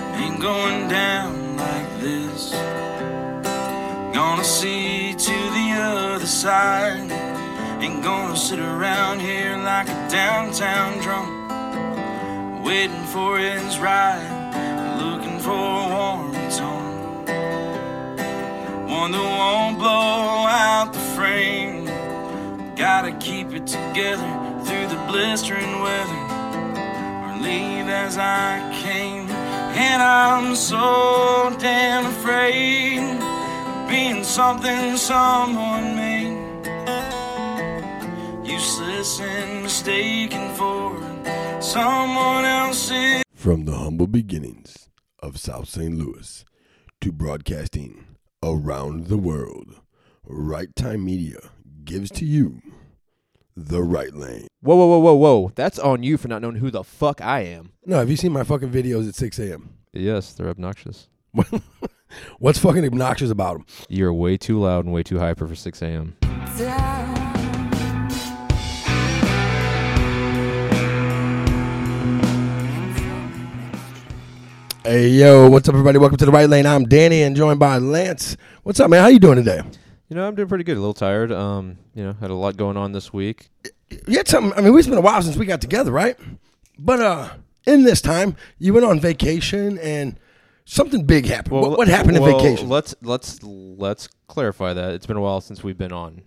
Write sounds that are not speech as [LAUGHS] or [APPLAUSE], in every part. Ain't going down like this. Gonna see to the other side. Ain't gonna sit around here like a downtown drunk, waiting for his ride, looking for a warm tone. One that won't blow out the frame. Gotta keep it together through the blistering weather. or leave as I came. And I'm so damn afraid of being something someone made. Useless and mistaken for someone else's. From the humble beginnings of South St. Louis to broadcasting around the world, Right Time Media gives to you the right lane. Whoa, whoa, whoa, whoa, whoa. That's on you for not knowing who the fuck I am. No, have you seen my fucking videos at 6 a.m.? Yes, they're obnoxious. [LAUGHS] What's fucking obnoxious about them? You're way too loud and way too hyper for 6 a.m. Hey, yo, what's up, everybody? Welcome to the right lane. I'm Danny and joined by Lance. What's up, man? How you doing today? You know, I'm doing pretty good. A little tired. Um, you know, had a lot going on this week. You had something, I mean, it's been a while since we got together, right? But uh in this time, you went on vacation and something big happened. what, what happened in well, vacation? Let's let's let's clarify that. It's been a while since we've been on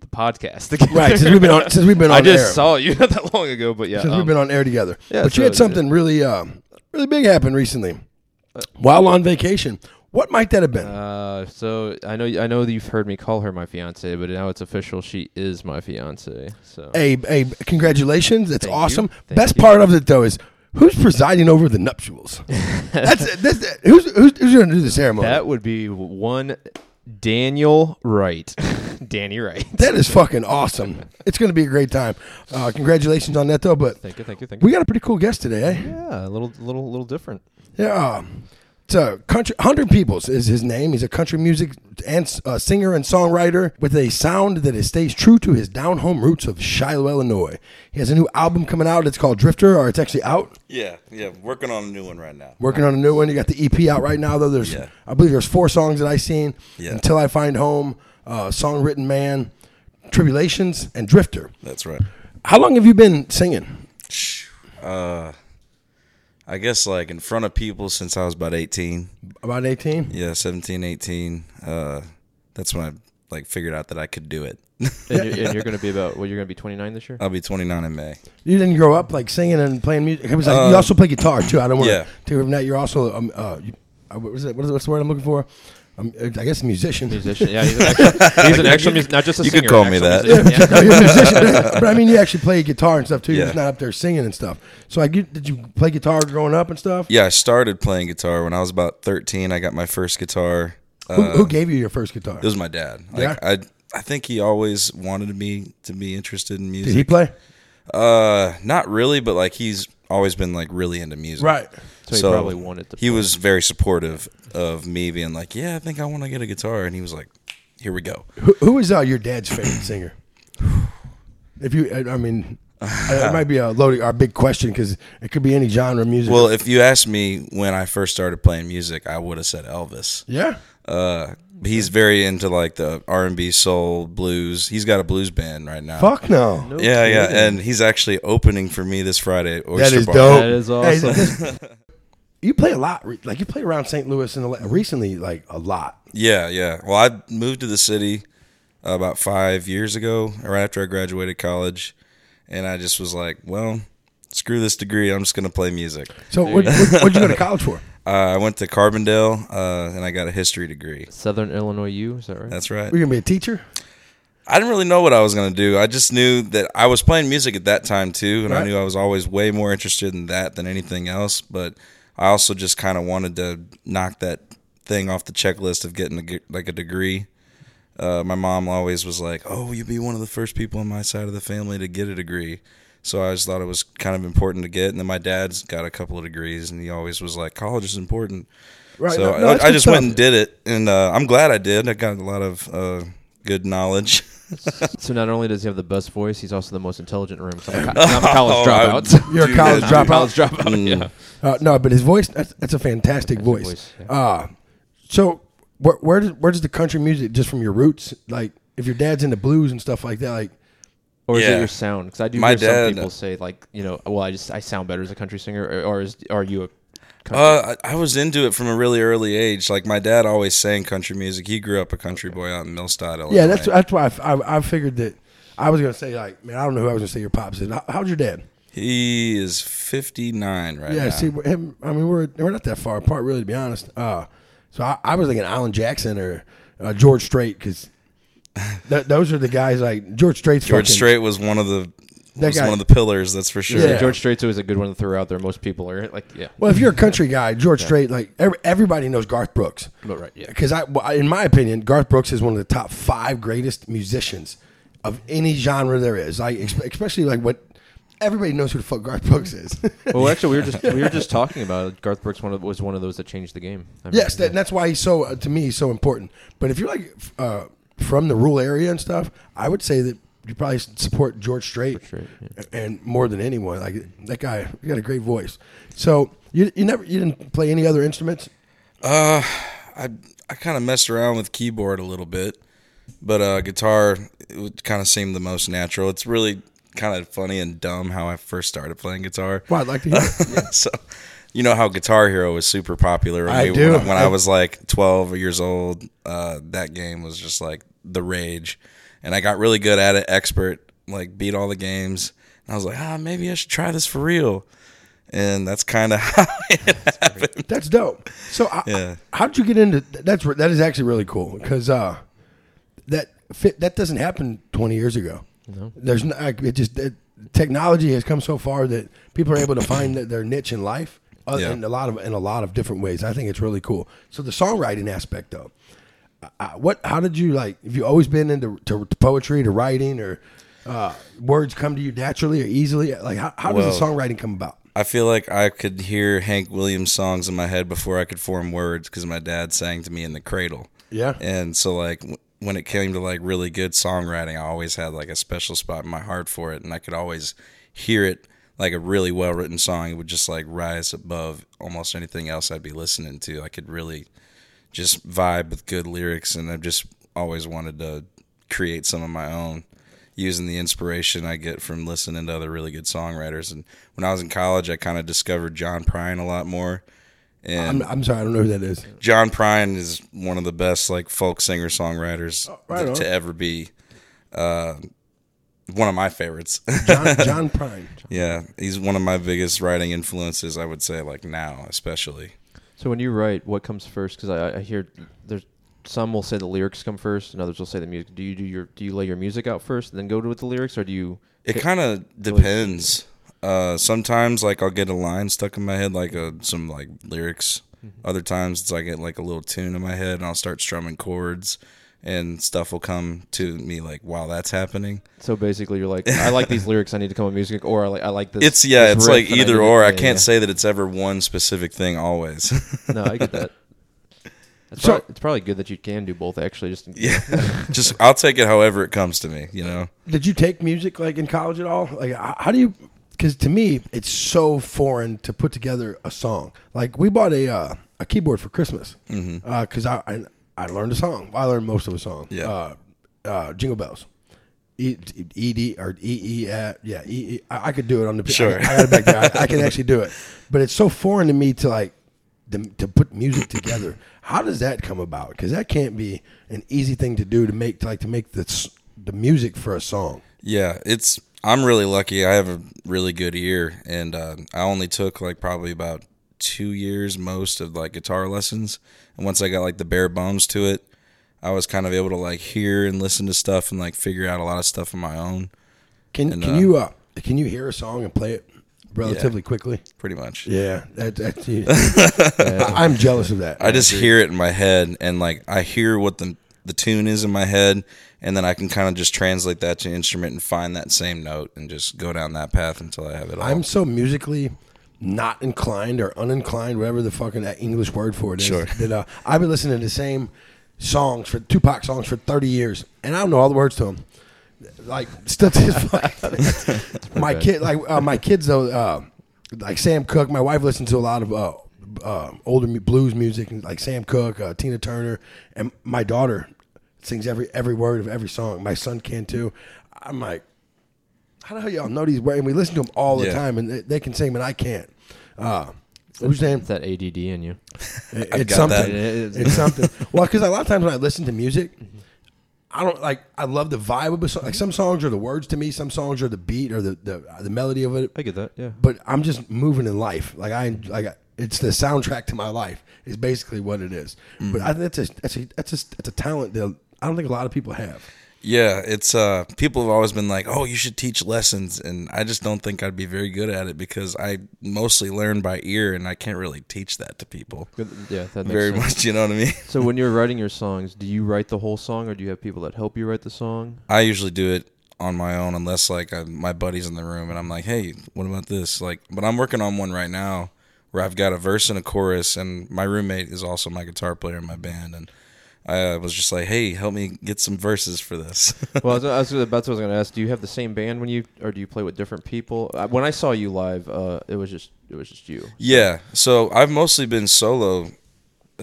the podcast. together. Right, since we've [LAUGHS] been on- since we've been I on just air. saw you [LAUGHS] not that long ago, but yeah. since um, we've been on air together. yeah, but you so had it- something really, uh, really big happen recently while on vacation. What might that have been? uh, so I know I know that you've heard me call her my fiance, but now it's official. She is my fiance. So hey, hey, congratulations! That's you, awesome. thank Best you. part of it though is who's presiding over the [LAUGHS] nuptials. that's, that's who's, who's who's going to do the ceremony. That would be one Daniel Wright. [LAUGHS] Danny Wright. that is fucking awesome. It's going to be a great time. Uh, congratulations on that though. But Thank you, thank you, thank you. we got a pretty cool guest today. Eh? yeah, a little little little different. Yeah. um, It's a country, Hundred Peoples is his name. He's a country music and uh, singer and songwriter with a sound that is, stays true to his down home roots of Shiloh, Illinois. He has a new album coming out. It's called Drifter, or it's actually out. Yeah, yeah, working on a new one right now. Working on a new one. You got the EP out right now, though. There's, Yeah. I believe, there's four songs that I seen. Yeah. Until I find home, uh, song written man, tribulations, and Drifter. That's right. How long have you been singing? I guess like in front of people since I was about 18. About eighteen. Yeah, 17, 18. Uh, that's when I like figured out that I could do it. [LAUGHS] And you're, and you're going to be about well, you're going to be 29 this year. I'll be 29 in May. You didn't grow up like singing and playing music. It was like, you Uh, also play guitar too. I don't want to yeah. take away from that. You're also um, uh, you, uh, what is it? What is, what's the word I'm looking for? Um, I guess a musician. Musician. Yeah, he's an actual, he's an actual music, not just a [LAUGHS] you could singer. call me actual that. musician, [LAUGHS] yeah. [LAUGHS] No, you're a musician, but but I mean, you actually play guitar and stuff too. You're Yeah. just not up there singing and stuff. So, like, you, did you play guitar growing up and stuff? Yeah, I started playing guitar when I was about 13. I got my first guitar. Uh, Who, who gave you your first guitar? it was my dad. Like, Yeah? I I think he always wanted me to be interested in music. did he play? Uh, not really, but like he's always been like really into music. Right. So he probably wanted to He was very supportive of me being like, "Yeah, I think I want to get a guitar," and he was like, "Here we go." Who, who is uh, your dad's favorite singer? If you, I, I mean, it might be a loaded, our big question because it could be any genre of music. Well, if you asked me when I first started playing music, I would have said Elvis. yeah. Uh, he's very into like the R and B, soul, blues. He's got a blues band right now. Fuck no. Yeah, yeah, and he's actually opening for me this Friday. At Oyster That is Bar. dope. That is Hey, awesome. [LAUGHS] this- you play a lot, re- like you play around St. Louis and Ala- recently, like a lot. Yeah, yeah. Well, I moved to the city about five years ago, right after I graduated college, and I just was like, well, screw this degree. I'm just gonna play music. So what, what, what'd you go [LAUGHS] to college for? Uh, I went to Carbondale, uh, and I got a history degree. Southern Illinois U. Is that right? That's right. Were you gonna be a teacher? I didn't really know what I was going to do. I just knew that I was playing music at that time too, and Right. I knew I was always way more interested in that than anything else. But I also just kind of wanted to knock that thing off the checklist of getting a, g- like a degree. Uh, my mom always was like, "Oh, you'd be one of the first people on my side of the family to get a degree." So I just thought it was kind of important to get. And then my dad's got a couple of degrees, and he always was like, "College is important." Right. So no, no, that's I, I good just stuff. went and did it, and uh, I'm glad I did. I got a lot of uh, good knowledge. So not only does he have the best voice, he's also the most intelligent in the room. So [LAUGHS] I'm, a co- I'm a Oh, college dropout. [LAUGHS] You're a Dude, college that- dropout. college dropout. Mm. Yeah. Uh, no, but his voice, that's, that's a fantastic voice. voice, Uh, so where, where, does, where does the country music, just from your roots, like if your dad's into blues and stuff like that, like, Or is Yeah. it your sound? Because I do My hear dad- some people say like, you know, well, I just I sound better as a country singer, or, or is are you a country? Uh, I I was into it from a really early age. Like my dad always sang country music. He grew up a country boy out in Millstadt, Illinois. yeah, that's, that's why I f- I, I figured that I was going to say, like, man, I don't know who I was going to say your pops is. How, how's your dad? he is fifty nine right Yeah, now. see, we're- him, I mean, we're, we're not that far apart, really, to be honest. Uh, so I, I was thinking Alan Jackson or uh, George Strait [LAUGHS] because th- those are the guys like George Strait's George fucking- Strait was one of the That was guy- one of the pillars. That's for sure. Yeah. George Strait's always a good one to throw out there. Most people are like, yeah, Well, if you're a country guy, George Strait, like every, everybody knows Garth Brooks. But right, yeah. Because I, well, I- in my opinion, Garth Brooks is one of the top five greatest musicians of any genre there is. Like, exp- especially like what everybody knows who the fuck Garth Brooks is. [LAUGHS] Well, actually, we were just we were just talking about it. Garth Brooks. One of, was one of those that changed the game. I mean, yes, that, that's why he's so uh, to me he's so important. But if you're like f- uh, from the rural area and stuff, I would say that you probably s- support George Strait, Strait, and more than anyone. Like that guy, he got a great voice. So you you never you didn't play any other instruments. I I kind of messed around with keyboard a little bit, but uh, guitar it would kind of seemed the most natural. It's really kind of funny and dumb how I first started playing guitar. Well, I'd like to hear. it. [LAUGHS] so you know how Guitar Hero was super popular. I when, do. When, I, when I was like 12 years old, uh, that game was just like the rage, and I got really good at it. Expert, like beat all the games. And I was like, ah, maybe I should try this for real. And that's kind of [LAUGHS] how it happened. That's dope. So, I, Yeah. how did you get into that's re- that is actually really cool because uh, that fit that doesn't happen twenty years ago. No, there's not. Like, it just it, technology has come so far that people are able to find their- their niche in life uh, Yeah. in a lot of in a lot of different ways. I think it's really cool. So the songwriting aspect though, uh, what how did you like? Have you always been into to, to poetry, to writing, or uh, words come to you naturally or easily? Like how, how does the Well- songwriting come about? I feel like I could hear Hank Williams songs in my head before I could form words because my dad sang to me in the cradle. Yeah. And so like w- when it came to like really good songwriting, I always had like a special spot in my heart for it, and I could always hear it like a really well written song. It would just like rise above almost anything else I'd be listening to. I could really just vibe with good lyrics, and I've just always wanted to create some of my own using the inspiration I get from listening to other really good songwriters. And when I was in college, I kind of discovered John Prine a lot more. And I'm, I'm sorry, I don't know who that is. John Prine is one of the best like folk singer songwriters Oh, right on. to ever be. Uh, one of my favorites. [LAUGHS] John, John Prine. yeah, he's one of my biggest writing influences. I would say like now, especially. So when you write, what comes first? Because I, I hear there's some will say the lyrics come first, and others will say the music. Do you do your do you lay your music out first, and then go to with the lyrics, or do you? It kind of depends. Uh, sometimes like I'll get a line stuck in my head, like a, some like lyrics. Mm-hmm. Other times it's like I get like a little tune in my head, and I'll start strumming chords, and stuff will come to me like while that's happening. So basically, you're like, I like these lyrics. I need to come with music, or I like I like this. It's yeah, this it's riff, like and either need to- or. I yeah, yeah. can't say that it's ever one specific [LAUGHS] thing always. [LAUGHS] No, I get that. It's, So- probably, it's probably good that you can do both. Actually, just yeah. Just I'll take it however it comes to me, you know. Did you take music like in college at all? Like, h- how do you? Because to me, it's so foreign to put together a song. Like, we bought a uh, a keyboard for Christmas because I, I I learned a song. I learned most of a song. Yeah. Uh, uh, Jingle bells. E E D or E E uh, yeah E E I I could do it on the I, Sure. I got it back there. I, I can actually do it, but it's so foreign to me to like to, to put music together. How does that come about? Because that can't be an easy thing to do to make to like to make the s- the music for a song. Yeah, it's I'm really lucky. I have a really good ear and uh, I only took like probably about 2 years most of like guitar lessons. And once I got like the bare bones to it, I was kind of able to like hear and listen to stuff and like figure out a lot of stuff on my own Can can you uh can you hear a song and play it relatively quickly? pretty much. Yeah, that, [LAUGHS] that's I, am jealous of that. I just hear it in my head, and like I hear what the the tune is in my head, and then I can kind of just translate that to instrument and find that same note and just go down that path until I have it all. I'm so musically not inclined or uninclined, whatever the fucking English word for it is. Sure. That uh, I've been listening to the same songs for Tupac songs for 30 years, and I don't know all the words to them. Like stuff to his fucking. my kid, [LAUGHS] like uh, my kids though, uh, like Sam Cooke. My wife listens to a lot of uh, uh, older mu- blues music, and like Sam Cooke, uh, Tina Turner, and my daughter sings every every word of every song. My son can too. I'm like, how the hell y'all know these words? And we listen to them all the Yeah. time, and they, they can sing, but I can't. Uh, who's name? It's that ADD in you. It- I've it's got that. something. It is. Mm-hmm. It's [LAUGHS] something. Well, because a lot of times when I listen to music, I don't like. I love the vibe of a song. Like some songs are the words to me. Some songs are the beat or the the, the melody of it. I get that. Yeah. But I'm just moving in life. Like I like I- it's the soundtrack to my life. Is basically what it is. Mm. But I, that's a that's a that's a that's a talent that I don't think a lot of people have. Yeah, it's uh people have always been like, "Oh, you should teach lessons." And I just don't think I'd be very good at it because I mostly learn by ear and I can't really teach that to people. Good- Yeah, that makes Very sense. much, you know what I mean? So when you're writing your songs, do you write the whole song, or do you have people that help you write the song? I usually do it on my own unless like I, my buddy's in the room and I'm like, "Hey, what about this?" Like, but I'm working on one right now where I've got a verse and a chorus and my roommate is also my guitar player in my band and I uh, was just like, "Hey, help me get some verses for this." [LAUGHS] Well, I was, I was, that's what I was going to ask. Do you have the same band when you, or do you play with different people? Uh, When I saw you live, uh, it was just it was just you. Yeah. So I've mostly been solo,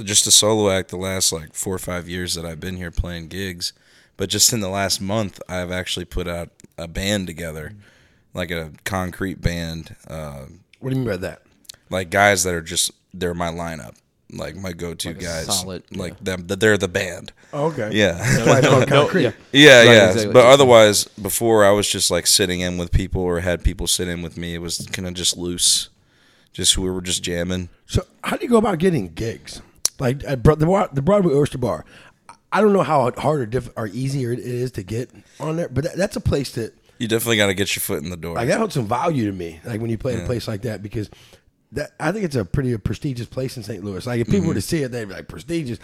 just a solo act the last like four or five years that I've been here playing gigs. But just in the last month, I've actually put out a band together, like a concrete band, uh, What do you mean by that? like guys that are just, they're my lineup, like my go to guys. solid- like them, that they're the band. Oh, okay. Yeah. Why it's called concrete. yeah. [LAUGHS] Yeah, Right, yeah. exactly. But otherwise, before I was just like sitting in with people or had people sit in with me. It was kind of just loose, just we were just jamming. So how do you go about getting gigs? Like at Bro- the Wa- the Broadway Oyster Bar, I don't know how hard or diff or easier it is to get on there, but that, that's a place that You definitely got to get your foot in the door. like that holds some value to me. Like when you play in a place like that because. That, I think it's a pretty prestigious place in St. Louis. Like if people Mm-hmm. were to see it, they'd be like prestigious,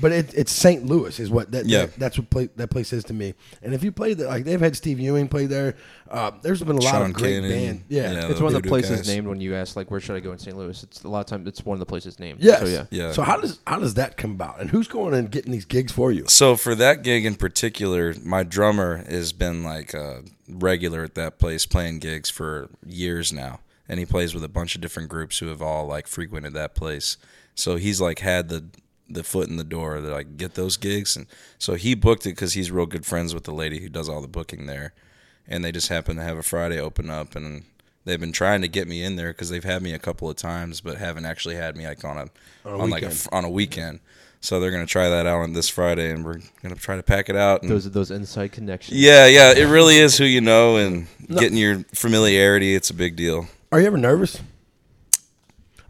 but it, it's St. Louis is what that, Yeah. that- that's what play, that place is to me. And if you play there, like they've had Steve Ewing play there. Uh, there's been a lot Sean of great Cannon. band. Yeah, Yeah. It's one of the Voodoo places guys. named when you ask like, where should I go in St. Louis? It's a lot of times it's one of the places named. Yes. So yeah. Yeah. So how does how does that come about? And who's going and getting these gigs for you? So for that gig in particular, my drummer has been like a regular at that place playing gigs for years now, and he plays with a bunch of different groups who have all like frequented that place. So he's like had the the foot in the door to like get those gigs, and so he booked it because he's real good friends with the lady who does all the booking there, and they just happen to have a Friday open up, and they've been trying to get me in there because they've had me a couple of times, but haven't actually had me like on a on, like a, weekend. f- on a weekend. So they're gonna try that out on this Friday, and we're gonna try to pack it out. And Those are those inside connections. yeah, yeah, it [LAUGHS] really is who you know and getting your familiarity. It's a big deal. Are you ever nervous?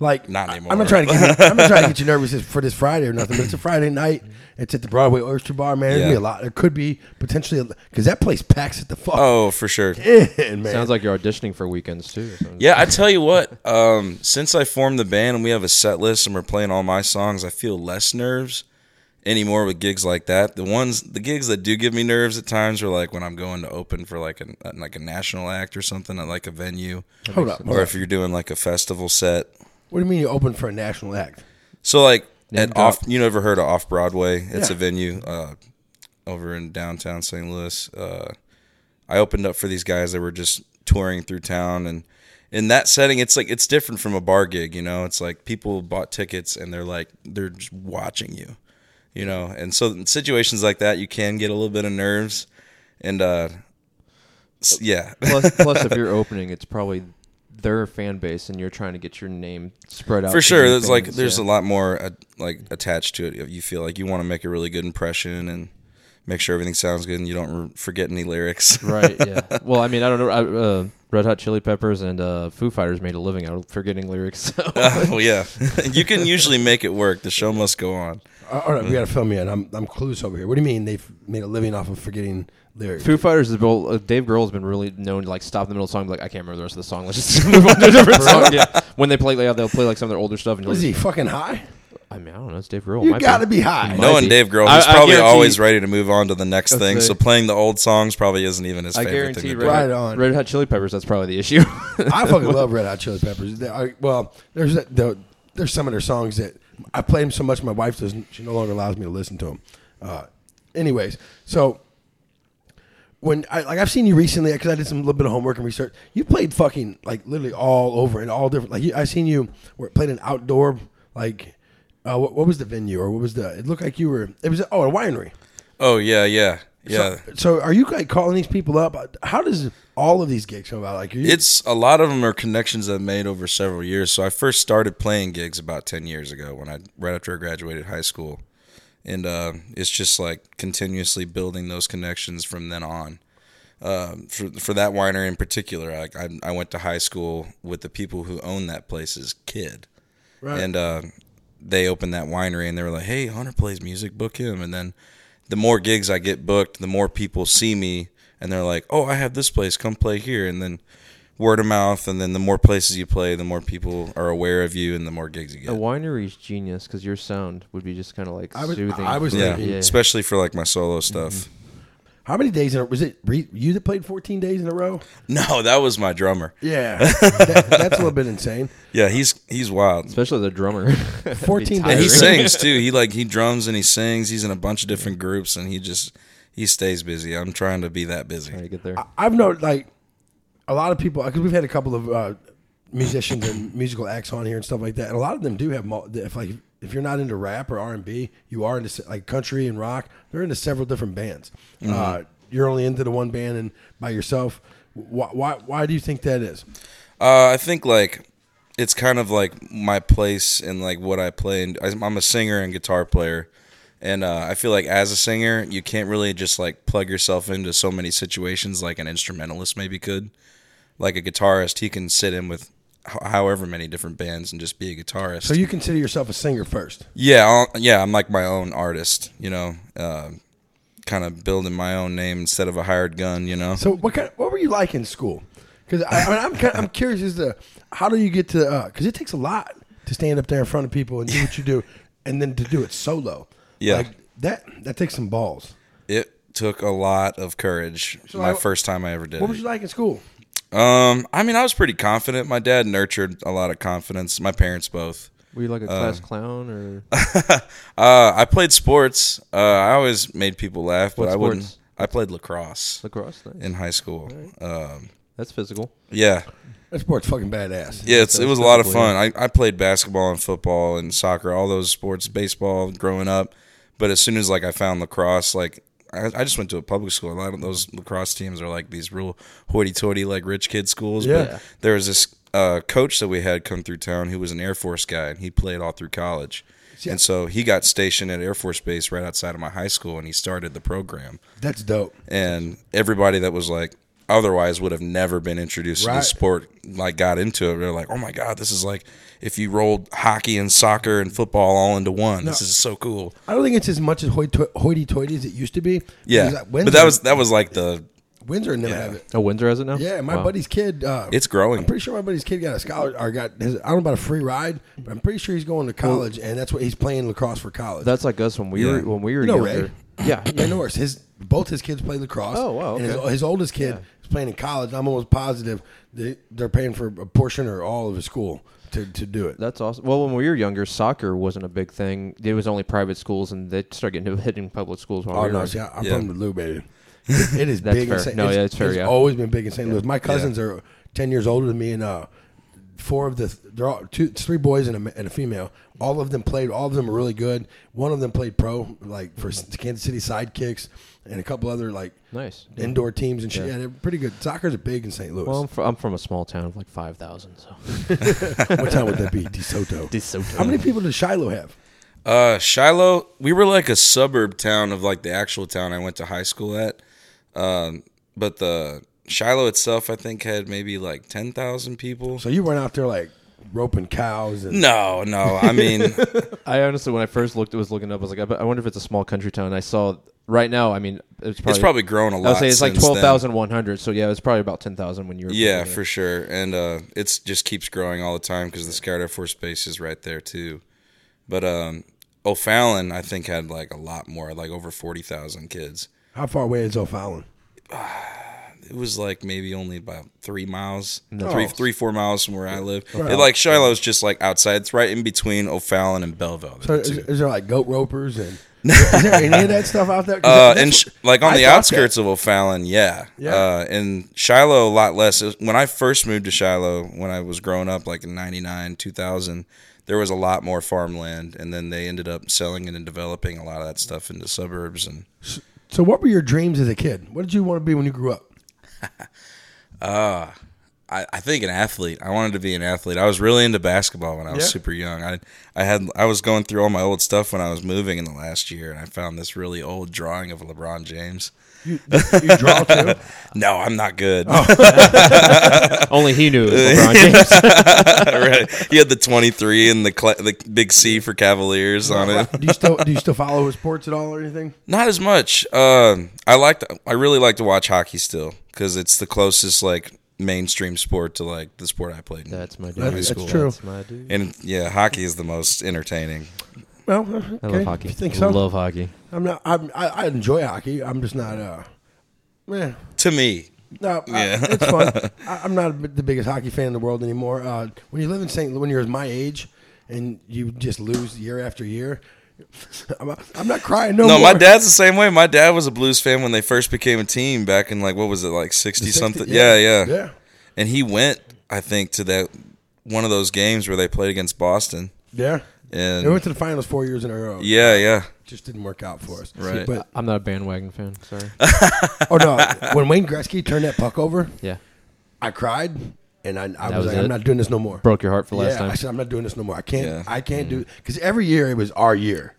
Like Not I- anymore. I'm not trying to [LAUGHS] get you, I'm not trying to get you nervous for this Friday or nothing. But it's a Friday night. It's at the Broadway Oyster Bar, man. There's gonna be Yeah. a lot. There could be potentially because that place packs it the fuck Oh, for sure. in, man. Sounds like you're auditioning for weekends [LAUGHS] too. So- Yeah, I tell you what. Um, since I formed the band and we have a set list and we're playing all my songs, I feel less nerves anymore with gigs like that. The ones, the gigs that do give me nerves at times are like when I'm going to open for like a like a national act or something at like a venue, hold up. hold or up. if you're doing like a festival set. What do you mean you open for a national act? So like Name at drop. off, you never heard of Off Broadway? It's a Yeah. venue uh, over in downtown St. Louis. Uh, I opened up for these guys that were just touring through town, and in that setting, it's like it's different from a bar gig. You know, it's like people bought tickets and they're like they're just watching you. You know, and so in situations like that, you can get a little bit of nerves, and uh, s- yeah, [LAUGHS] plus, plus, if you're opening, it's probably their fan base, and you're trying to get your name spread out for to sure new there's like fans, there's yeah. a lot more uh, like attached to it you feel like you want to make a really good impression and make sure everything sounds good and you don't r forget any lyrics right. Yeah. Well, I mean, I don't know. I, uh, Red Hot Chili Peppers and uh, Foo Fighters made a living out of forgetting lyrics. [LAUGHS] So. [LAUGHS] [LAUGHS] oh yeah [LAUGHS] you can usually make it work the show must go on Uh, All right, we Mm. gotta film me in. I'm I'm clueless over here. What do you mean they've made a living off of forgetting lyrics? Foo Fighters is well, uh, Dave Grohl has been really known to like stop in the middle of the song, and be like I can't remember the rest of the song. Let's just [LAUGHS] move on to a [LAUGHS] different song. Yeah. When they play, yeah, they'll play like some of their older stuff. And Is he he'll fucking high? just- I mean, I don't know. It's Dave Grohl. You Might gotta be high. Might knowing be. dave grohl I- he's I probably guarantee- always ready to move on to the next That's thing so right. playing the old songs probably isn't even his I favorite thing guarantee to Red, do Right on. Red Hot Chili Peppers. That's probably the [LAUGHS] issue. I fucking love Red Hot Chili Peppers. They are, well, there's the, there's some of their songs that I play them so much. My wife doesn't. She no longer allows me to listen to them. Uh, anyways, so when I like I've seen you recently because I did some little bit of homework and research. You played fucking like literally all over and all different. Like you, I seen you were played an outdoor like uh, what, what was the venue or what was the? It looked like you were. It was oh a winery. Oh yeah, yeah, yeah. So are you like calling these people up? How does all of these gigs come about? Like are you, it's a lot of them are connections I've made over several years. So I first started playing gigs about ten years ago when I right after I graduated high school, and uh, it's just like continuously building those connections from then on. Um, for for that winery in particular, like I, I went to high school with the people who own that place's kid, Right. and uh, they opened that winery and they were like, "Hey, Hunter plays music, book him." And then the more gigs I get booked, the more people see me and they're like, "Oh, I have this place, come play here." And then word of mouth, and then the more places you play, the more people are aware of you, and the more gigs you get. A winery's genius because your sound would be just kind of like I was- soothing. I was yeah, thinking- yeah. especially for like my solo stuff. how many days in a, was it? Re, you that played fourteen days in a row? [LAUGHS] No, that was my drummer. Yeah, [LAUGHS] that, that's a little bit insane. Yeah, he's he's wild. especially the drummer. [LAUGHS] Be 14 And tired. he days. sings too. He like he drums and he sings. He's in a bunch of different groups, and he just he stays busy. I'm trying to be that busy. Trying to get there. I've noticed like a lot of people because we've had a couple of uh, musicians and musical acts on here and stuff like that, and a lot of them do have mul- if like if you're not into rap or R and B, you are into se- like country and rock. They're into several different bands. Uh, you're only into the one band and by yourself. Why, why, why do you think that is? Uh, I think like it's kind of like my place and like what I play. And I- I'm a singer and guitar player, and uh, I feel like as a singer, you can't really just like plug yourself into so many situations like an instrumentalist maybe could. Like a guitarist, he can sit in with ho- however many different bands and just be a guitarist. So you consider yourself a singer first. Yeah, I'll, yeah, I'm like my own artist, you know, uh, kind of building my own name instead of a hired gun, you know. So what kind? What were you like in school? Because I, I mean, I'm kind, I'm curious as to how do you get to? Because it takes a lot to stand up there in front of people and do what you [LAUGHS] do, and then to do it solo. Yeah. like, that that takes some balls. It took a lot of courage. my I- first time I ever did. What it. was you like in school? Um, I mean, I was pretty confident. My dad nurtured a lot of confidence. My parents both. Were you like a class clown or [LAUGHS] Uh, I played sports. Uh, I always made people laugh, but What I wouldn't. sports? I played lacrosse lacrosse? Nice. in high school. Um, That's physical. yeah, That sport's fucking badass. yeah, it's, That's it was a lot of cool, fun. I, I played basketball and football and soccer, all those sports, baseball growing up. But as soon as like I found lacrosse, like I, I just went to a public school. A lot of those lacrosse teams are like these real hoity-toity, like rich kid schools. Yeah. But there was this uh, coach that we had come through town who was an Air Force guy, and he played all through college. And so he got stationed at Air Force Base right outside of my high school, and he started the program That's dope. and everybody that was like otherwise would have never been introduced to Right. the sport like got into it they're like oh my god this is like if you rolled hockey and soccer and football all into one this is so cool I don't think it's as much as hoity- hoity-toity as it used to be. Because, yeah like, but that was that was like the Windsor never have it. Oh, Windsor has it now. Yeah, my Wow. buddy's kid. Uh, it's growing I'm pretty sure my buddy's kid got a scholar or got. His, I don't know about a free ride, but I'm pretty sure he's going to college, and that's what he's playing lacrosse for college. That's like us when we were Yeah. when we were You know younger. Ray. Yeah, Yeah, Norris. His both his kids play lacrosse. Oh, wow, And his, okay. his oldest kid is playing in college. I'm almost positive they, they're paying for a portion or all of his school to, to do it. That's awesome. Well, when we were younger, soccer wasn't a big thing. It was only private schools, and they started getting into [LAUGHS] hitting public schools. While Oh we were no, young. see, I- I'm Yeah. from the Lou, baby. It, it is [LAUGHS] That's big. fair. In St. No, it's, yeah, it's fair, yeah. always been big in St. Louis. My cousins are ten years older than me, and uh, four of the they're all two, it's three boys and a, ma- and a female. All of them played. All of them are really good. One of them played pro, like for s- Kansas City Sidekicks, and a couple other like Nice. indoor teams and shit. Yeah, they're pretty good. Soccer's big in St. Louis. Well, I'm, fr- I'm from a small town of like five thousand. [LAUGHS] So what town would that be? DeSoto. [LAUGHS] DeSoto. How many people does Shiloh have? uh shiloh we were like a suburb town of like the actual town i went to high school at um but the shiloh itself i think had maybe like 10000 people So you went out there like roping cows Mm. and no no [LAUGHS] i mean I honestly, when I first looked, was looking up. I was like, I, bet- I wonder if it's a small country town. And I saw right now. I mean, it's probably, it's probably grown a I lot would say it's like since then. twelve thousand one hundred. So yeah, it's probably about ten thousand when you were. Yeah, playing for sure, and uh, it's just keeps growing all the time because the Scout Air Force Base is right there too. But um, O'Fallon, I think, had like a lot more, like over forty thousand kids. how far away is O'Fallon? it was like maybe only about three miles, No. three, Oh. three, four miles from where I live. Right. It, like Shiloh's just like outside. It's right in between O'Fallon and Belleville. So They're the is, two. is there like goat ropers [LAUGHS] and is there any of that stuff out there? 'Cause Uh, that- and that's sh- like on I the thought outskirts of O'Fallon, yeah. Yeah. Uh, and Shiloh, a lot less. It was- When I first moved to Shiloh, when I was growing up, like in 99, 2000, there was a lot more farmland. And then they ended up selling it and developing a lot of that stuff into suburbs. And what- so, what were your dreams as a kid? What did you want to be when you grew up? I, I think an athlete. I wanted to be an athlete. I was really into basketball when I was Yeah. super young. I I had I was going through all my old stuff when I was moving in the last year, and I found this really old drawing of LeBron James. You, you [LAUGHS] draw too. No, I'm not good. Oh. [LAUGHS] Only he knew. it was LeBron James. [LAUGHS] right. He had the 23 and the cla the big C for Cavaliers on it. Do you still do you still follow his sports at all or anything? [LAUGHS] Not as much. Um, I liked. I really like to watch hockey still because it's the closest like mainstream sport to like the sport I played. In. That's my dude. That's- that's true. That's my dude. and yeah, hockey is the most entertaining. Well, I okay, love hockey. if you think I so? love hockey. I'm not. I'm, I, I enjoy hockey. I'm just not. Uh, man, To me, no, I- Yeah. it's [LAUGHS] fun. I, I'm not a bit- the biggest hockey fan in the world anymore. Uh, when you live in St. Louis, when you're my age, and you just lose year after year, [LAUGHS] I'm, not- I'm not crying no, No, more. my dad's the same way. My dad was a Blues fan when they first became a team back in like what was it like sixty something? Yeah. yeah, yeah. And he went, I think, to that one of those games where they played against Boston. Yeah. And They went to the finals four years in a row. yeah, yeah, Just didn't work out for us. Right. But I'm not a bandwagon fan. Sorry. oh [LAUGHS] no, when Wayne Gretzky turned that puck over, Yeah. I cried and I, I That was, was like, I'm it? not doing this no more. Broke your heart for last yeah, [LAUGHS] time. I said I'm not doing this no more. I can't. Yeah. Mm. I can't do because every year it was our year.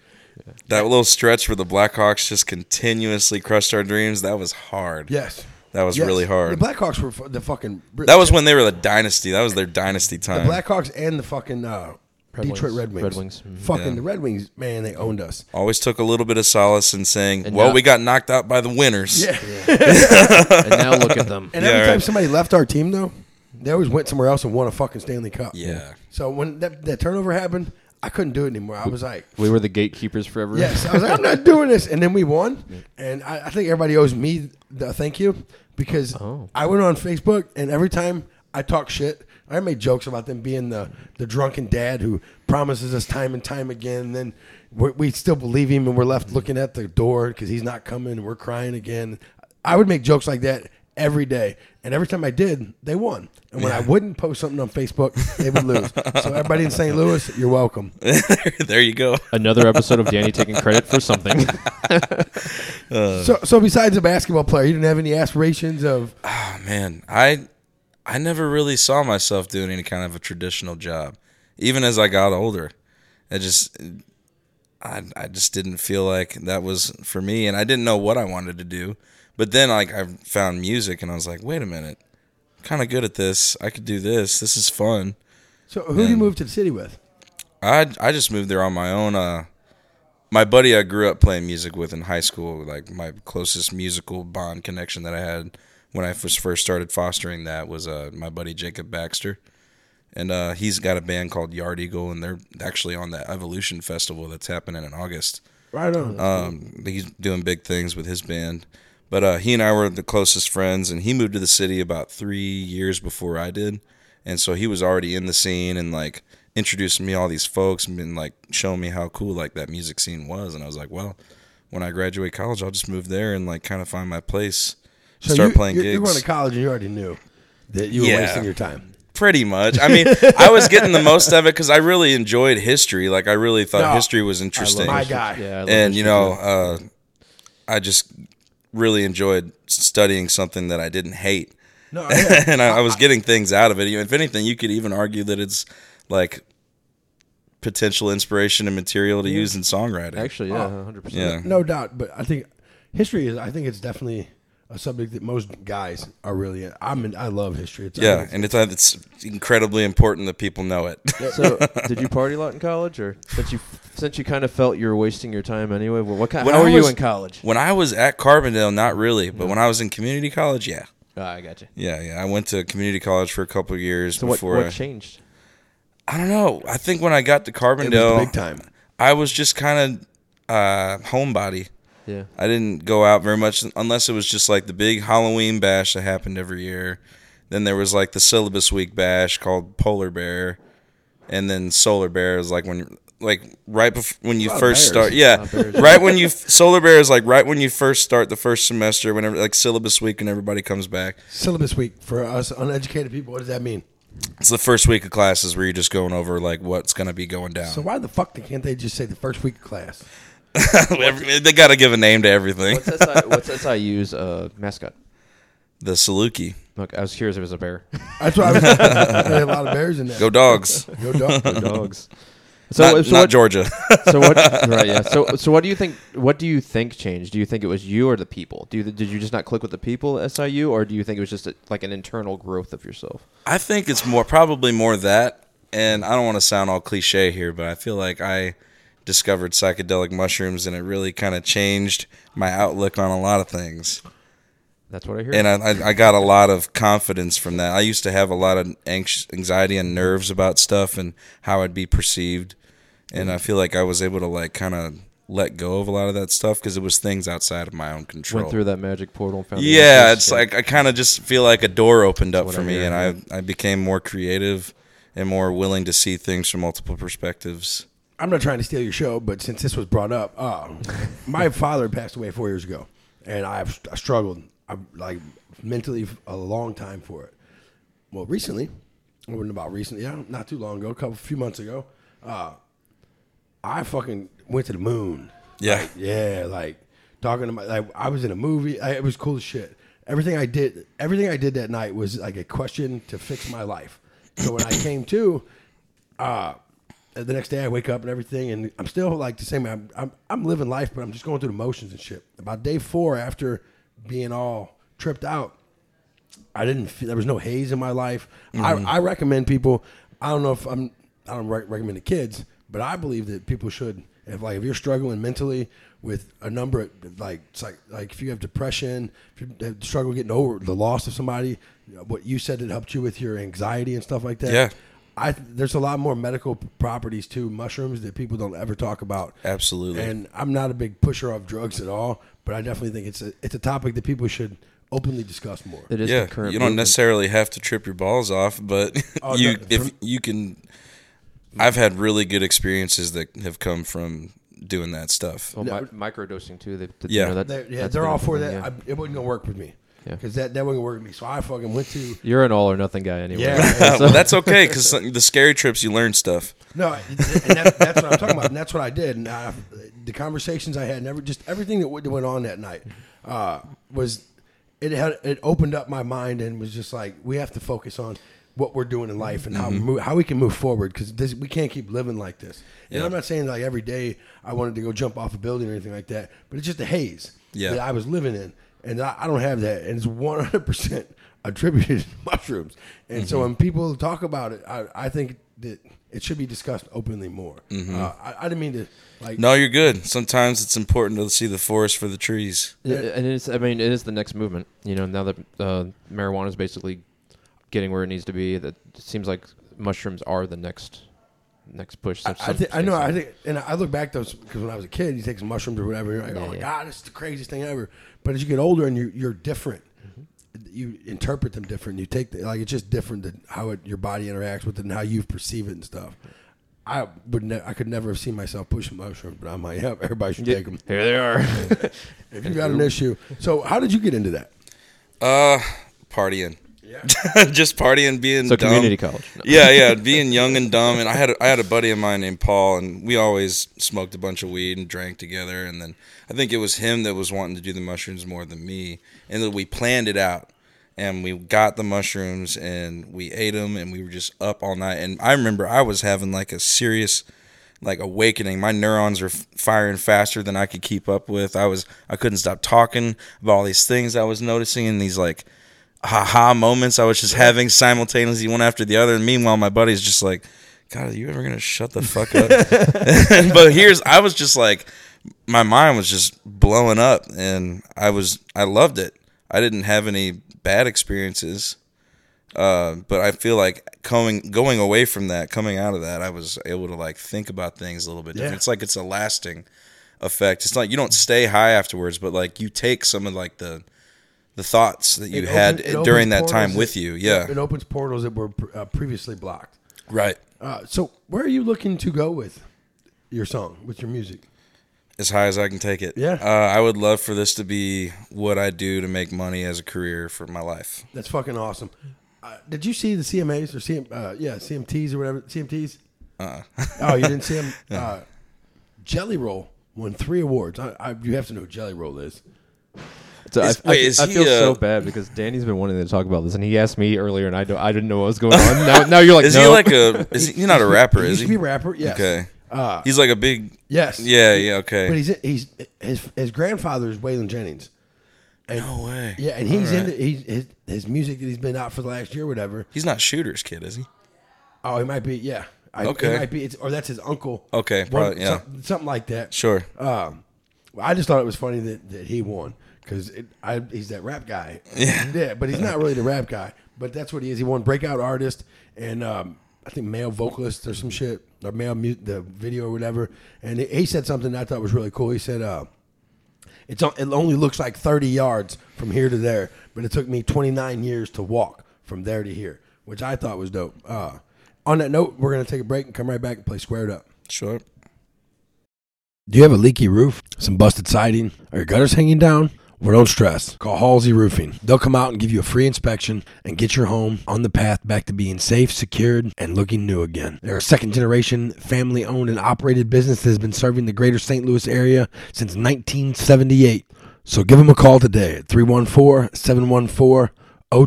that little stretch where the Blackhawks just continuously crushed our dreams. That was hard. Yes, That was Yes. really hard. The Blackhawks were fu- the fucking. That was when they were the dynasty. That was their dynasty the time. Blackhawks and the fucking uh, Red Detroit Wings. Red Wings. Red Wings, mhm. Fucking Yeah. the Red Wings, man, they owned us. Always took a little bit of solace in saying, And "Well, now- we got knocked out by the winners." Yeah, and now look at them. and Yeah, every time right. somebody left our team though, they always went somewhere else and won a fucking Stanley Cup. Yeah. So when that, that turnover happened, I couldn't do it anymore. I was like, We were the gatekeepers forever. Yes, I was like, I'm not doing this. And then we won. And I, I think everybody owes me the thank you because Oh. I went on Facebook and every time I talk shit, I made jokes about them being the, the drunken dad who promises us time and time again. And then we we still believe him and we're left looking at the door because he's not coming and we're crying again. I would make jokes like that every day. And every time I did, they won. And when I wouldn't post something on Facebook, they would lose. so everybody in St. Louis, you're welcome. [LAUGHS] there you go. Another episode of Danny taking credit [LAUGHS] for something. So, so besides a basketball player, you didn't have any aspirations of Oh, man, I I never really saw myself doing any kind of a traditional job, even as I got older. I just I I just didn't feel like that was for me, and I didn't know what I wanted to do. But then, like, I found music, and I was like, "Wait a minute, I'm kind of good at this. I could do this. This is fun." so who do you move to the city with? I I just moved there on my own. Uh, my buddy I grew up playing music with in high school, like my closest musical bond connection that I had when I was first started fostering that was uh, my buddy Jacob Baxter, and uh, he's got a band called Yard Eagle, and they're actually on the Evolution Festival that's happening in August. Right on. Um, he's doing big things with his band. But uh, he and I were the closest friends, and he moved to the city about three years before I did, and so he was already in the scene and like introducing me to all these folks and been like showing me how cool like that music scene was, and I was like, well, when I graduate college, I'll just move there and like kind of find my place, so start you, playing you're, gigs. You're going to college and you already knew that you were Yeah. wasting your time. Pretty much. I mean, I was getting the most of it because I really enjoyed history. Like I really thought No. history was interesting. My guy. Yeah. I love and you history. know, uh, I just really enjoyed studying something that I didn't hate, [LAUGHS] No, yeah. and I, I was getting things out of it. If anything, you could even argue that it's like potential inspiration and material to use in songwriting. actually, yeah, 100%. yeah, no doubt. But I think history is. I think it's definitely a subject that most guys are really. In. I'm. In, I love history. It's, I yeah, think it's- and it's uh, it's incredibly important that people know it. [LAUGHS] So, [LAUGHS] did you party a lot in college, or since you since you kind of felt you were wasting your time anyway? Well, what kind? When how I were was- you in college? when I was at Carbondale, not really, but when I was in community college, yeah. Ah, I got you. Yeah, yeah. I went to community college for a couple of years So what, before. what I, changed? I don't know. I think when I got to it was the Carbondale, big time. I was just kind of uh, homebody. Yeah. I didn't go out very much unless it was just like the big Halloween bash that happened every year. Then there was like the syllabus week bash called Polar Bear, and then Solar Bear is like when like right before when you lot of first bears. start. A Yeah, lot of bears. right when you Solar Bear is like right when you first start the first semester. Whenever like syllabus week and everybody comes back, Syllabus week for us uneducated people. What does that mean? it's the first week of classes where you're just going over like what's gonna be going down. So why the fuck can't they just say the first week of class? [LAUGHS] Every- they gotta give a name to everything. What's SI, what's SIU's uh, mascot? The Saluki, Look, I was curious if it was a bear. That's [LAUGHS] why I was there are a lot of bears in there. go dogs. Go dog. [LAUGHS] Dogs. So, Not, so not what, Georgia. [LAUGHS] So what? right. Yeah. So so what do you think? What do you think changed? Do you think it was you or the people? Do you, did you just not click with the people at SIU, or do you think it was just a, like an internal growth of yourself? I think it's more probably more that, and I don't want to sound all cliche here, but I feel like I discovered psychedelic mushrooms, and it really kind of changed my outlook on a lot of things. That's what I hear. And I, I, I got a lot of confidence from that. I used to have a lot of anx- anxiety and nerves about stuff and how I'd be perceived, and I feel like I was able to like kind of let go of a lot of that stuff because it was things outside of my own control. Went through that magic portal. And found the Yeah, answers. it's like I kind of just feel like a door opened up what for I me, hear, and I I became more creative and more willing to see things from multiple perspectives. I'm not trying to steal your show, but since this was brought up, uh, my father passed away four years ago, and I've I struggled i like mentally f- a long time for it. Well, recently, it wasn't about recently, yeah, not too long ago, a couple few months ago, uh, I fucking went to the moon. Yeah, Yeah, like talking to my like I was in a movie. I, it was cool as shit. Everything I did, everything I did that night was like a question to fix my life. So when I came to, uh, the next day I wake up and everything, and I'm still like the same. I'm I'm, I'm living life, but I'm just going through the motions and shit. About day four after being all tripped out, I didn't feel there was no haze in my life. Mm-hmm. I, I recommend people. I don't know if I'm. I don't re- recommend to kids, but I believe that people should. If like if you're struggling mentally with a number of like it's like like if you have depression, if you have struggle getting over the loss of somebody, you know, what you said it helped you with your anxiety and stuff like that. Yeah. I there's a lot more medical properties to mushrooms that people don't ever talk about. Absolutely. And I'm not a big pusher of drugs at all, but I definitely think it's a it's a topic that people should openly discuss more. it is yeah. The current You don't movement. necessarily have to trip your balls off, but [LAUGHS] Oh, you no, if from- you can. I've had really good experiences that have come from doing that stuff. Well, mi- microdosing too. They, they, Yeah. you know, that, They're, yeah, that's they're been all a for thing, that. yeah. I, it wasn't gonna work with me Yeah. because that that wouldn't work with me. So I fucking went to You're an all-or-nothing guy anyway. Yeah. [LAUGHS] [LAUGHS] well, Uh, that's okay because the scary trips you learn stuff. no, and that, that's what I'm talking about, and that's what I did. And I, the conversations I had, and every, just everything that went went on that night, uh, was it had it opened up my mind and was just like we have to focus on what we're doing in life and how Mm-hmm. we move, how we can move forward because this we can't keep living like this. And I'm not saying like every day I wanted to go jump off a building or anything like that, but it's just a haze Yeah. that I was living in, and I, I don't have that, and it's 100 percent attributed to [LAUGHS] mushrooms. And so when people talk about it, I, I think that it should be discussed openly more. Uh, I, I didn't mean to like No, you're good. Sometimes it's important to see the forest for the trees. Yeah, and it's I mean it is the next movement. You know, now that uh, marijuana is basically getting where it needs to be, that it seems like mushrooms are the next next push. So I, some thi- I know. I states are- think, and I look back those because when I was a kid, you take some mushrooms or whatever. You're like, oh my yeah. god, this is the craziest thing ever. But as you get older and you, you're different, you interpret them different. You take the, like it's just different than how it, your body interacts with it and how you perceive it and stuff. I would, ne- I could never have seen myself pushing mushrooms, but I'm like, [LAUGHS] yeah, everybody should take them here they are. if you got an issue. So, how did you get into that? Uh, partying. [LAUGHS] just partying, being so dumb. community college. No. yeah, yeah, being young and dumb. And I had I had a buddy of mine named Paul, and we always smoked a bunch of weed and drank together. And then I think it was him that was wanting to do the mushrooms more than me, and then we planned it out. And we got the mushrooms and we ate them and we were just up all night. And I remember I was having like a serious, like awakening. My neurons were f- firing faster than I could keep up with. I was I couldn't stop talking about all these things I was noticing and these like haha moments I was just having simultaneously one after the other. And meanwhile, my buddy's just like, God, are you ever gonna shut the fuck up? [LAUGHS] but here's I was just like, my mind was just blowing up, and I was I loved it. I didn't have any bad experiences. Uh, but I feel like going going away from that, coming out of that, I was able to like think about things a little bit different. Yeah. It's like it's a lasting effect. It's like you don't stay high afterwards, but like you take some of like the the thoughts that you It had open- it during opens that time portals with that- you. Yeah. It opens portals that were pr- uh, previously blocked. right. Uh, so where are you looking to go with your song, with your music? As high as I can take it. Yeah. Uh, I would love for this to be what I do to make money as a career for my life. That's fucking awesome. Uh, did you see the CMAs or CM, uh, yeah, CMTs or whatever, CMTs? Uh-uh. uh oh, you didn't see [LAUGHS] them? Uh, Jelly Roll won three awards. I, I, you have to know who Jelly Roll is. [LAUGHS] So I, Is- I, wait, is I he, feel uh, so bad because Danny's been wanting to talk about this, and he asked me earlier, and I don't, I didn't know what was going on. Now, now you're like, Is no. he like a? Is he, he's not a [LAUGHS] rapper? he Is used he? to be a rapper. Yes. Okay. Uh, he's like a big. yes. Yeah. Yeah. Okay. But he's he's his his grandfather is Waylon Jennings. And, no way. Yeah, and he's All right. into he's, his his music that he's been out for the last year, or whatever. He's not shooter's kid, is he? Oh, it might be. Yeah. I, Okay. It might be. It's, or that's his uncle. Okay, One- probably, yeah. some- something like that. Sure. Um, well, I just thought it was funny that, that he won because I he's that rap guy. Yeah. but he's not really the rap guy. But that's what he is. He won breakout artist and um, I think male vocalist or some shit or male mu- the video or whatever. And he, he said something I thought was really cool. He said, uh, "It's on, it only looks like thirty yards from here to there, but it took me twenty nine years to walk from there to here," which I thought was dope. Uh, on that note, we're gonna take a break and come right back and play squared up. Sure. Do you have a leaky roof, some busted siding, or your gutters hanging down? Well, don't stress. Call Halsey Roofing. They'll come out and give you a free inspection and get your home on the path back to being safe, secured, and looking new again. They're a second generation, family owned and operated business that has been serving the greater St. Louis area since 1978. So give them a call today at 314 714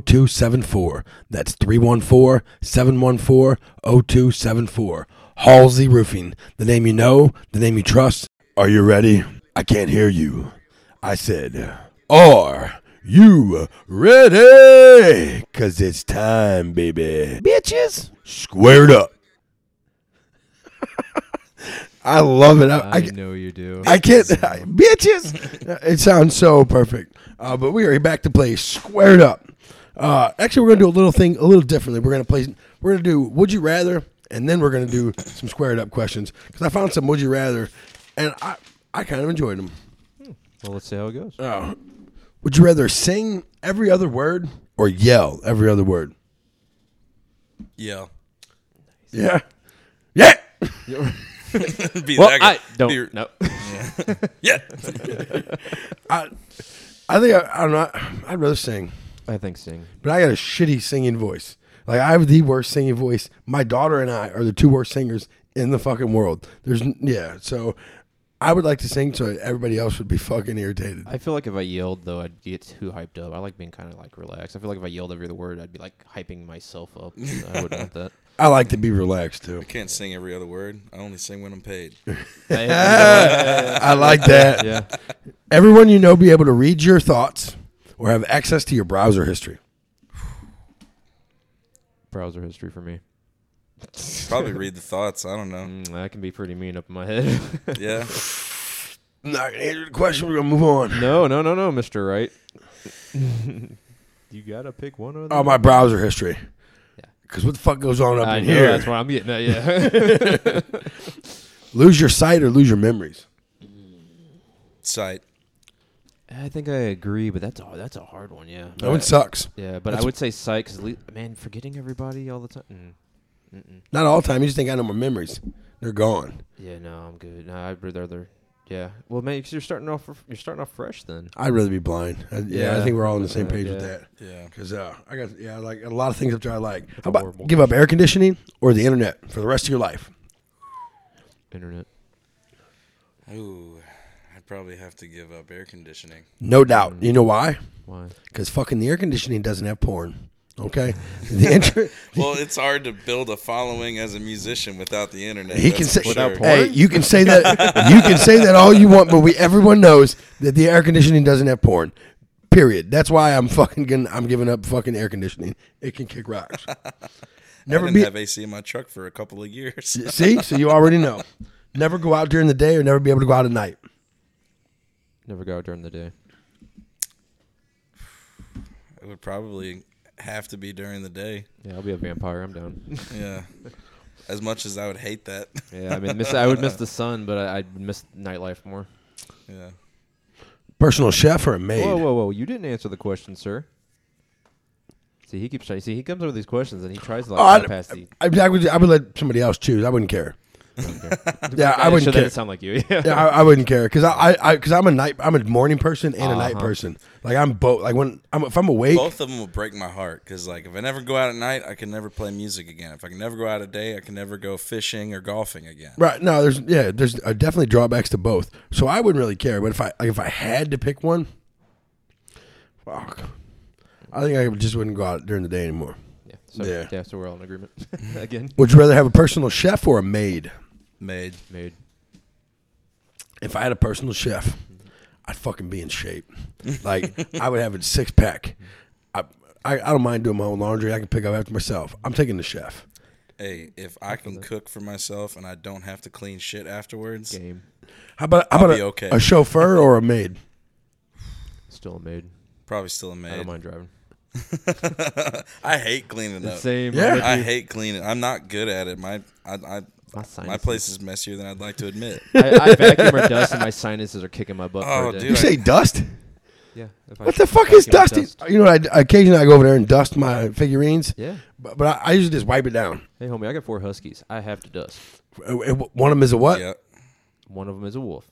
0274. That's 314 714 0274. Halsey Roofing. The name you know, the name you trust. Are you ready? I can't hear you. I said, Are you ready? Because it's time, baby. Bitches, squared up. I love it. I, I I, know you do. I can't, [LAUGHS] bitches. [LAUGHS] It sounds so perfect. Uh, but we are back to play squared up. Uh, actually, we're gonna do a little thing a little differently. We're gonna play. We're gonna do would you rather, and then we're gonna do some squared up questions because I found some would you rather, and I I kind of enjoyed them. well, let's see how it goes. Uh, would you rather sing every other word or yell every other word? Yeah. Yeah, yeah. [LAUGHS] be well, that guy. I don't Be- know. [LAUGHS] Yeah. I I think I, I don't know. I'd rather sing. I think sing. but I got a shitty singing voice. Like I have the worst singing voice. My daughter and I are the two worst singers in the fucking world. There's n- yeah, so I would like to sing so everybody else would be fucking irritated. I feel like if I yelled though, I'd get too hyped up. I like being kind of like relaxed. I feel like if I yelled every other word, I'd be like hyping myself up. I wouldn't want that. I like to be relaxed too. Can't sing every other word. I only sing when I'm paid. [LAUGHS] [LAUGHS] [LAUGHS] I like that. yeah. Everyone you know be able to read your thoughts or have access to your browser history. Browser history for me. Probably read the thoughts. I don't know. Mm, that can be pretty mean up in my [LAUGHS] head. [LAUGHS] Yeah. I'm not gonna answer the question. We're gonna move on. no, no, no, no, Mister Right. [LAUGHS] you gotta pick one of them. Oh, my browser history. Because what the fuck goes on up I in know here? that's what I'm getting at. Yeah. [LAUGHS] lose your sight or lose your memories. Sight. I think I agree, but that's a that's a hard one. Yeah. That one sucks. yeah, but I would say sight because man, forgetting everybody all the time. Mm. Not all the time. You just ain't got no more memories. They're gone. Yeah, no, I'm good. No, I'd rather. Yeah. Well, man, you you're starting off you're starting off fresh then. I'd rather be blind. I, yeah, I Yeah. think we're all on the same Yeah, page with yeah. that. Yeah. Because uh, I got yeah, I like a lot of things up there I like. How about horrible. give up air conditioning or the internet for the rest of your life? Internet. Ooh. I'd probably have to give up air conditioning. No doubt. You know why? Why? Because fucking the air conditioning doesn't have porn. Okay, [LAUGHS] the inter- Well, it's hard to build a following as a musician without the internet. he that's can for say Without sure. porn? hey, you can say that you can say that all you want, but we everyone knows that the air conditioning doesn't have porn. Period. That's why I'm fucking gonna, I'm giving up fucking air conditioning. It can kick [LAUGHS] rocks. I Never didn't be have AC in my truck for a couple of years. See, so you already know. Never go out during the day, or never be able to go out at night. Never go out during the day. It would probably have to be during the day. Yeah, I'll be a vampire. I'm down. Yeah. As much as I would hate that. [LAUGHS] yeah, I mean, miss I would miss the sun, but I, I'd miss nightlife more. Yeah. Personal chef or a maid? Whoa, whoa, whoa! You didn't answer the question, sir. See, he keeps trying. See, he comes up with these questions and he tries to Oh, I'd- like bypass the. I, I would I would let somebody else choose. I wouldn't care. yeah, I so wouldn't that care. doesn't sound like you. [LAUGHS] Yeah. Yeah, I, I wouldn't care because I I because I'm a night I'm a morning person and a night person. Like I'm both. Like when I'm if I'm awake, Both of them will break my heart because, like, if I never go out at night, I can never play music again. If I can never go out at day, I can never go fishing or golfing again. Right. No, there's yeah, there's uh, definitely drawbacks to both. So I wouldn't really care, but if I like, if I had to pick one, fuck, I think I just wouldn't go out during the day anymore. Yeah. So, Yeah. yeah. So we're all in agreement [LAUGHS] again. Would you rather have a personal chef or a maid? Made. Made. If I had a personal chef, I'd fucking be in shape. Like I would have a six pack. I, I I don't mind doing my own laundry. I can pick up after myself. I'm taking the chef. Hey, if I can cook for myself and I don't have to clean shit afterwards, Game. How about how about be a, okay. a chauffeur or a maid? Still a maid. probably still a I maid. don't mind driving. I hate cleaning up. Same. Yeah. I'm with I you. hate cleaning. I'm not good at it. My I, I My my sinuses. place is messier than I'd like [LAUGHS] to admit. I, I vacuum or dust, and my sinuses are kicking my butt. Oh, for a day. You dude. say dust? Yeah. if I What the fuck vacuum is or dusting? dust. You know, I, occasionally I go over there and dust my figurines. Yeah. But, but I, I usually just wipe it down. Hey, homie, I got four huskies. I have to dust. Uh, uh, One of them is a what? Yeah. One of them is a wolf.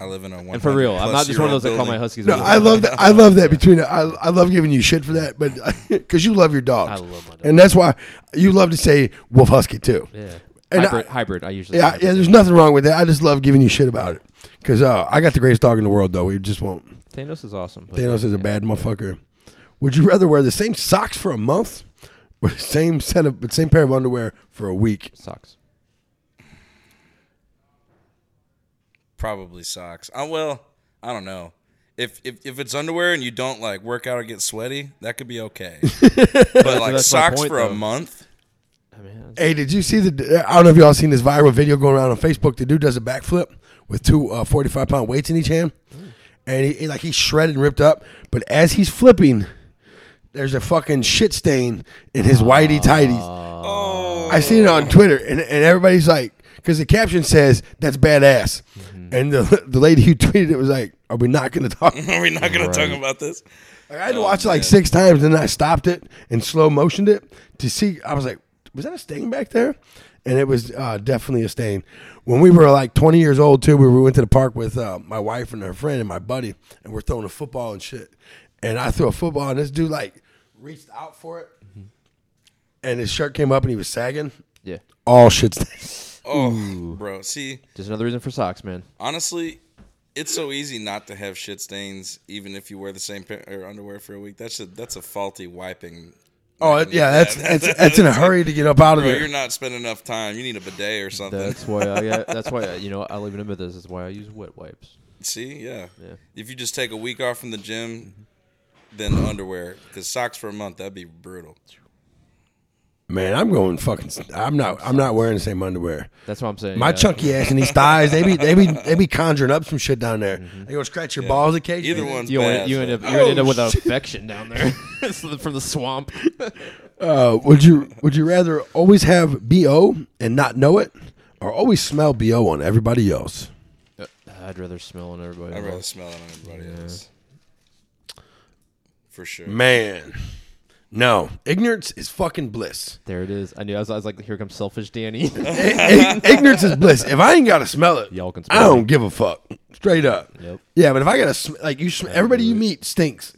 I live in a one. And for real, I'm not just one of those that call my huskies. No, wolves. I love that. I love that between. I I love giving you shit for that, but [LAUGHS] because you love your dogs, I love my dog. and that's why you love to say wolf husky too. Yeah. And hybrid, I- hybrid. I usually. Yeah, hybrid. yeah. There's nothing wrong with that. I just love giving you shit about it because uh, I got the greatest dog in the world, though. We just won't. Thanos is awesome. but- Thanos is yeah. a bad motherfucker. Would you rather wear the same socks for a month, or the same set of same pair of underwear for a week? Sucks. Probably socks. I well, I don't know. If, if if it's underwear and you don't like work out or get sweaty, that could [LAUGHS] be okay. but that's like my socks point, for a though. month, [LAUGHS] I mean, Hey, did you see the? I don't know if y'all seen this viral video going around on Facebook. The dude does a backflip with two uh, 45 pound weights in each hand, and he, he- like he's shredded and ripped up. But as he's flipping, there's a fucking shit stain in his whitey tighties. I seen it on Twitter, and, and everybody's like, because the caption says that's badass, and the [LAUGHS] the lady who tweeted it was like, "Are we not going to talk?" are we not going to Right. talk about this? Like, Oh, I had to watch it like six times, and then I stopped it and slow motioned it to see. I was like, "Was that a stain back there?" And it was uh, definitely a stain. When we were like 20 years old too, we went to the park with uh, my wife and her friend and my buddy, and we're throwing a football and shit. And I threw a football, and this dude like reached out for it, and his shirt came up, and he was sagging. yeah. All shit stains. Oh, bro. See, Just another reason for socks, man. honestly, it's so easy not to have shit stains, even if you wear the same pair or underwear for a week. That's a that's a faulty wiping. Oh it- yeah, that's that's that's in a hurry to get up out of Bro, there. you're not spending enough time. You need a bidet or something. [LAUGHS] That's why I. got- That's why you know I'll even admit this. That's why I use wet wipes. See, yeah. Yeah. If you just take a week off from the gym, then underwear, because socks for a month that'd be brutal. Man, I'm going fucking. I'm not. I'm not wearing the same underwear. That's what I'm saying. My yeah. chunky ass and these thighs, they be they be they be conjuring up some shit down there. They gonna scratch your balls occasionally. Mm-hmm. Either one's You bad. end, you end up but- you end up with an Oh, shit. infection [LAUGHS] down there It's from the swamp. Uh, would you would you rather always have bo and not know it, or always smell bo on everybody else? Uh, I'd rather smell on everybody. I'd rather else. smell it on everybody else. For sure. Man, no, ignorance is fucking [LAUGHS] bliss. There it is. I knew. I was, I was like, here comes selfish [LAUGHS] Danny. I- I- ignorance is bliss. If I ain't gotta smell it, Y'all can I smell don't it. give a fuck. Straight up. Yep. Yeah, but if I gotta sm- like you, sm- everybody you meet stinks.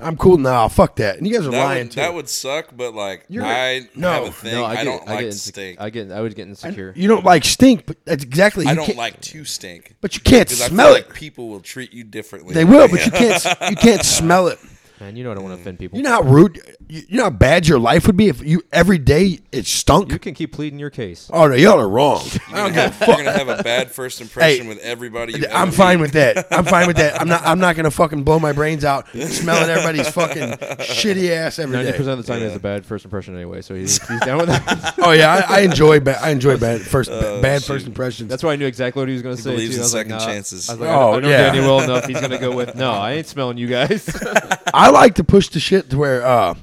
I'm cool now. fuck that. And you guys are That lying would, too. that would suck, but like You're- I no. have a thing. no, I, I, get, don't I like get insec- stink. I get. I would get insecure. You don't like stink, but that's exactly. I you don't can't- like to stink. but you can't Because I smell feel it. like people will treat you differently. They will, but you [LAUGHS] can't. You can't smell it. Man, you know I don't want to offend people. You know how rude. You, you know how bad your life would be if you every day it stunk. you can keep pleading your case. oh no, y'all are wrong. You're gonna, have, you're gonna have a bad first impression with everybody. You I'm ever fine with that. I'm fine with that. I'm not. I'm not gonna fucking blow my brains out smelling everybody's fucking shitty ass every Ninety percent day. of the time, he has a bad first impression anyway, [LAUGHS] so he's, he's down with that. Oh yeah, I, I enjoy bad. I enjoy bad first Oh, bad first impressions. That's why I knew exactly what he was going to say. believes too. in I was second like, nah. chances. I was like, Oh, oh, I know yeah. Danny well enough. He's going to [LAUGHS] go with, no, I ain't smelling you guys. I like to push the shit to where uh,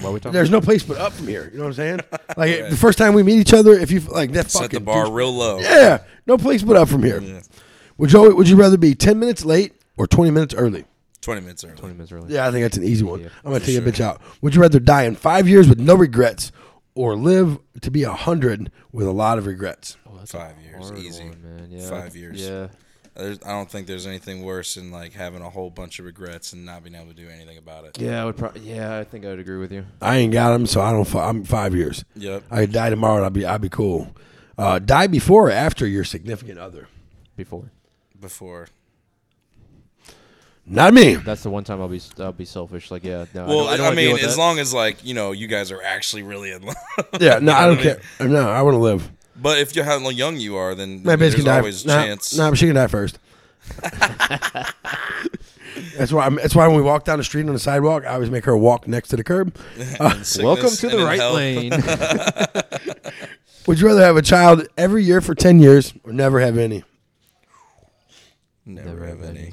Why we talking? There's no place but up from here. You know what I'm [LAUGHS] saying? Like the first time we meet each other, if you like that Set fucking the bar douche- real low. yeah, no place but up from here. Would you would you rather be ten minutes late or twenty minutes early? Twenty minutes early. Twenty minutes early. Yeah, I think that's an easy one. I'm gonna take a bitch out. Would you rather die in five years with no regrets, or live to be a hundred with a lot of regrets? Five years, Hard easy. one, man. Yeah. Five years. Yeah. There's, I don't think there's anything worse than like having a whole bunch of regrets and not being able to do anything about it. Yeah, I would probably. Yeah, I think I would agree with you. I ain't got them, so I don't. Fu- I'm five years. Yep. I could die tomorrow, and I'll be I'll be cool. Uh, die before or after your significant other? Before Before. Not me. that's the one time I'll be I'll be selfish. Like yeah, no. Well, I, don't, I, I, don't wanna deal mean, with as that. long as like you know you guys are actually really in [LAUGHS] love. Yeah, no, I don't what I mean? care. No, I want to live. but if you're how young you are, then My bitch there's can die. always nah, a chance. nah, but she can die [LAUGHS] first. that's why. I'm, that's why when we walk down the street on the sidewalk, I always make her walk next to the curb. in sickness Welcome to the and in right health. [LAUGHS] lane. [LAUGHS] Would you rather have a child every year for ten years or never have any? Never, have any.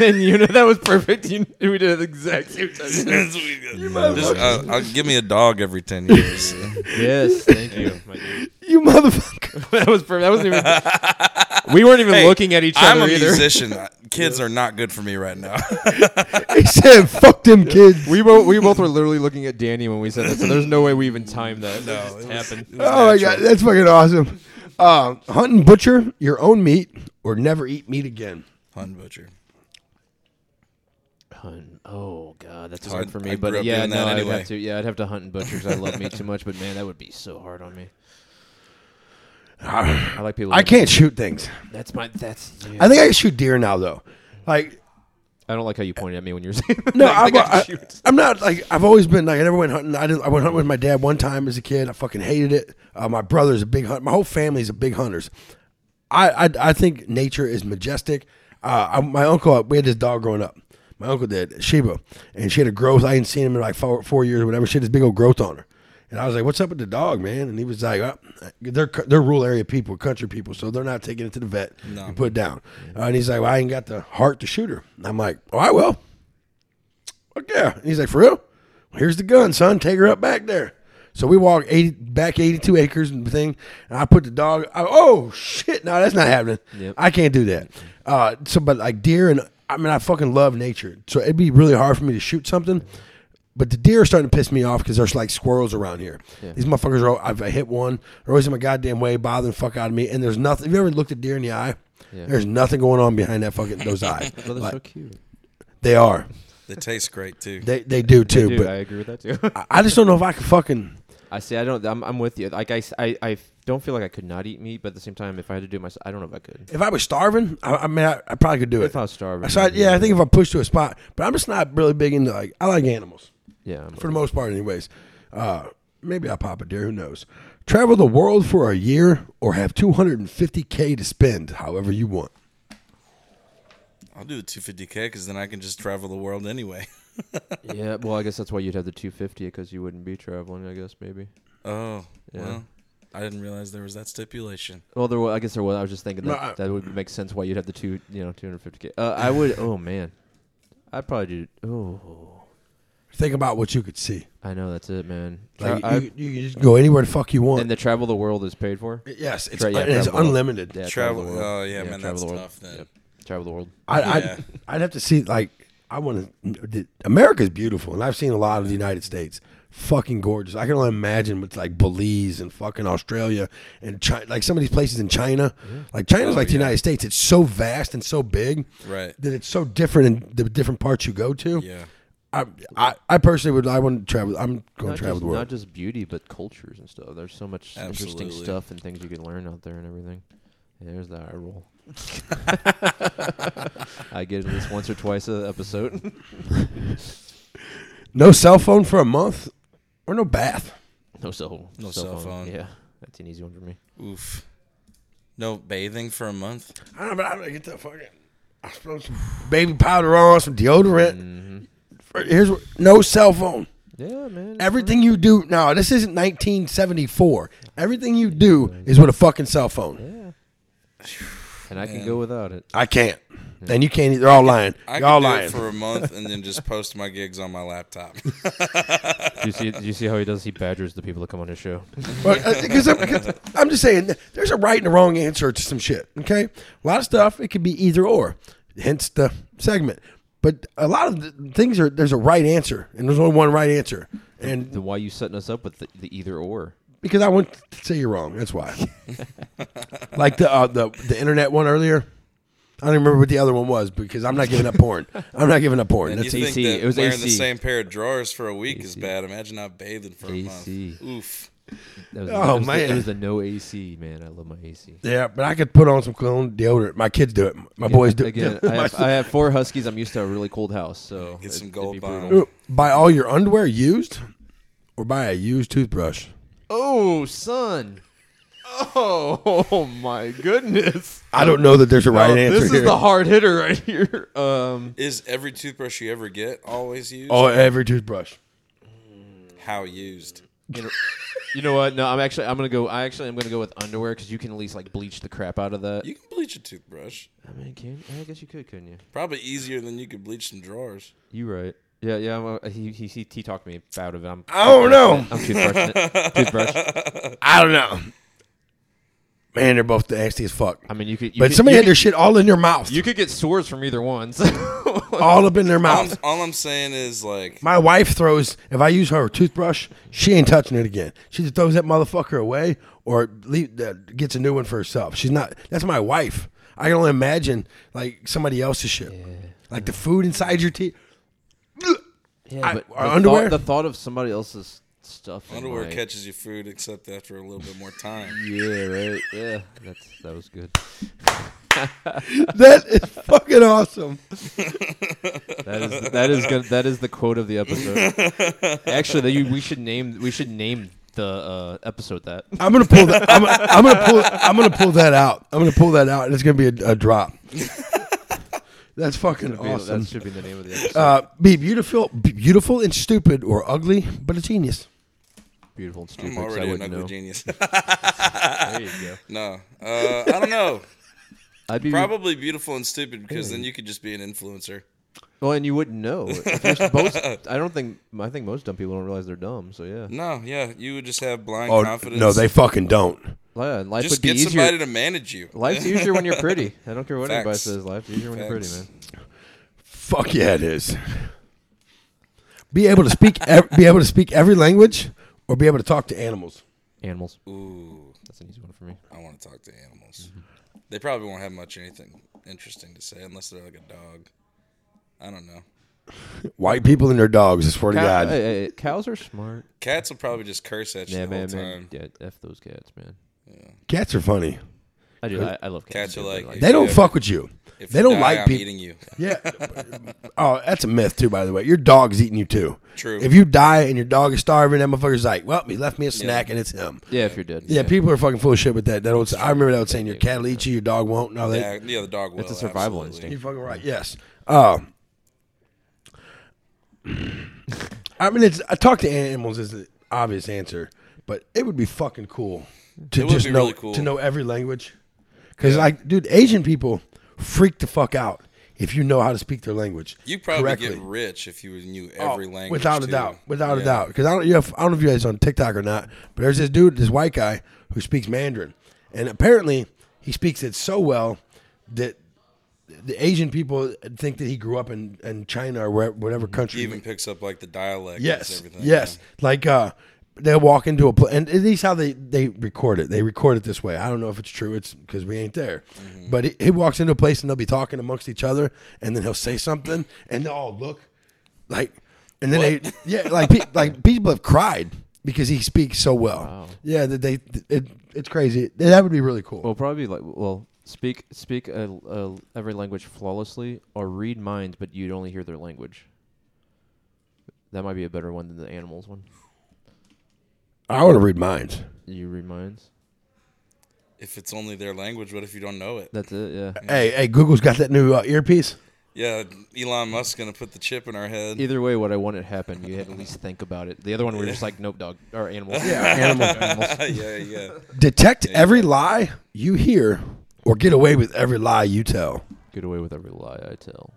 and you know that was perfect. You, we did it the exact same time. [LAUGHS] Just, uh, I'll give me a dog every ten [LAUGHS] years. yes, thank you, my dude. You motherfucker! [LAUGHS] [LAUGHS] That was perfect. That wasn't even. [LAUGHS] We weren't even Hey, looking at each I'm other a either. musician. [LAUGHS] Kids are not good for me right now. [LAUGHS] he said, "Fuck them kids." We both we both were literally looking at Danny when we said that. So there's no way we even timed that. No, it just happened. oh my god, that's fucking awesome. Uh, hunt and butcher your own meat or never eat meat again. Hun butcher. Hunt. Oh god, that's I- hard for me. I but grew up yeah, doing no, that I'd anyway. have to. Yeah, I'd have to hunt and butcher 'cause I love meat too much. But man, that would be so hard on me. I like people. I can't shoot things. That's my. That's. yeah. I think I can shoot deer now though. Like I don't like how you pointed at me when you were [LAUGHS] saying. no, I I'm, think I I, shoot. am not like I've always been like I never went hunting. I didn't. I went hunting with my dad one time as a kid. I fucking hated it. Uh, my brother's a big hunter. My whole family's a big hunters. I I, I think nature is majestic. Uh, I, my uncle, we had this dog growing up. My uncle did Sheba, and she had a growth. I hadn't seen him in like four, four years or whatever. She had this big old growth on her, and I was like, "What's up with the dog, man?" And he was like, oh, "They're cu- they're rural area people, country people, so they're not taking it to the vet. You put it down." Uh, and he's like, "Well, I ain't got the heart to shoot her." And I'm like, "Oh, I will." Fuck yeah. And he's like, for real? Well, here's the gun, son. Take her up back there. So we walk 80, back 82 acres and thing. And I put the dog. I, oh, shit. No, that's not happening. Yep. I can't do that. Uh, so, but like deer and I mean, I fucking love nature. So it'd be really hard for me to shoot something. But the deer are starting to piss me off because there's like squirrels around here. These motherfuckers are. all- I've I hit one. They're always in my goddamn way, bothering the fuck out of me. And there's nothing. Have you ever looked at deer in the eye? Yeah. There's nothing going on behind that fucking those eyes. Oh, they're Like, so cute. they are. They taste great too. They they do too. Dude, but I agree with that too. [LAUGHS] I- I just don't know if I could fucking. I see. I don't. I'm, I'm with you. Like I, s- I- I f- don't feel like I could not eat meat, but at the same time, if I had to do it myself, I don't know if I could. If I was starving, I, I mean, I, I probably could do it. If I was starving, So I- yeah, I think if I pushed to a spot, but I'm just not really big into like I like animals Yeah. I'm for the most part, anyways. Uh, maybe I'll pop a deer. Who knows? Travel the world for a year or have 250k to spend, however you want. I'll do the 250k because then I can just travel the world anyway. [LAUGHS] yeah. Well, I guess that's why you'd have the 250 because you wouldn't be traveling. I guess maybe. Oh, Yeah. well, I didn't realize there was that stipulation. Well, there. Was, I guess there was. I was just thinking No, that I- that would make sense why you'd have the two. You know, 250k. Uh, [LAUGHS] I would. Oh man. I'd probably do. Oh. Think about what you could see. I know that's it, man. Like I- you, you, you can just go anywhere the fuck you want. and the travel the world is paid for. yes, it's, Tra- yeah, and it's travel the world. unlimited. Yeah, travel. the world. Oh yeah, man, travel that's the world. tough. Then. Yep. Travel the world. I, Yeah. I'd, I'd have to see like I want to. America's beautiful, and I've seen a lot of the United States. Fucking gorgeous. I can only imagine what's like Belize and fucking Australia and China, like some of these places in China. Like China's like the United States. It's so vast and so big, Right. That it's so different in the different parts you go to. Yeah. I, I, I personally would. I want to travel. I'm going Not to travel just, the world. not just beauty, but cultures and stuff. There's so much interesting Absolutely. stuff and things you can learn out there and everything. Yeah, there's that eye [LAUGHS] roll. I get it at least once or twice an episode. [LAUGHS] no cell phone for a month, or no bath. no cell, No cell phone. Yeah, that's an easy one for me. Oof. No bathing for a month. I don't know, but I'm gonna get that fucking. I spilled some baby powder on, some deodorant. Mm-hmm. Here's what- no cell phone. Yeah, man. Everything you do now, this isn't 1974. Everything you do is with a fucking cell phone. Yeah. and I can go without it. I can't. And you can't. They're all lying. I You're all could do lying. it for a month and then just post my gigs on my laptop. [LAUGHS] Do you see? Do you see how he does? He badgers the people that come on his [LAUGHS] show. uh, [LAUGHS] Because I'm, 'cause I'm just saying, there's a right and a wrong answer to some shit. Okay, a lot of stuff it could be either or, hence the segment. But a lot of the things are there's a right answer, and there's only one right answer. And then why you setting us up with the, the either or? because I want to say you're wrong, that's [LAUGHS] why. like the uh, the the internet one earlier. I don't even remember what the other one was because I'm not giving up porn. I'm not giving up porn. And [LAUGHS] you That's think AC. that It was wearing the AC. same pair of drawers for a week is bad. Imagine not bathing for a AC. month. Oof. That was, Oh, it was the- man. it was the no AC man. I love my AC. yeah, but I could put on some cologne deodorant. My kids do it. My boys do Again, it. [LAUGHS] I have, I have four huskies. I'm used to a really cold house, so Get some it'd gold be brutal. bond. Ooh, buy all your underwear used, or buy a used toothbrush. Oh, son. Oh, [LAUGHS] my goodness. I don't know that there's a right Oh, answer this is here. the hard hitter right here. [LAUGHS] Um, Is every toothbrush you ever get always used? oh, every toothbrush. How used? you know, you know what? No, I'm actually I'm gonna go. I actually am gonna go with underwear because you can at least like bleach the crap out of that. You can bleach a toothbrush. I mean, can I guess you could, couldn't you? Probably easier than you could bleach some drawers. You right. Yeah, yeah. I'm, uh, he he he he talked me out of it. I'm, I don't know. I'm toothbrushing it. Toothbrush. I don't know. Man, they're both nasty as fuck. I mean, you could. You but could, somebody you had their could, shit all in their mouth, you could get sores from either one. [LAUGHS] so- all up in their All I'm, mouth. all I'm saying is like My wife throws. If I use her toothbrush, she ain't touching it again. She just throws that motherfucker away, or leave, uh, gets a new one for herself. She's not. That's my wife. I can only imagine like somebody else's shit, like the food inside your teeth. yeah, I- but our the underwear? Thought, the thought of somebody else's stuff. in underwear my- catches your food, except after a little bit more [LAUGHS] time. Yeah, right. Yeah, that's that was good. [LAUGHS] That is fucking awesome. That [LAUGHS] is that is good. That is the quote of the episode. Actually, that you, we should name we should name the uh, episode that. I'm gonna pull that. I'm, I'm gonna pull. I'm gonna pull that out. I'm gonna pull that out, and it's gonna be a, a [LAUGHS] drop. That's fucking awesome. That should be the name of the episode. uh, be beautiful, be beautiful and stupid, or ugly but a genius. Beautiful and stupid. I'm 'cause I already an wouldn't ugly know. genius. [LAUGHS] There you go. no, uh, I [LAUGHS] don't know. I'd be Probably beautiful and stupid because then you could just be an influencer. well, and you wouldn't know. [LAUGHS] If you're supposed- I don't think I think most dumb people don't realize they're dumb. So yeah, No, yeah, you would just have blind Oh confidence. no, they fucking don't. yeah and uh, life just would be get somebody easier. to manage you. Life's easier when you're [LAUGHS] pretty. I don't care what anybody Facts. says. Life's easier when you're pretty, man. Facts. Fuck yeah, it is. Be able to speak. ev- be able to speak every language, or be able to talk to animals. Animals. Ooh, That's an easy one for me. I want to talk to animals. They probably won't have much anything interesting to say unless they're like a dog. I don't know. White people and their dogs. I swear to Cow- God. hey, hey, hey, cows are smart. Cats will probably just curse at you Yeah, the whole man, time. man. Yeah, f those cats, man. Cats are funny. I do. I, I love cats. Cats are too, but, like- They don't Yeah. fuck with you. If they you don't die, like I'm people. eating you. Yeah. Oh, that's a myth too, by the way. Your dog's eating you too. True. If you die and your dog is starving, that motherfucker's like, well, he left me a snack and it's him. yeah, if you're dead. Yeah, people are fucking full of shit with that. That old. I remember that old saying, your cat will eat you, your dog won't. No, that. Yeah, yeah, the dog will. a survival absolutely. instinct. You're fucking right. Yes. Uh, I mean, it's I talk to animals is the obvious answer, but it would be fucking cool to It would just be know really cool. to know every language. Because like, dude, Asian people freak the fuck out if you know how to speak their language. You probably correctly. get rich if you knew Oh, every language. without a too. doubt, without a Yeah. doubt. Because I don't, you know, if- I don't know if you guys on TikTok or not, but there's this dude, this white guy who speaks Mandarin, and apparently he speaks it so well that the Asian people think that he grew up in, in China or where, whatever country. He even picks up like the dialect. yes, and everything. yes, like. uh They'll walk into a pl- and at least how they, they record it. They record it this way. I don't know if it's true. It's because we ain't there. But he, he walks into a place and they'll be talking amongst each other, and then he'll say something, and they'll all look like and then they [LAUGHS] yeah like pe- like people have cried because he speaks so well yeah that they it, it's crazy that would be really cool Well, probably like well, speak speak a, a, every language flawlessly, or read minds, but you'd only hear their language. That might be a better one than the animals one. i want to read minds You read minds. If it's only their language, what if you don't know it? That's it. Yeah. hey hey google's got that new uh, earpiece Yeah, Elon Musk's gonna put the chip in our head. Either way, what I want it happen, you had to at least think about it. The other one, we were just like, nope, dog or animals. [LAUGHS] Yeah, animal. animals. yeah, yeah. detect every lie you hear or get away with every lie you tell. Get away with every lie I tell.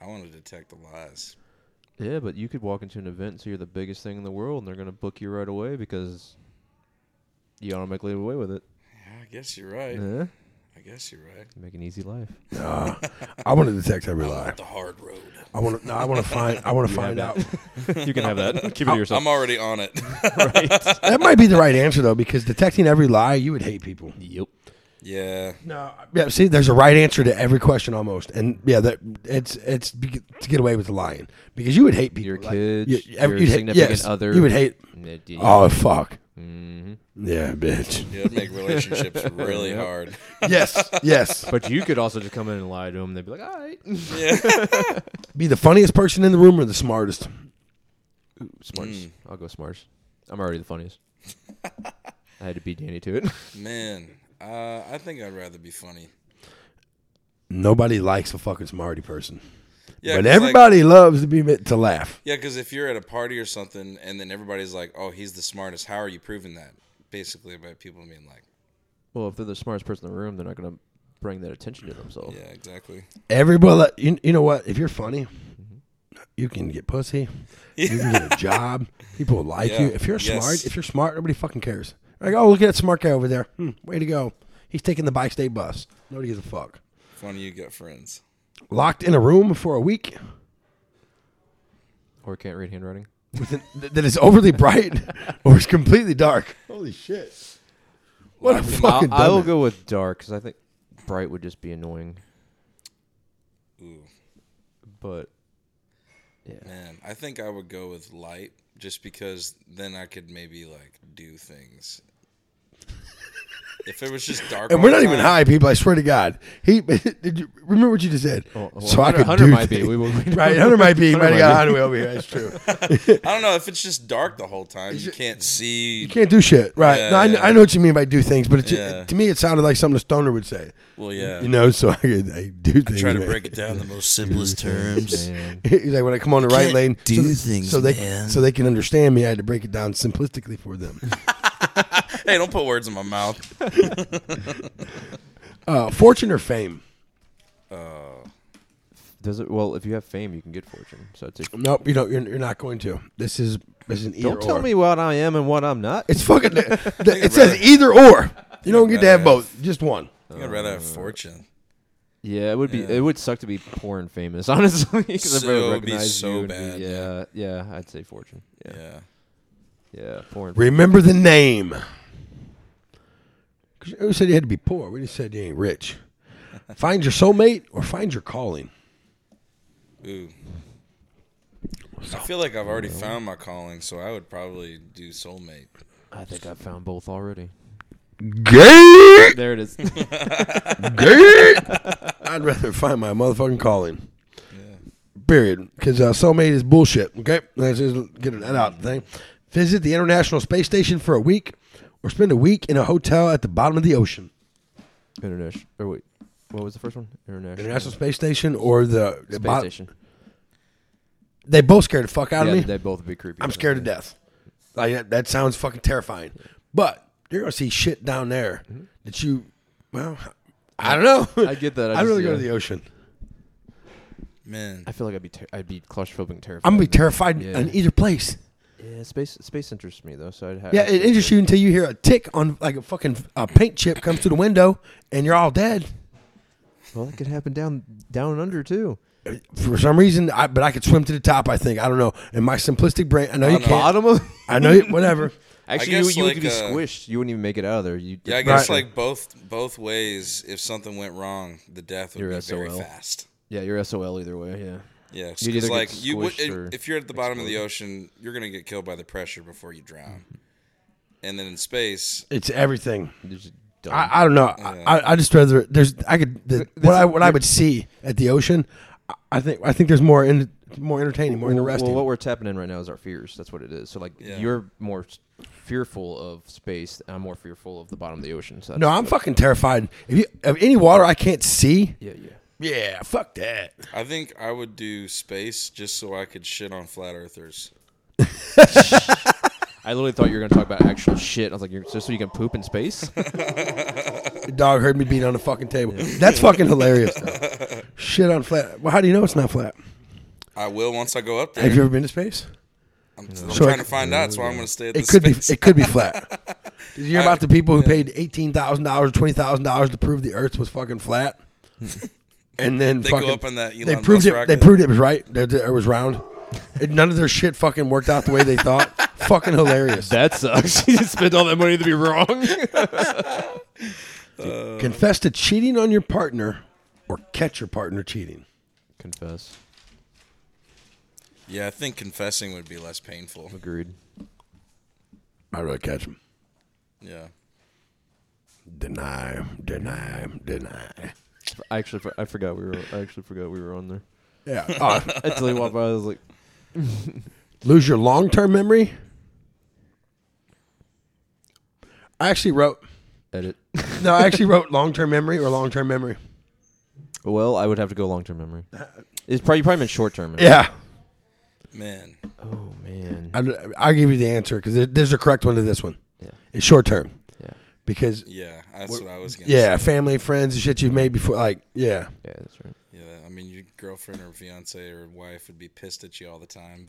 I want to detect the lies. Yeah, but you could walk into an event and say you're the biggest thing in the world, and they're gonna book you right away because you automatically get away with it. Yeah, I guess you're right. Yeah, I guess you're right. make an easy [LAUGHS] life. I want to detect every lie. The hard road. I want to. No, I want to find. I want to find have out. you can have [LAUGHS] that. Keep it to yourself. I'm already on it. [LAUGHS] [LAUGHS] right. [LAUGHS] That might be the right answer though, because detecting every lie, you would hate people. Yep. yeah. No, yeah. See, there's a right answer to every question almost, and yeah, that it's it's be, to get away with lying because you would hate people. Your Like, kids, you- every- your you'd hate- significant yes, other. You would hate. Yeah, Mm-hmm. d- Oh fuck. Yeah, [LAUGHS] bitch. Yeah, it'd make [LAUGHS] relationships really hard. yes, yes. But you could also just come in and lie to them. They'd be like, all right. Be the funniest person in the room or the smartest. [LAUGHS] Smarts. I'll go smarts. I'm already the [LAUGHS] funniest. I had to beat Danny to it. [LAUGHS] Man, uh, I think I'd rather be funny. Nobody likes a fucking smarty person, Yeah, but 'cause, like- everybody loves to be to laugh. Yeah, because if you're at a party or something, and then everybody's like, "Oh, he's the smartest," how are you proving that? Basically, by people being like, well, if they're the smartest person in the room, they're not going to bring that attention to themselves. "Yeah, exactly." Everybody, you, you know what? If you're funny, you can get [LAUGHS] pussy. You can get a job. People will like you. Yeah. If you're Yes. smart, if you're smart, nobody fucking cares. Like, oh, look at that smart guy over there. Hmm, way to go. He's taking the bi state bus. Nobody gives a fuck. Funny, you got friends. Locked in a room for a week Or can't read handwriting. with an, [LAUGHS] th- that is overly [LAUGHS] bright or is completely dark. Holy shit. What a fucking I will dumbass. go with dark because I think bright would just be annoying. Ooh, But man, I think I would go with light, just because then I could maybe like do things. if it was just dark, And all we're the not even time- high, people. I swear to God. He [LAUGHS] did you remember what you just said? Oh, well, so I Hunter- could Hunter do might be. things. We will- [LAUGHS] we don't- right, Hunter might be. He Hunter might have got might be. Hunter over here. That's true. I don't know if it's just dark the whole time. You can't [LAUGHS] see. You can't do shit. Right. Yeah, no, I, kn- yeah. I know what you mean by do things, but it, ju- Yeah. to me, it sounded like something a stoner would say. well, yeah. You know, so I, could- I do things. Try to man. break it down in the most simplest terms. man, [LAUGHS] He's like, when I come on the right can't lane, do th- things, so they man. so they can understand me. I had to break it down simplistically for them. [LAUGHS] hey, don't put words in my mouth. Uh, fortune or fame? does it? Well, if you have fame, you can get fortune. So it's a, Nope, you know you're, you're not going to. This is this is an either don't tell or. me what I am and what I'm not. It's fucking. [LAUGHS] the- it says either or. You don't get to have rather- both. Just one. I think I'd rather have fortune. Yeah, it would be. Yeah. It would suck to be poor and famous, [LAUGHS] honestly. 'cause everybody So- would it'd be recognize so you and bad, yeah, yeah, I'd say fortune. Yeah, Uh, Yeah. yeah, poor and Remember the name. 'Cause Who said you had to be poor? We just said you ain't rich. Find your soulmate or find your calling. Ooh. I feel like I've already found my calling, so I would probably do soulmate. I think I found both already. Gay, There it [LAUGHS] is. gay. [LAUGHS] I'd rather find my motherfucking calling. Period. Because uh, soulmate is bullshit. Okay, let's just get that out. of the Thing. Visit the International Space Station for a week, or spend a week in a hotel at the bottom of the ocean. International. Or wait, what was the first one? International. International Space Station or the, the Space bo- Station. They both scared the fuck out Yeah, of me. they both would be creepy. I'm scared to death. Like that, that sounds fucking terrifying. But you're gonna see shit down there that you, well, I don't know. [LAUGHS] Mm-hmm. I get that. I I'd just- really go yeah. to the ocean. Man. I feel like I'd be ter- I'd be claustrophobic and terrified. I'm gonna be terrified Yeah. in either place. Yeah, space space interests me though, so I'd have. Yeah, it interests you until you hear a tick on like a fucking uh, paint chip comes through the window and you're all dead. Well, that could happen down down and under too. For some reason, I, but I could swim to the top. I think I don't know. In my simplistic brain, I know you know. can't. Bottom of. I know you, [LAUGHS] whatever. [LAUGHS] Actually, you, guess you like, would be uh, squished. You wouldn't even make it out of there. You, Yeah, I guess Right. like both both ways, if something went wrong, the death would You're be very SOL. fast. yeah, you're SOL either way. Yeah. Yeah, You'd either because get like you would, squished or if you're at the bottom of the ocean, you're gonna get killed by the pressure before you drown. Mm-hmm. And then in space, It's everything. They're just dumb. I, I don't know. I I, I just rather there's I could the, what I what I would see at the ocean. I- I think I think there's more in, more entertaining, more interesting. Well, what we're tapping in right now is our fears. That's what it is. So like you're more s- fearful of space. and I'm more fearful of the bottom of the ocean. So that's, no, I'm fucking terrified. If you of any water I can't see, Yeah, yeah. yeah, fuck that. I think I would do space just so I could shit on flat earthers. I literally thought you were gonna talk about actual shit. I was like, you're just so you can poop in [LAUGHS] space. The dog heard me beat on the fucking table. That's fucking hilarious. though. Shit on flat. Well, how do you know it's not flat? I will once I go up there. Have you ever been to space? I'm, I'm So trying it- to find out. That's why I'm going to stay at It this could space. be. [LAUGHS] It could be [LAUGHS] flat. Did you hear about the people who paid eighteen thousand dollars, twenty thousand dollars to prove the Earth was fucking [LAUGHS] flat? And then They go fucking, up in that they Elon proved Musk it. They rocket. proved it was right. That that it was round. And none of their shit fucking worked out the way they [LAUGHS] thought. fucking hilarious. that sucks. [LAUGHS] you spent all that money to be [LAUGHS] wrong. Uh. Confess to cheating on your partner, or catch your partner cheating. Confess. yeah, I think confessing would be less painful. Agreed. I'd rather catch him. Yeah. Deny, deny, deny. I actually, for- I forgot we were. I actually forgot we were on [LAUGHS] there. Yeah. Oh, I totally walked by. I was like, lose your long term memory. I actually wrote. edit. [LAUGHS] No, I actually wrote long term memory or long term memory. well, I would have to go long term [LAUGHS] memory. It's probably you probably meant short term. Yeah. Man. Oh man. I, I'll give you the answer because there's a correct one to this one. Yeah. It's short term Yeah. because, Yeah, that's what, I was going to say. yeah, family, friends, and shit you've made before. Like, yeah. Yeah, that's right. Yeah, I mean, your girlfriend or fiance or wife would be pissed at you all the time,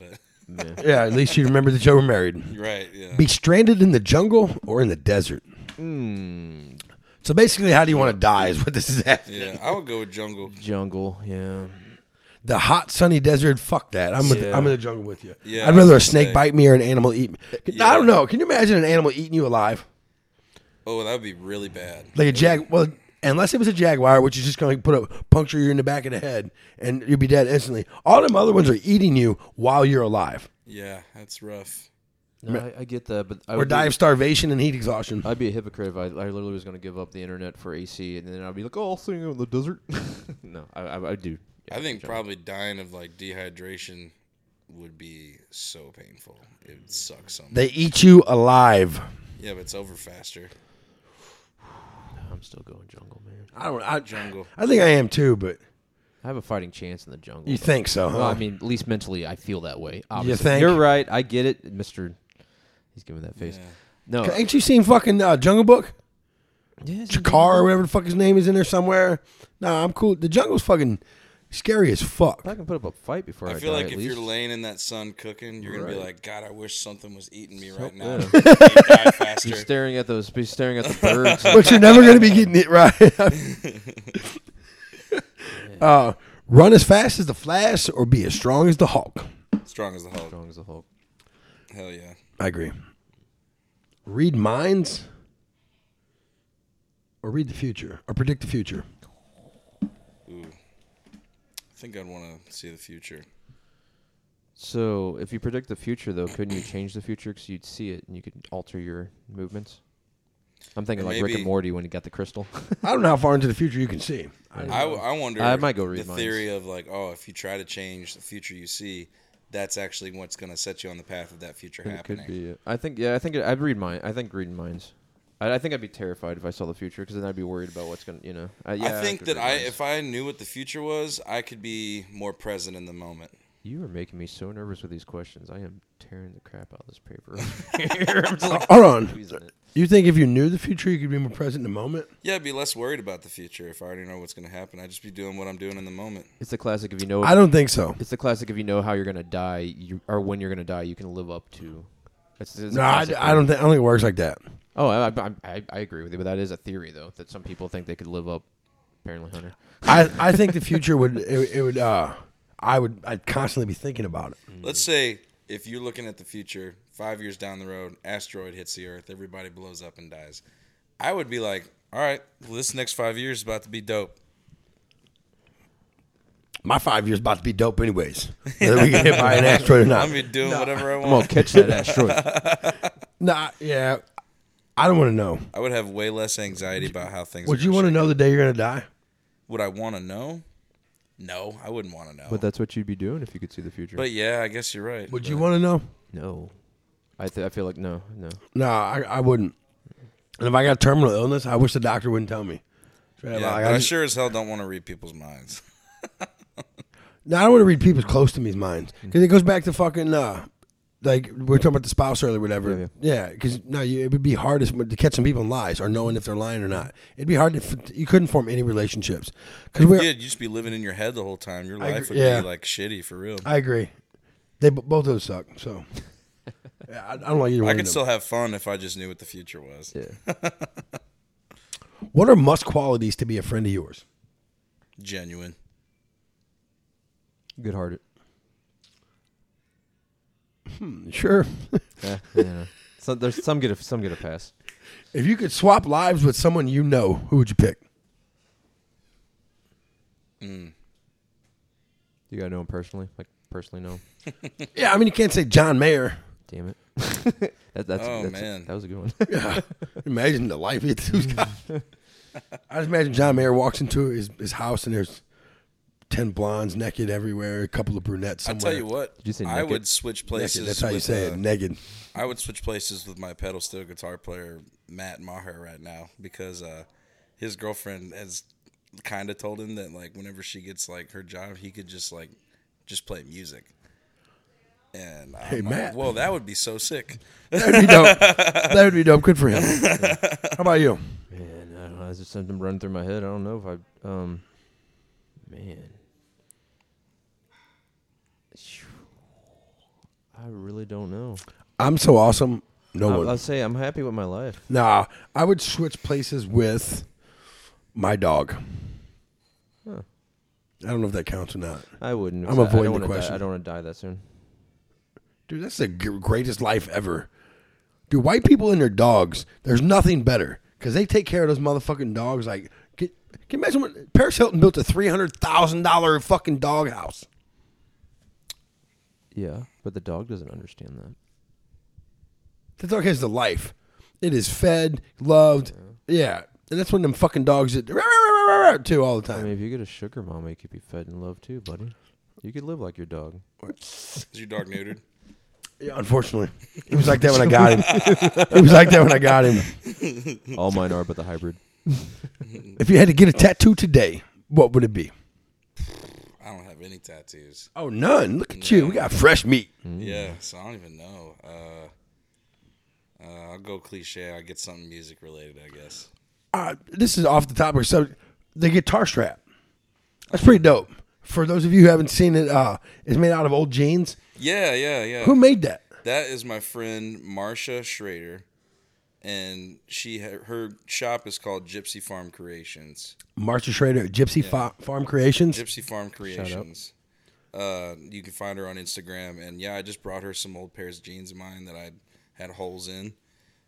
but [LAUGHS] Yeah, at least you remember that you were married. you're right. Yeah, Be stranded in the jungle or in the desert. Hmm, So basically, how do you want to die is what this is at. yeah, I would go with jungle. Jungle. Yeah. The hot, sunny desert, fuck that. I'm, with, Yeah. I'm in the jungle with you. Yeah, I'd I was rather a gonna snake say. bite me or an animal eat me. I don't know. Can you imagine an animal eating you alive? Oh, that would be really bad. like a jag. Well, unless it was a jaguar, which is just going to put a puncture you in the back of the head and you'll be dead instantly. All them other ones are eating you while you're alive, Yeah, that's rough. No, I, I get that, but I or would die be- of starvation and heat exhaustion. I'd be a hypocrite if I, I literally was going to give up the internet for AC, and then I'd be like, "Oh, I'll sing in the desert." [LAUGHS] no, I, I, I do. Yeah, I think jungle. probably dying of like dehydration would be so painful. It would suck so much. they eat you alive. Yeah, but it's over faster. I'm still going jungle, man. I don't. I, Jungle. I think I am too, but I have a fighting chance in the jungle. you think so? Huh? Well, I mean, at least mentally, I feel that way. Obviously. think? You're right. I get it, Mister. He's giving that face. Yeah. No, ain't you seen fucking uh, Jungle Book? Yes, Jakar or whatever the fuck his name is in there somewhere. Nah, I'm cool. The jungle's fucking scary as fuck. I can put up a fight before I, I feel die, like at if least. you're laying in that sun cooking, you're gonna be like, God, I wish something was eating me right now. yeah. [LAUGHS] You'd die You're faster. staring at those. Be staring [LAUGHS] at the birds. but you're never gonna be getting it right. [LAUGHS] uh, run as fast as the Flash or be as strong as the Hulk. Strong as the Hulk. strong as the Hulk. Hell yeah. I agree. Read minds or read the future or predict the future. I think I'd want to see the future. So, if you predict the future, though, couldn't you change the future because you'd see it and you could alter your movements? I'm thinking Or like Rick and maybe- Morty when he got the crystal. I don't know how far into the future you can see. Uh, I, I, I wonder. I might go the read minds. theory of like, oh, if you try to change the future you see, that's actually what's going to set you on the path of that future [LAUGHS] it happening. could be. it. I think. Yeah, I think it, I'd read mine. I think reading minds. I, I think I'd be terrified if I saw the future because then I'd be worried about what's gonna. You know. I, yeah, I I'd think have to that read I, minds. if I knew what the future was, I could be more present in the moment. You are making me so nervous with these questions. I am tearing the crap out of this [LAUGHS] paper. Here. I'm just like hold on. squeezing it. You think if you knew the future, you could be more present in the moment? Yeah, I'd be less worried about the future if I already know what's going to happen. I'd just be doing what I'm doing in the moment. It's the classic. If you know, I don't think so. it's the classic. If you know how you're gonna die, you or when you're gonna die, you can live up to. It's, it's a No, I, classic I don't. Think, I don't think it works like that. Oh, I, I, I, I agree with you, but that is a theory though that some people think they could live up. Apparently, Hunter. [LAUGHS] I, I think the future would. It, it would. Uh, I would. I'd constantly be thinking about it. Mm-hmm. Let's say if you're looking at the future, five years down the road, asteroid hits the Earth, everybody blows up and dies. I would be like, all right, well, this next five years is about to be dope. my five years about to be dope anyways. Whether we get hit by an asteroid or I'm not. gonna be doing [LAUGHS] whatever [LAUGHS] I want. I'm gonna catch that asteroid. Nah, yeah. I don't want to know. I would have way less anxiety about how things. Would you want to know the day you're gonna die? Would I want to know? No, I wouldn't want to know. But But, that's what you'd be doing if you could see the future. yeah, I guess you're right. Would you want to know? no, I th- I feel like no, no. No, I, I wouldn't. And if I got terminal illness, I wish the doctor wouldn't tell me. Straight up, Yeah, like, but I, I, just- sure as hell don't want to read people's minds. No, I don't want to read people's close to me's minds because it goes back to fucking uh, like we were talking about the spouse earlier, whatever. Yeah, Yeah, because no, you, it would be hardest to catch some people in lies or knowing if they're lying or not. It'd be hard to f- you couldn't form any relationships because You we're. did. You just be living in your head the whole time. Your life agree- would yeah. be like shitty for real. I, I agree. They b- both of those suck. So yeah, I, I don't like either one. of could them. still have fun if I just knew what the future was. [LAUGHS] What are must qualities to be a friend of yours? Genuine. Good hearted. Sure. [LAUGHS] Yeah, yeah. So there's some get a some get a pass. [LAUGHS] if you could swap lives with someone you know, who would you pick? You gotta know him personally, like personally know. 'em. Yeah, I mean you can't say John Mayer. Damn it. [LAUGHS] that, that's, Oh, that's man. that was a good one. Yeah. imagine the life he has got. [LAUGHS] I just imagine John Mayer walks into his, his house and there's ten blondes naked everywhere, a couple of brunettes. I'll Somewhere. tell you what. Did you say I naked? would switch places. Naked, that's how you with, say uh, it. [LAUGHS] Naked. I would switch places with my pedal steel guitar player Matt Maher right now because uh, his girlfriend has kind of told him that like whenever she gets like her job, he could just like just play music. And I'm Hey, like, Matt. well, that would be so sick. That'd be dope. that would be dope. Good [LAUGHS] for him. How about you? Man, I don't know. There's just something running through my head. I don't know if I. Um, man. [SIGHS] Phew. I really don't know. I'm so awesome. No I, one. I'll say I'm happy with my life. Nah, I would switch places with my dog. I don't know if that counts or not. I wouldn't. I'm 'cause I- avoiding I don't the wanna die- question. I don't want to die that soon. Dude, that's the g- greatest life ever. Dude, white people and their dogs, there's nothing better because they take care of those motherfucking dogs. Like, can, can you imagine what Paris Hilton built a $300,000 fucking dog house? Yeah, but the dog doesn't understand that. The dog has the life. It is fed, loved. Yeah. And that's when them fucking dogs that rah, rah, rah, rah, rah, rah, too all the I time. mean, if you get a sugar mama, you could be fed and loved too, buddy. You could live like your dog. Is your dog neutered? Yeah, unfortunately. It was like that when I got him. it was like that when I got him. All mine are, but the hybrid. If you had to get a tattoo today, what would it be? I don't have any tattoos. Oh, none. Look at you. We got fresh meat. Yeah, so I don't even know. Uh, uh, I'll go cliche. I'll get something music related, I guess. Uh, this is off the topic. So, the guitar strap. That's pretty dope. For those of you who haven't seen it, uh, it's made out of old jeans. Yeah, yeah, yeah. Who made that? That is my friend Marcia Schrader, and she her shop is called Gypsy Farm Creations. Marcia Schrader at Gypsy Fa- Farm Creations. Gypsy Farm Creations. Uh, you can find her on Instagram, and yeah, I just brought her some old pairs of jeans of mine that I had holes in,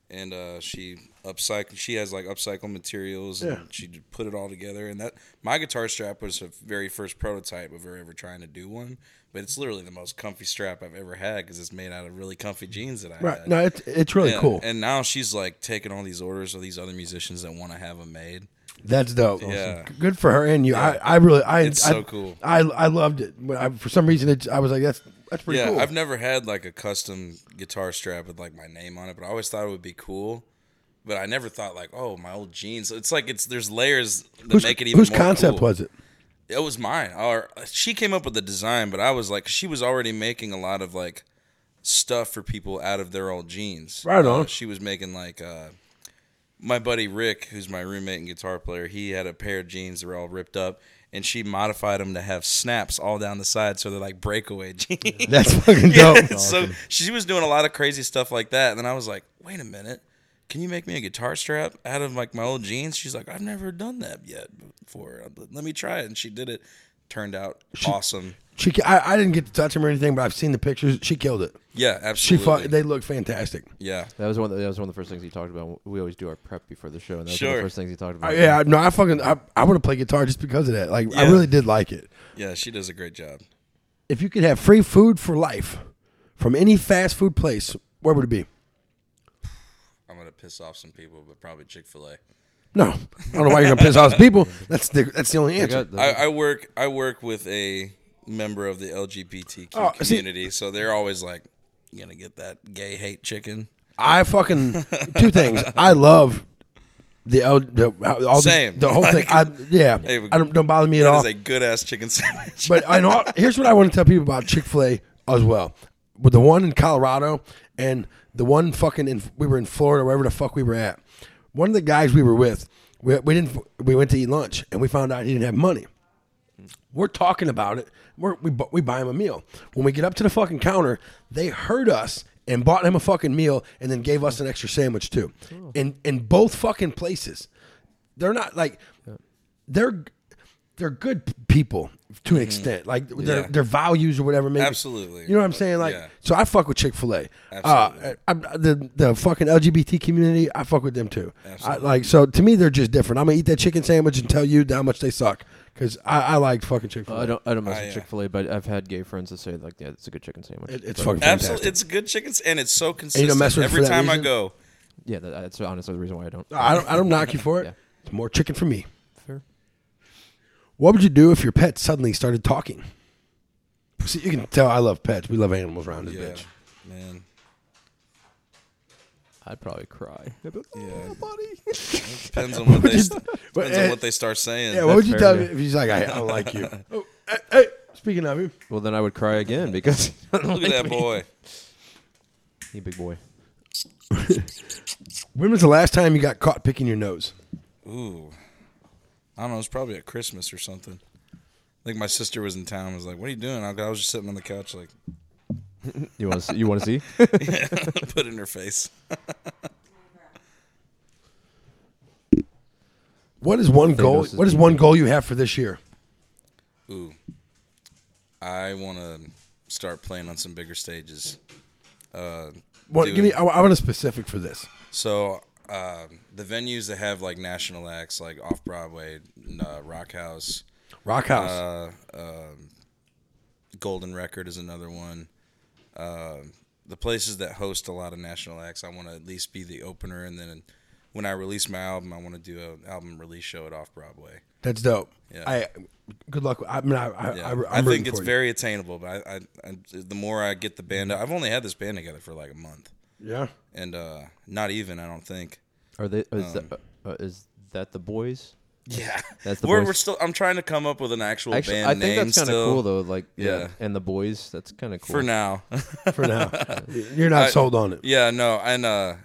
and uh, she upcycle. She has like upcycle materials, and Yeah. she d- put it all together. And that my guitar strap was the very first prototype of her ever trying to do one, but it's literally the most comfy strap I've ever had because it's made out of really comfy jeans that I Right. had. No, it's, it's really Yeah, cool. And now she's like taking all these orders of these other musicians that want to have them made. That's dope. Yeah. G- Good for her and you. I, I really, I, It's I- so cool. I, I loved it. But I, for some reason, it, I was like, that's that's pretty yeah, cool. I've never had like a custom guitar strap with like my name on it, but I always thought it would be cool. But I never thought like, oh, my old jeans. It's like it's there's layers that whose make it even. whose more concept cool. was it? It was mine. Or she came up with the design, but I was like, she was already making a lot of like stuff for people out of their old jeans. Right on. Uh, she was making like uh, my buddy Rick, who's my roommate and guitar player. He had a pair of jeans that were all ripped up, and she modified them to have snaps all down the side, so they're like breakaway [LAUGHS] jeans. That's fucking [LAUGHS] Yeah, [LAUGHS] dope. so she was doing a lot of crazy stuff like that. And then I was like, wait a minute. Can you make me a guitar strap out of like my old jeans? She's like, I've never done that yet before. Uh, Let me try it. And she did it. Turned out awesome. She, ki- I, I didn't get to touch him or anything, but I've seen the pictures. She killed it. Yeah, She absolutely. fu- They look fantastic. yeah. That was one. Of the, that was one of the first things he talked about. We always do our prep before the show, and that was one of Sure. the first things he talked I, about. yeah, I- no, I fucking, I, I want to play guitar just because of that. Like, I Yeah. really did like it. Yeah, she does a great job. If you could have free food for life from any fast food place, where would it be? I'm going to piss off some people, but probably Chick fil A. No, I don't know why you're gonna piss off people. That's the that's the only I answer. got the- I, I work I work with a member of the LGBTQ Oh, see- community, so they're always like, you gonna get that gay hate chicken. I fucking two things. I love the L, the all Same. the, [LAUGHS] the whole thing. Like- I yeah, Hey, I don't don't bother me at That all. [LAUGHS] is a good ass chicken sandwich. But I know here's what I want to tell people about Chick Fil A as well. with the one in Colorado and the one fucking in we were in Florida, wherever the fuck we were at. One of the guys we were with, we, we didn't we went to eat lunch and we found out he didn't have money. We're talking about it. We're, we bu- we buy him a meal. When we get up to the fucking counter, they heard us and bought him a fucking meal and then gave us an extra sandwich too. In in both fucking places, they're not like they're they're good p- people to an extent. Like their Mm-hmm. Yeah. their values or whatever. Maybe. Absolutely. You know what I'm saying? Like Yeah. so, I fuck with Chick Fil A. Uh, Absolutely. I, I- the the fucking LGBT community, I fuck with them too. I, like so, to me, they're just different. I'm gonna eat that chicken sandwich and tell you how much they suck because I, I like fucking Chick Fil A. I don't. I don't mess Ah, with yeah. Chick Fil A, but I've had gay friends that say like, "Yeah, it's a good chicken sandwich." It- it's But- fucking fantastic. Absolutely, it's good chickens and it's so you consistent. don't mess with it for Every that time I reason? go, Yeah, that, that's honestly the reason why I don't. I don't I don't knock you for it. Yeah. It's more chicken for me. Fair. What would you do if your pet suddenly started talking? See, you can tell I love pets. We love animals around this yeah, bitch. man, I'd probably cry. yeah. [LAUGHS] Buddy. [LAUGHS] Depends on what they you- depends eh, on what they start saying. Yeah, what [LAUGHS] would you fair, tell me yeah. if he's like, I, I don't like you? [LAUGHS] Oh, hey, hey, speaking of him, Well, then I would cry [LAUGHS] again because [LAUGHS] Look at that boy. you big boy. when was the last time you got caught picking your nose? Ooh, I don't know. It's probably at Christmas or something. I think my sister was in town. and Was like, "What are you doing?" I I was just sitting on the couch, like, [LAUGHS] You want to? You want [LAUGHS] to see? put it in her face. What is one goal? nose is What is one goal you have for this year? Ooh, I want to start playing on some bigger stages. Uh, What, Dude. give me. I, I want a specific for this. So um, the venues that have like national acts, like Off Broadway, uh, Rock House, Rock house. uh, um, Golden Record is another one. Um the places that host a lot of national acts, I want to at least be the opener, and then when I release my album, I want to do an album release show at Off Broadway. That's dope. yeah. I. Good luck. I mean, I. I, Yeah. I, I'm I, rooting think for it's you. very attainable, but I, I, I, the more I get the band, I've only had this band together for like a month, Yeah. and uh, not even I don't think. Are they? Um. Is, that, uh, is that the boys? Yeah, That's the we're, boys. we're still. I'm trying to come up with an actual Actually, band I think name that's kind of still cool though. Like, Yeah. and the boys. That's kind of cool. for now. [LAUGHS] For [LAUGHS] now, you're not sold on it. yeah, no, and uh,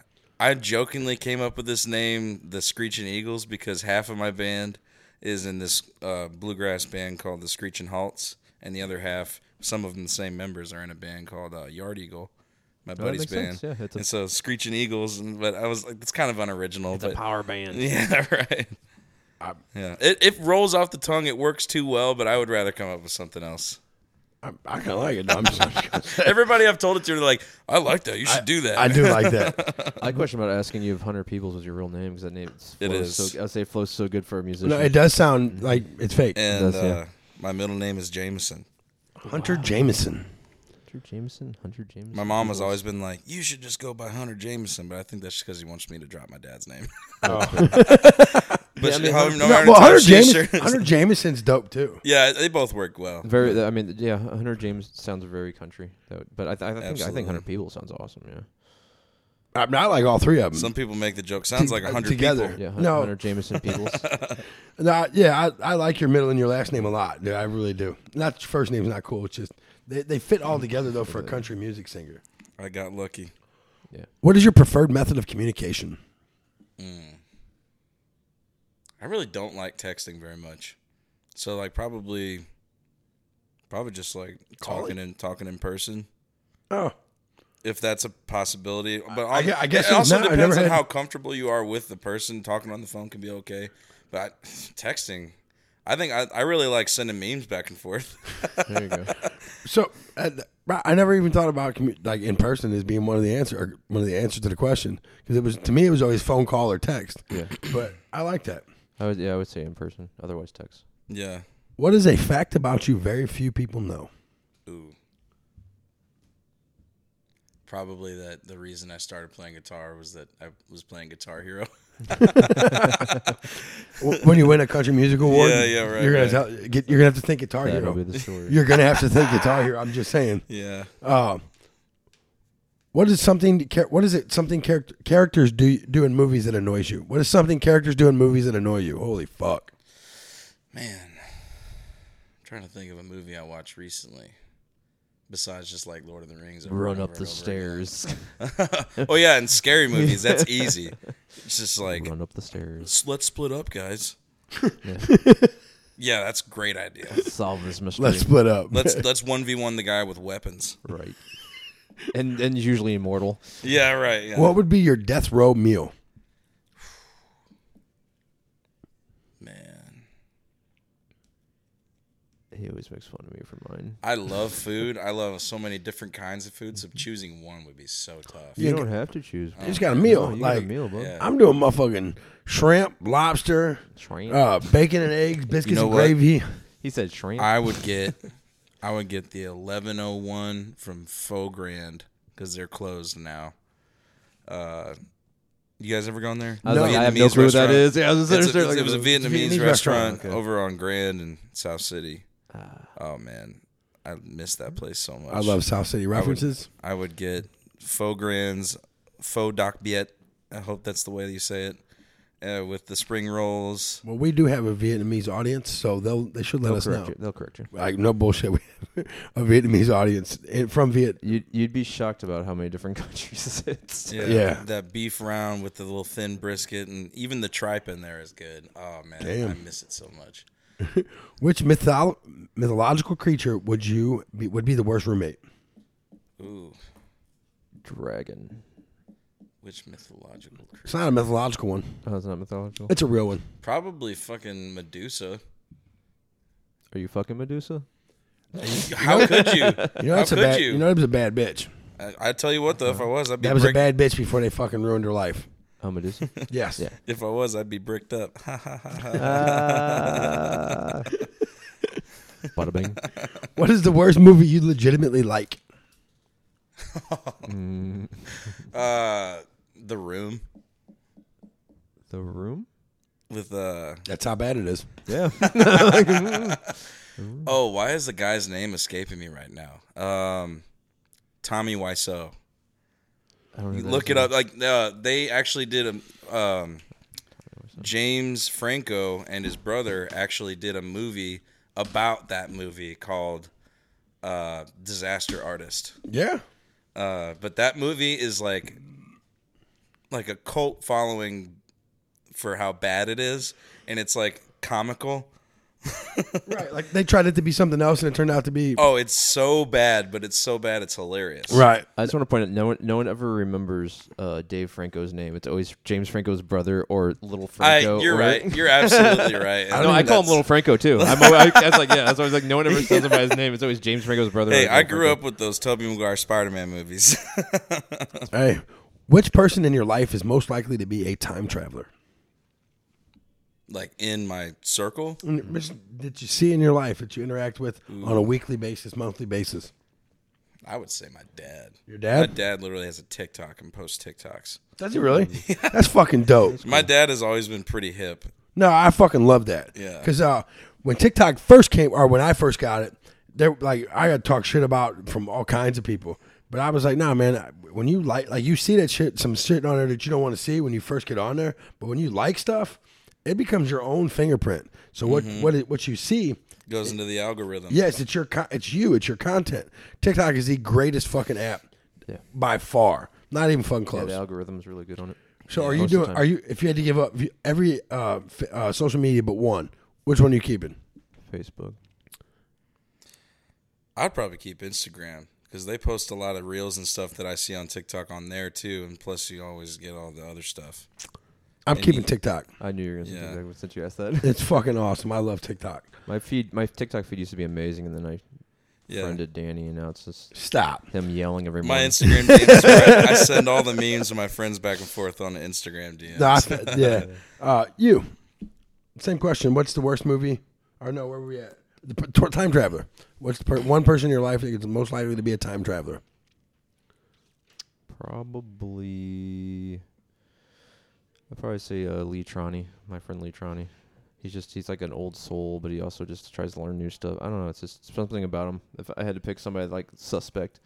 I jokingly came up with this name, the Screeching Eagles, because half of my band is in this uh, bluegrass band called the Screeching Halts, and the other half, some of them the same members, are in a band called uh, Yard Eagle. My buddy's Oh, makes band, sense, yeah, it's a- and so Screeching Eagles, and, but I was like, it's kind of unoriginal. but power band. [LAUGHS] Yeah, right. yeah, it, it rolls off the tongue. It works too well, but I would rather come up with something else. I, I kind of like it. though. [LAUGHS] I'm just, Everybody I've told it to, they're like, "I like that. You should do that." I do like [LAUGHS] that. I question about asking you if Hunter Peoples was your real name because that name flows It is. So, I would say it flows so good for a musician. No, it does sound like it's fake. And That's- yeah. uh, my middle name is Jameson. Hunter Jameson. Hunter Jameson, Hunter Jameson. My mom has always been like, "You should just go by Hunter Jameson," but I think that's just because he wants me to drop my dad's name. [LAUGHS] Oh. but she- however, No, no matter well, how Hunter, she James, sure- Hunter Mm. Jameson's dope too. Yeah, they both work well. Very. I mean, yeah. Hunter James sounds very country. That would- but I, th- I think I Absolutely. think Hunter Peoples sounds awesome. Yeah. I, mean, I like all three of them. Some people make the joke sounds like uh, a hundred together. people. Yeah. Hun- No. Hunter [LAUGHS] Jameson Peoples. No, I- yeah, I, I like your middle and your last name a lot. Dude, I really do. Not your first name's not cool. It's just they, they fit all together though for a country music singer. I got lucky. yeah. What is your preferred method of communication? I really don't like texting very much, so like probably, probably just like talking and talking in person. Oh, if that's a possibility. But I- on- I guess it also not. I depends never on had- how comfortable you are with the person. Talking on the phone can be okay, but I- [LAUGHS] texting, I think I, I really like sending memes back and forth. [LAUGHS] There you go. so uh, I never even thought about commu- like in person as being one of the answer or one of the answers to the question because it was to me it was always phone call or text. Yeah. but I like that. I would. Yeah. I would say in person. Otherwise, text. yeah. What is a fact about you very few people know? Ooh. Probably that the reason I started playing guitar was that I was playing Guitar Hero. [LAUGHS] W- when you win a country music award, Yeah, yeah, right, You're gonna right. tell, get, you're gonna have to think Guitar That'll be Hero. the story. You're gonna have to think Guitar Hero. I'm just saying. yeah. Uh, what is something? char- What is it? Something character, characters do do in movies that annoys you. What is something characters do in movies that annoy you? Holy fuck! Man, I'm trying to think of a movie I watched recently. Besides just like Lord of the Rings. [LAUGHS] over Run and up over the and over again. stairs. oh yeah, and scary movies. That's easy. It's just [LAUGHS] like Run up the stairs. "S- let's split up, guys. [LAUGHS] Yeah. Yeah, that's a great idea. Solve this mystery. Let's split up. Let's let's one v one the guy with weapons. right. [LAUGHS] And and usually immortal. Yeah, right. [LAUGHS] Yeah. what would be your death row meal? man, He always makes fun of me for mine. I love food. I love so many different kinds of food. So choosing one would be so tough. You don't have to choose. You just got a meal. you like got a meal, bud. Yeah. I'm doing motherfucking shrimp, lobster, Shrimp. uh, bacon and eggs, biscuits know and what? gravy. He said shrimp. I would get, I would get the eleven oh one from Faux Grand because they're closed now. Uh, you guys ever gone there? I was like, I have no Vietnamese clue what that restaurant. is. Yeah, I was It's just a- there, it's- like, it was a Vietnamese, Vietnamese restaurant, restaurant, okay. Ah. over on Grand in South City. oh man, I miss that place so much. Mm-hmm. I love South City references. I would get faux grands, faux doc biet. I hope that's the way you say it. Uh, with the spring rolls, well, we do have a Vietnamese audience, so they'll they should let They'll us know. correct you. They'll correct you. Like no bullshit, we have [LAUGHS] a Vietnamese audience in- from Viet. You'd, you'd be shocked about how many different [LAUGHS] countries it's. yeah, Yeah. that beef round with the little thin brisket, and even the tripe in there is good. Oh man, I Damn. miss it so much. Which mytholo- mythological creature would you be, would be the worst roommate? Ooh, Dragon. which mythological creature? It's not a mythological one. Oh, it's not mythological. It's a real one. Probably fucking Medusa. Are you fucking Medusa? How [LAUGHS] could you? You know, How that's a could bad. you? You know, that was a bad bitch. I, I tell you what though, if I was, I'd be That was a bricked. bad bitch before they fucking ruined her life. Oh, [LAUGHS] [LAUGHS] Medusa. [LAUGHS] Yes. Yeah. If I was, I'd be bricked up. [LAUGHS] Ha, ha, ha, ha. Ah. Bada bing. What is the worst movie you legitimately like? uh, the room The room? with uh. That's how bad it is. [LAUGHS] Yeah. Oh, why is the guy's name escaping me right now? Um, Tommy Wiseau. I don't You know look that. it up. Like uh, they actually did a um, James Franco and his brother actually did a movie about that movie called uh, Disaster Artist. Yeah. Uh, but that movie is like like a cult following for how bad it is, and it's like comical. Right. Like they tried it to be something else, and it turned out to be Oh, it's so bad, but it's so bad it's hilarious. right. I just want to point out no one no one ever remembers uh, Dave Franco's name. It's always James Franco's brother or Little I, Franco. you're or- right. You're absolutely right. No, [LAUGHS] I call him Little Franco too. [LAUGHS] I'm always, I, that's like yeah. That's always like no one ever says him by his name. It's always James Franco's brother. Hey, I grew up with those Tobey Maguire Spider-Man movies. [LAUGHS] Hey, which person in your life is most likely to be a time traveler? like in my circle, Which That you see in your life that you interact with on Mm. a weekly basis, monthly basis. I would say my dad. Your My dad? dad literally has a TikTok and posts TikToks. Does he [LAUGHS] really? That's fucking dope. My dad has always been pretty hip. No, I fucking love that. Yeah. Because uh, when TikTok first came, or when I first got it, they were like I got talk shit about from all kinds of people. But I was like, nah, man. I- When you like, like you see that shit, some shit on there that you don't want to see when you first get on there. But when you like stuff, it becomes your own fingerprint. So what, what, it- what you see, Goes into the algorithm. yes, it's your, con- it's you, it's your content. TikTok is the greatest fucking app, by far. Not even fucking Yeah, close. the algorithm's really good on it. So Yeah, are you most of the doing? time. Are you? If you had to give up v- every uh, f- uh, social media but one, which one are you keeping? Facebook? I'd probably keep Instagram because they post a lot of reels and stuff that I see on TikTok on there too. And plus, you always get all the other stuff. I'm keeping TikTok. I knew you were gonna say Yeah. TikTok since you asked that. [LAUGHS] It's fucking awesome. I love TikTok. my feed, my TikTok feed used to be amazing, and then I Yeah. friended Danny, and now it's just Stop. him yelling every My morning. Instagram DMs. where I, I send all the memes to my friends back and forth on the Instagram DMs. [LAUGHS] No, I, yeah. Uh, you. Same question. What's the worst movie? Or no, where were we at? The per- tor- time traveler. What's the per- one person in your life that is most likely to be a time traveler? Probably, I'd probably say uh, Lee Trani, my friend Lee Trani. He's just he's like an old soul, but he also just tries to learn new stuff. I don't know. It's just something about him. If I had to pick somebody like suspect,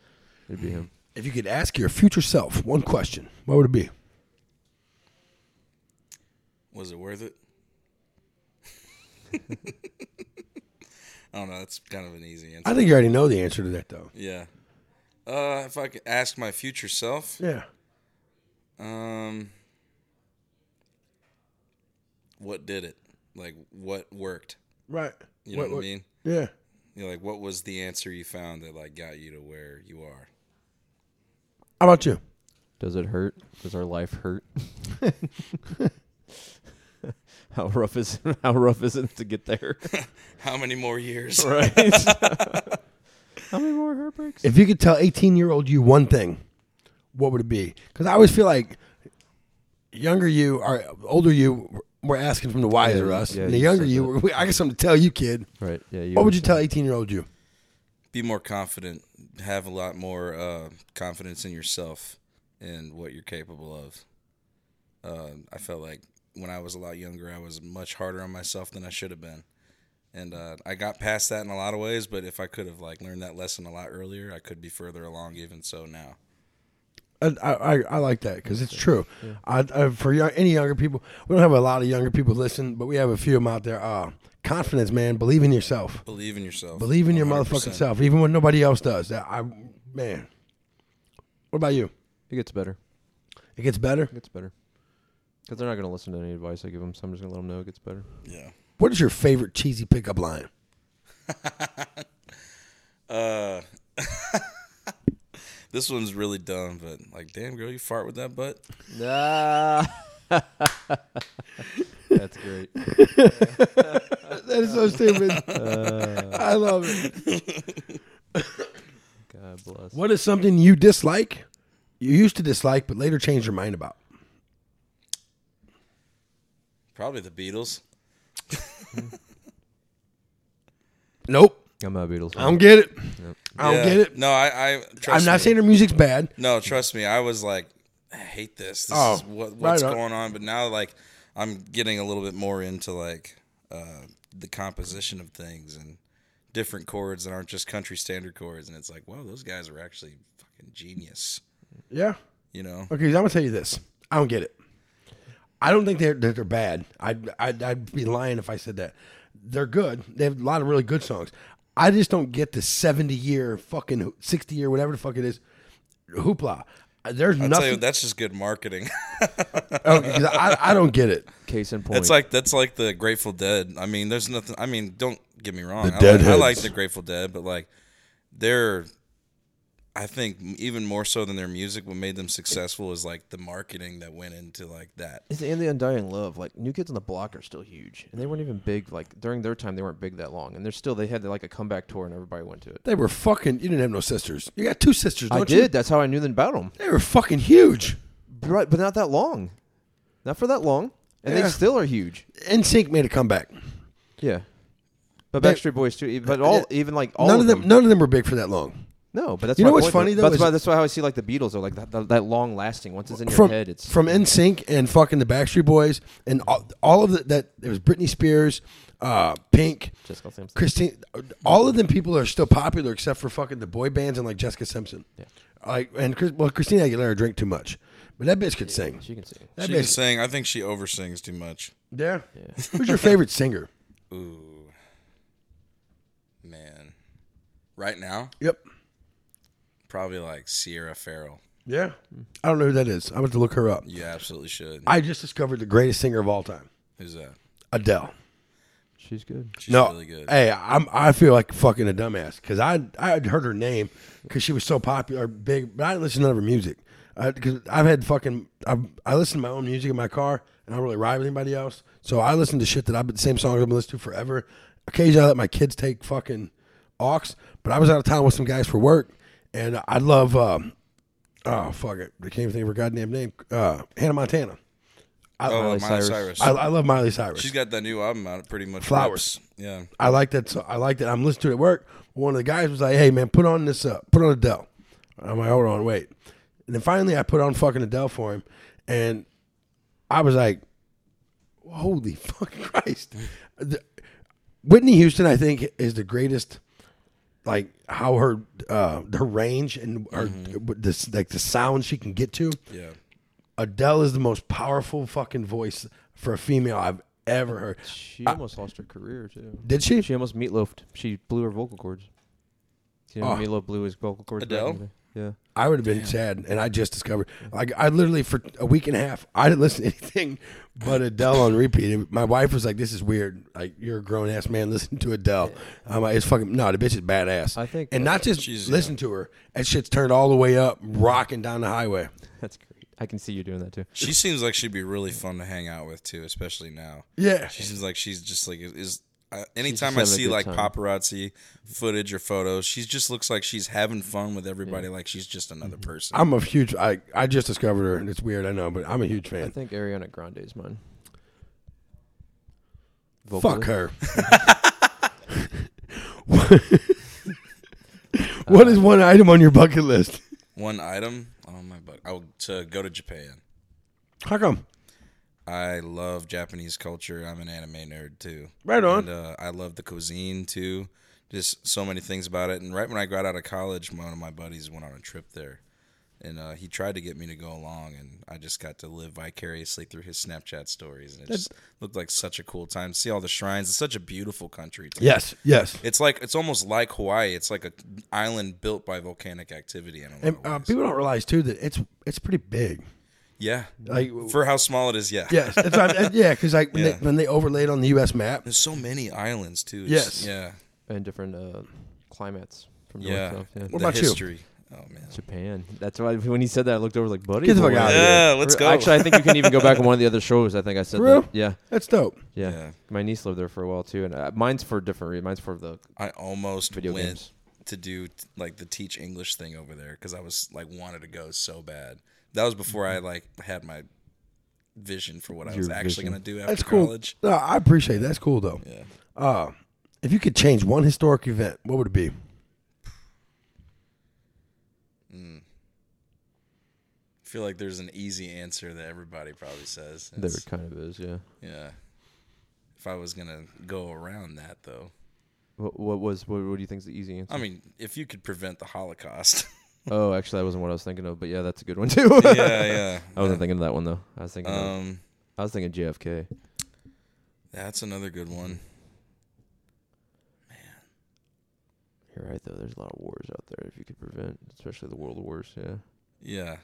it'd be him. If you could ask your future self one question, what would it be? Was it worth it? [LAUGHS] I don't know. That's kind of an easy answer. I think you already know the answer to that, though. yeah. Uh, if I could ask my future self, Yeah. um, what did it? Like, what worked? Right. You know what I mean? Yeah. You're like, what was the answer you found that like got you to where you are? How about you? [CLEARS THROAT] Does it hurt? Does our life [LAUGHS] hurt? how rough is how rough is it to get there? How many more years? [LAUGHS] Right. how many more heartbreaks? If you could tell 18 year old you one thing, what would it be? Because I always feel like younger you or older you, we're asking from the wiser us. yeah, and the you younger said you, we, I got something to tell you, kid. Right. Yeah. What would you understand. tell 18 year old you? Be more confident. Have a lot more uh, confidence in yourself and what you're capable of. Uh, I felt like when I was a lot younger, I was much harder on myself than I should have been, and uh, I got past that in a lot of ways. But if I could have like learned that lesson a lot earlier, I could be further along. Even so, now. I, I, I- I like that because it's true. I, I, for young, any younger people, we don't have a lot of younger people listen, but we have a few of them out there. Uh, confidence, man. Believe in yourself. Believe in yourself. Believe in your 100%. motherfucking self, even when nobody else does. That I, man. What about you? It gets better. It gets better. It gets better. Because they're not gonna listen to any advice I give them, so I'm just gonna let them know it gets better. Yeah. What is your favorite cheesy pickup line? Uh, [LAUGHS] this one's really dumb, but like, damn girl, you fart with that butt. Nah. [LAUGHS] That's great. That is so [LAUGHS] stupid. Uh, I love it. God bless. What is something you dislike, you used to dislike, but later changed your mind about? Probably the Beatles. Nope. I'm not a Beatles. I Fan. don't get it. Yep. I don't Yeah. get it. No, I. I I'm trust not me. saying their music's bad. No, trust me. I was like, I hate this. This Oh, is what, right what's on. going on. But now, like, I'm getting a little bit more into like uh, the composition of things and different chords that aren't just country standard chords. And it's like, wow, those guys are actually fucking genius. Yeah. You know? Okay, I'm gonna tell you this. I don't get it. I don't think they're that they're bad. I'd, I'd I'd be lying if I said that. They're good. They have a lot of really good songs. I just don't get the 70 year fucking 60 year whatever the fuck it is hoopla. There's I'll tell you, nothing. that's just good marketing. [LAUGHS] okay, 'cause I, I don't get it. Case in point. That's like that's like the Grateful Dead. I mean, there's nothing. I mean, don't get me wrong. I, like, I Deadheads. like the Grateful Dead, but like, they're, I think even more so than their music, what made them successful is like the marketing that went into like that. It's and the Undying Love. Like New Kids on the Block are still huge, and they weren't even big. Like during their time, they weren't big that long, and they're still they had like a comeback tour, and everybody went to it. They were fucking. You didn't have no sisters. You got two sisters. Don't I you? did. That's how I knew them about them. They were fucking huge. Right, but not that long, not for that long, and Yeah. they still are huge. NSYNC made a comeback. Yeah, but They- Backstreet Boys too. e- But all even like all none of them. None of them were big for that long. No, but that's You my know what's point, funny, though, That's is- why that's why how I see like the Beatles are like that, that, that long lasting. Once it's in your from head, it's from NSYNC and fucking the Backstreet Boys and all, all of the, that. It was Britney Spears, uh, Pink, Jessica Simpson. Christine. All of them people are still popular except for fucking the boy bands and like Jessica Simpson. Yeah. Like and Chris, well, Christina Aguilera drank too much, but that bitch could sing. she can sing. That She was bitch, saying, I think she oversings too much. yeah. Who's your favorite [LAUGHS] singer? Ooh, man. Right now, Yep. probably like Sierra Farrell. Yeah. I don't know who that is. I'm going to look her up. You absolutely should. I just discovered the greatest singer of all time, Who's that? Adele. She's good. She's no, really good. hey, I'm I feel like fucking a dumbass because I I had heard her name because she was so popular, big, but I didn't listen to none of her music because I've had fucking I I listen to my own music in my car and I don't really ride with anybody else, so I listen to shit that I've been same songs I've been listening to forever. Occasionally, I let my kids take fucking aux, but I was out of town with some guys for work, and I love um, oh fuck it, I can't even think of her goddamn name, uh, Hannah Montana. oh, Miley Miley Cyrus. Cyrus. I, I love Miley Cyrus. She's got that new album out. It pretty much Flowers. rips. Yeah. I like that. So I like that. I'm listening to it at work. One of the guys was like, "Hey man, put on this up. Put on Adele." I'm like, "Hold on, wait." And then finally, I put on fucking Adele for him, and I was like, "Holy [LAUGHS] fucking Christ!" The- Whitney Houston, I think, is the greatest. Like how her uh, her range and her this like the sound she can get to. Yeah. Adele is the most powerful fucking voice for a female I've ever heard. She almost lost her career too. Did she? She almost meatloafed. She blew her vocal cords. You know, Oh. Meatloaf blew his vocal cords. back in Ah. Adele? the day. Yeah. [LAUGHS] I would have been sad, and I just discovered. Like I literally for a week and a half, I didn't listen to [LAUGHS] anything but Adele on repeat. And my wife was like, "This is weird. Like you're a grown ass man listening to Adele." I'm like, "It's fucking no. The bitch is badass." I think- and not just She's- listen to her. That shit's turned all the way up, rocking down the highway. That's great. I can see you doing that too. She seems like she'd be really fun to hang out with too, especially now. Yeah, She seems like she's just like is. Uh, anytime I having a see good like time. paparazzi footage or photos, she just looks like she's having fun with everybody. Like she's just another Mm-hmm. person. I'm a huge. I I just discovered her, and it's weird. I know, but I'm a huge I fan. think Ariana Grande is mine. Fuck Vocally. her. [LAUGHS] what is one item on your bucket list? One item on my butt. I would to go to Japan. How come? I love Japanese culture. I'm an anime nerd too. Right on. And, uh, I love the cuisine too. Just so many things about it. And right when I got out of college, one of my buddies went on a trip there, and uh, he tried to get me to go along, and I just got to live vicariously through his Snapchat stories, and it just looked like such a cool time. See all the shrines. It's such a beautiful country. Too. Yes, yes. It's like it's almost like Hawaii. It's like a island built by volcanic activity. In a lot And of uh, ways. people don't realize too that it's it's pretty big. yeah. Like For how small it is, yeah. yes, it's not, yeah, because like when, Yeah. They, when they overlay it on the U.S. map, There's so many islands too. Yes. It's- Yeah. And different uh, climates from north Yeah. south. Yeah. What about the you? history. Oh man. Japan. That's why when he said that, I looked over like, buddy, Get the we're fuck way outta out here. of Yeah, let's We're- go. Actually, I think you can even go back on one of the other shows. I think I said For real? that. Yeah, that's dope. yeah, Yeah. My niece lived there for a while too, and uh, mine's for different reasons. Mine's for the I almost Video went games. to do t- like the teach English thing over there because I was like wanted to go so bad. That was before I like had my vision for what I was Your actually vision. gonna do after That's cool. college. No, I appreciate it. that's cool though. Yeah. Uh, if you could change one historic event, what would it be? I feel like there's an easy answer that everybody probably says. there It's- it kind of is. Yeah. Yeah. If I was gonna go around that though, What, what was what, what do you think is the easy answer? I mean, if you could prevent [LAUGHS] the Holocaust. oh, actually, that wasn't what I was thinking of, but yeah, that's a good one too. yeah, yeah. [LAUGHS] I wasn't thinking of that one though. I was thinking of, Um, I was thinking JFK. that's another good one. You're right though. There's a lot of wars out there if you could prevent, especially the world wars. Yeah. Mm-hmm. Yeah.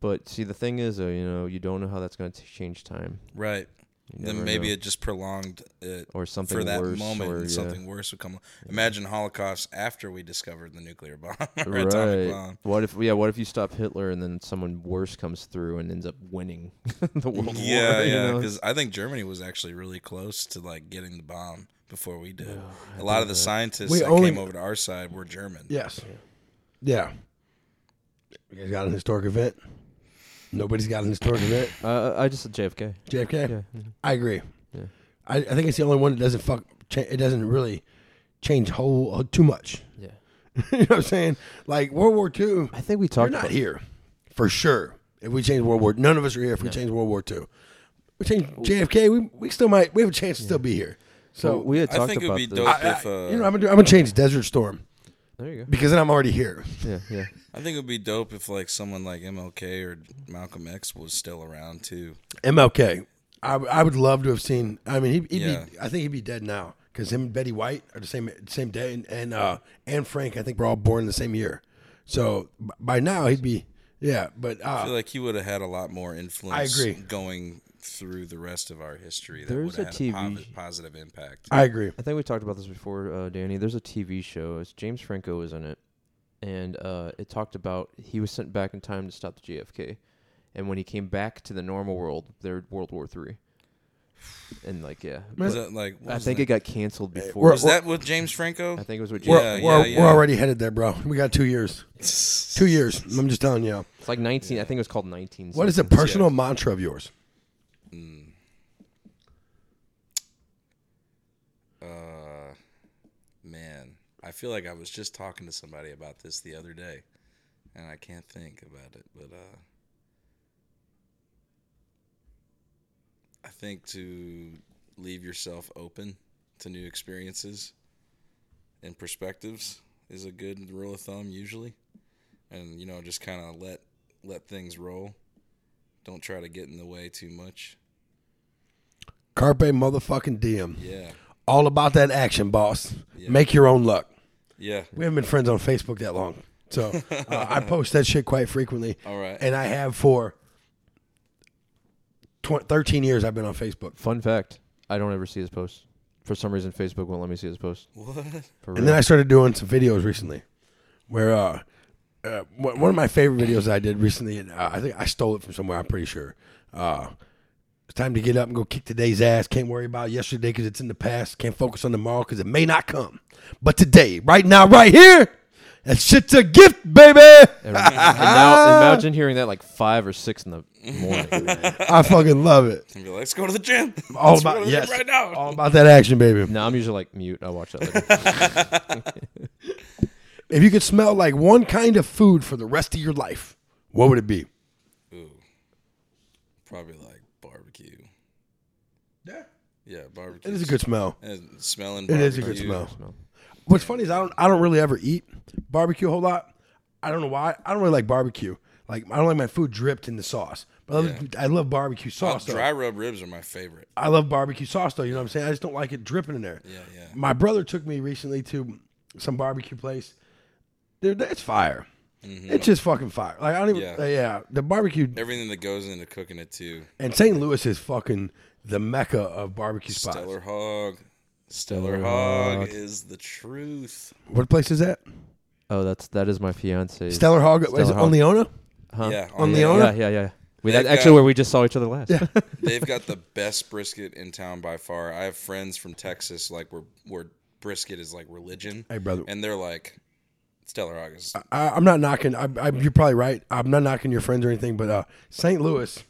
But see, the thing is, though, you know, you don't know how that's going to change time. Right. You Then never maybe know. it just prolonged it or something for that worse, moment or, and yeah. something worse would come. al- Imagine Holocaust after we discovered the nuclear bomb [LAUGHS] or atomic Right. bomb. What if yeah? What if you stop Hitler and then someone worse comes through and ends up winning [LAUGHS] the world [LAUGHS] yeah, war? you yeah. know? Because I think Germany was actually really close to like getting the bomb before we did. A lot of the scientists We that only- came over to our side were German. Yes. Yeah. You guys got an historic event? Nobody's got an historic event. Uh, I just said JFK. JFK. Yeah. I agree. Yeah. I, I think it's the only one that doesn't fuck. Cha- it doesn't really change whole uh, too much. [LAUGHS] Yeah. you know what I'm saying? Like World War II, I think we we're talked. not about, here for sure. If we change World War, none of us are here. If we change World War II, we change JFK. We, we still might. We have a chance to still be here. So well, we had I talked think it about would be this. dope I- I- if uh, you know, I'm gonna do, I'm gonna change Desert Storm There you go. because then I'm already here. Yeah, yeah. I think it would be dope if like someone like MLK or Malcolm X was still around too. MLK. I, w- I would love to have seen. I mean, he'd, he'd Yeah. be. I think he'd be dead now because him and Betty White are the same same day, and and, uh, and Frank. I think we're all born the same year, so b- by now he'd be. Yeah, but I feel uh, like he would have had a lot more influence. agree. Going through the rest of our history, that There's would have had a a TV posi- positive impact. I agree. I think we talked about this before, uh, Danny. There's a TV show. It's James Franco was in it, and uh, it talked about he was sent back in time to stop the JFK, and when he came back to the normal world, they're World War Three, and like yeah, Was but that like? what I was think that? it got canceled before. we're- was that with James Franco? I think it was with We're, JFK. yeah, we're, yeah. we're already headed there, bro. We got two [LAUGHS] years. Two years. I'm just telling you. It's like 19. I think it was called 19. What is a something. personal mantra of yours? Mm. Uh, man, I feel like I was just talking to somebody about this the other day, and I can't think about it. But uh, I think to leave yourself open to new experiences and perspectives is a good rule of thumb usually, and you know just kind of let let things roll. Don't try to get in the way too much. Carpe motherfucking diem. Yeah, All about that action, boss. Make your own luck. yeah. We haven't been friends on Facebook that long. [LAUGHS] So uh, I post that shit quite frequently. All right. And I have for tw- 13 years I've been on Facebook. Fun fact: I don't ever see his posts. For some reason, Facebook won't let me see his posts. What? For And then I started doing some videos recently where uh, uh, one one of my favorite videos I did recently, and uh, I think I stole it from somewhere, I'm pretty sure. Uh, it's time to get up and go kick today's ass. Can't worry about yesterday because it's in the past. Can't focus on tomorrow because it may not come. But today, right now, right here, that shit's a gift, baby. and, and now imagine hearing that like five or six in the [LAUGHS] morning. I fucking love it. And be like, let's go to the gym. All Let's go about to the gym Oh, yes, right now. all about that action, baby. now I'm usually like mute. I'll watch that later. If you could smell like one kind of food for the rest of your life, what would it be? Oh. Probably like barbecue. Yeah, Yeah, barbecue. it is a good smell. And smelling. It Barbecue. is a good smell. What's funny is I don't I don't really ever eat barbecue a whole lot. I don't know why. I don't really like barbecue. Like I don't like my food dripped in the sauce. But I love, I love barbecue sauce. though. Dry rub ribs are my favorite. I love barbecue sauce though. You know what I'm saying? I just don't like it dripping in there. Yeah, yeah. My brother took me recently to some barbecue place. Dude, that's fire. It's just fucking fire. Like I don't even. Mm-hmm. Yeah. Yeah, the barbecue Everything that goes into cooking it too. and St. Louis is fucking the mecca of barbecue spots. Stellar hog. Stellar, Stellar hog, Hog. is the truth. What place is that? Oh, that's that is my fiance. Stellar Hog. Is it Hog. on Leona? Yeah, On the Leona? Yeah, yeah, yeah. We, that, They've actually, got- where we just saw each other last. They've got the best brisket in town by far. I have friends from Texas like where where brisket is like religion. Hey, brother. Uh, And they're like Stellar Hog is I, I'm not knocking. I, I, you're probably right. I'm not knocking your friends or anything, but uh, St. Louis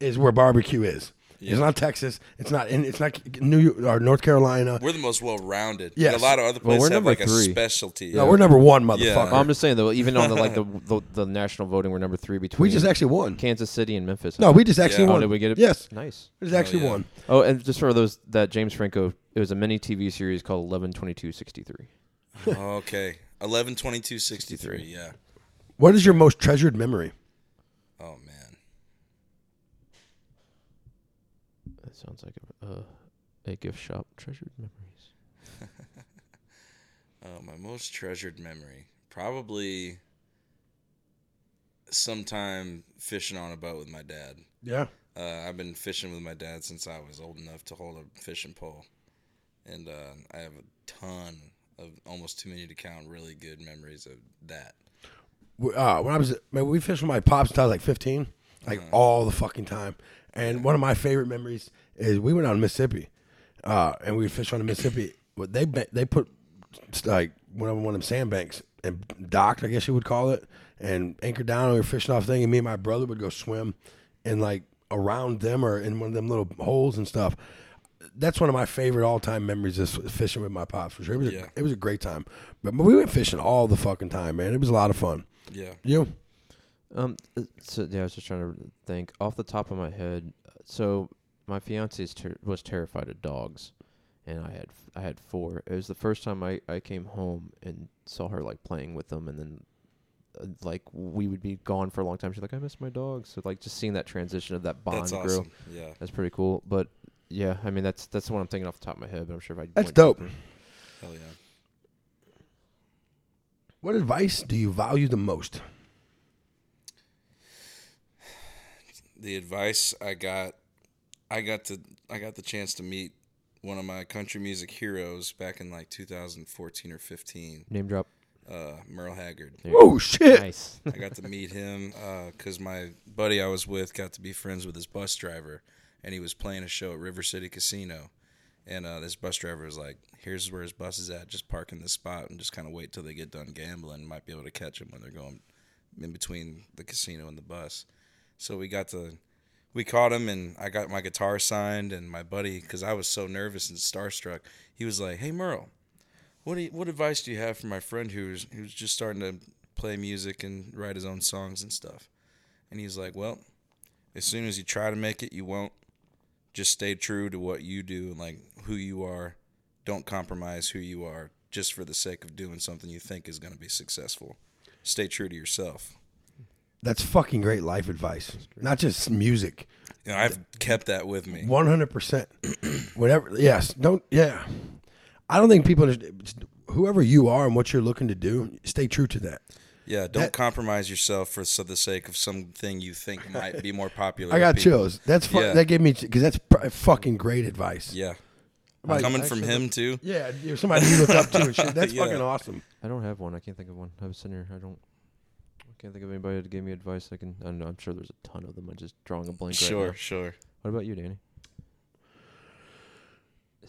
is where barbecue is. It's not Texas. It's not. And it's not New York or North Carolina. we're the most well rounded. Yeah, A Yes. lot of other Well, we're places have number like three. a specialty. no, we're number one, motherfucker. Yeah. I'm just saying though, even on the like the, the the national voting, we're number three between. we just actually won. Kansas City and Memphis. No, we just actually Yeah. Oh, won. oh, did we get it? Yes, nice. we just actually yeah. won. Oh, and just for those that James Franco, it was a mini TV series called Eleven Twenty Two Sixty Three. [LAUGHS] okay. 11 22 63. Yeah. What is your most treasured memory? Oh man. That sounds like a, uh, a gift shop treasured memories. Uh, my most treasured memory, probably sometime fishing on a boat with my dad. Yeah. Uh, I've been fishing with my dad since I was old enough to hold a fishing pole, and uh, I have a ton of almost too many to count. Really good memories of that. we- uh, when I was man, we fished with my pops until I was like 15, like all the fucking time. And one of my favorite memories is we went out in Mississippi, uh, and we fished on the Mississippi. But they ba- they put like one of one of them sandbanks and docked, I guess you would call it, and anchored down. And we were fishing off thing, and me and my brother would go swim and like around them or in one of them little holes and stuff. That's one of my favorite all time memories is fishing with my pops for sure. It was, Yeah. a, it was a great time. But we went fishing all the fucking time, man. It was a lot of fun. Yeah. You? Um, uh, so yeah, I was just trying to think off the top of my head. uh, So my fiance is ter- was terrified of dogs, and I had I had four. It was the first time I I came home and saw her like playing with them, and then uh, like we would be gone for a long time. She's like, I miss my dogs. So like just seeing that transition of that bond That's grow, awesome. Yeah. that's pretty cool. But yeah, I mean that's that's the one I'm thinking off the top of my head. But I'm sure if I That's went dope. deeper- Hell yeah. What advice do you value the most? the advice I got I got to I got the chance to meet one of my country music heroes back in like 2014 or 15, [LAUGHS] name drop. uh, Merle Haggard. Oh shit! Nice. I got to meet him because my buddy I was with got to be friends with his bus driver, and he was playing a show at River City Casino. And uh, this bus driver was like, "Here's where his bus is at. Just park in this spot and just kind of wait till they get done gambling. Might be able to catch them when they're going in between the casino and the bus." So we got to, we caught him, and I got my guitar signed. And my buddy, because I was so nervous and starstruck, he was like, "Hey, Merle, what do you, what advice do you have for my friend who's who's just starting to play music and write his own songs and stuff? And he's like, well, as soon as you try to make it, you won't. Just stay true to what you do and like who you are. Don't compromise who you are just for the sake of doing something you think is going to be successful. Stay true to yourself. That's fucking great life advice. Not just music. You know, I've kept that with me. One hundred percent. Whatever. Yes. Don't. Yeah. I don't think people. Understand, whoever you are and what you're looking to do, stay true to that. Yeah, don't That- compromise yourself for so the sake of something you think might be more popular. I with got people. chills. That's fu- Yeah. that gave me because that's pr- fucking great advice. Yeah, Like, coming from actually- him too. Yeah, you're somebody you look up to and shit. That's [LAUGHS] Yeah. fucking awesome. I don't have one. I can't think of one. I was sitting here. I don't. I can't think of anybody that gave me advice. I can. I don't know. I'm sure there's a ton of them. I'm just drawing a blank. Sure, Right now. sure. What about you, Danny?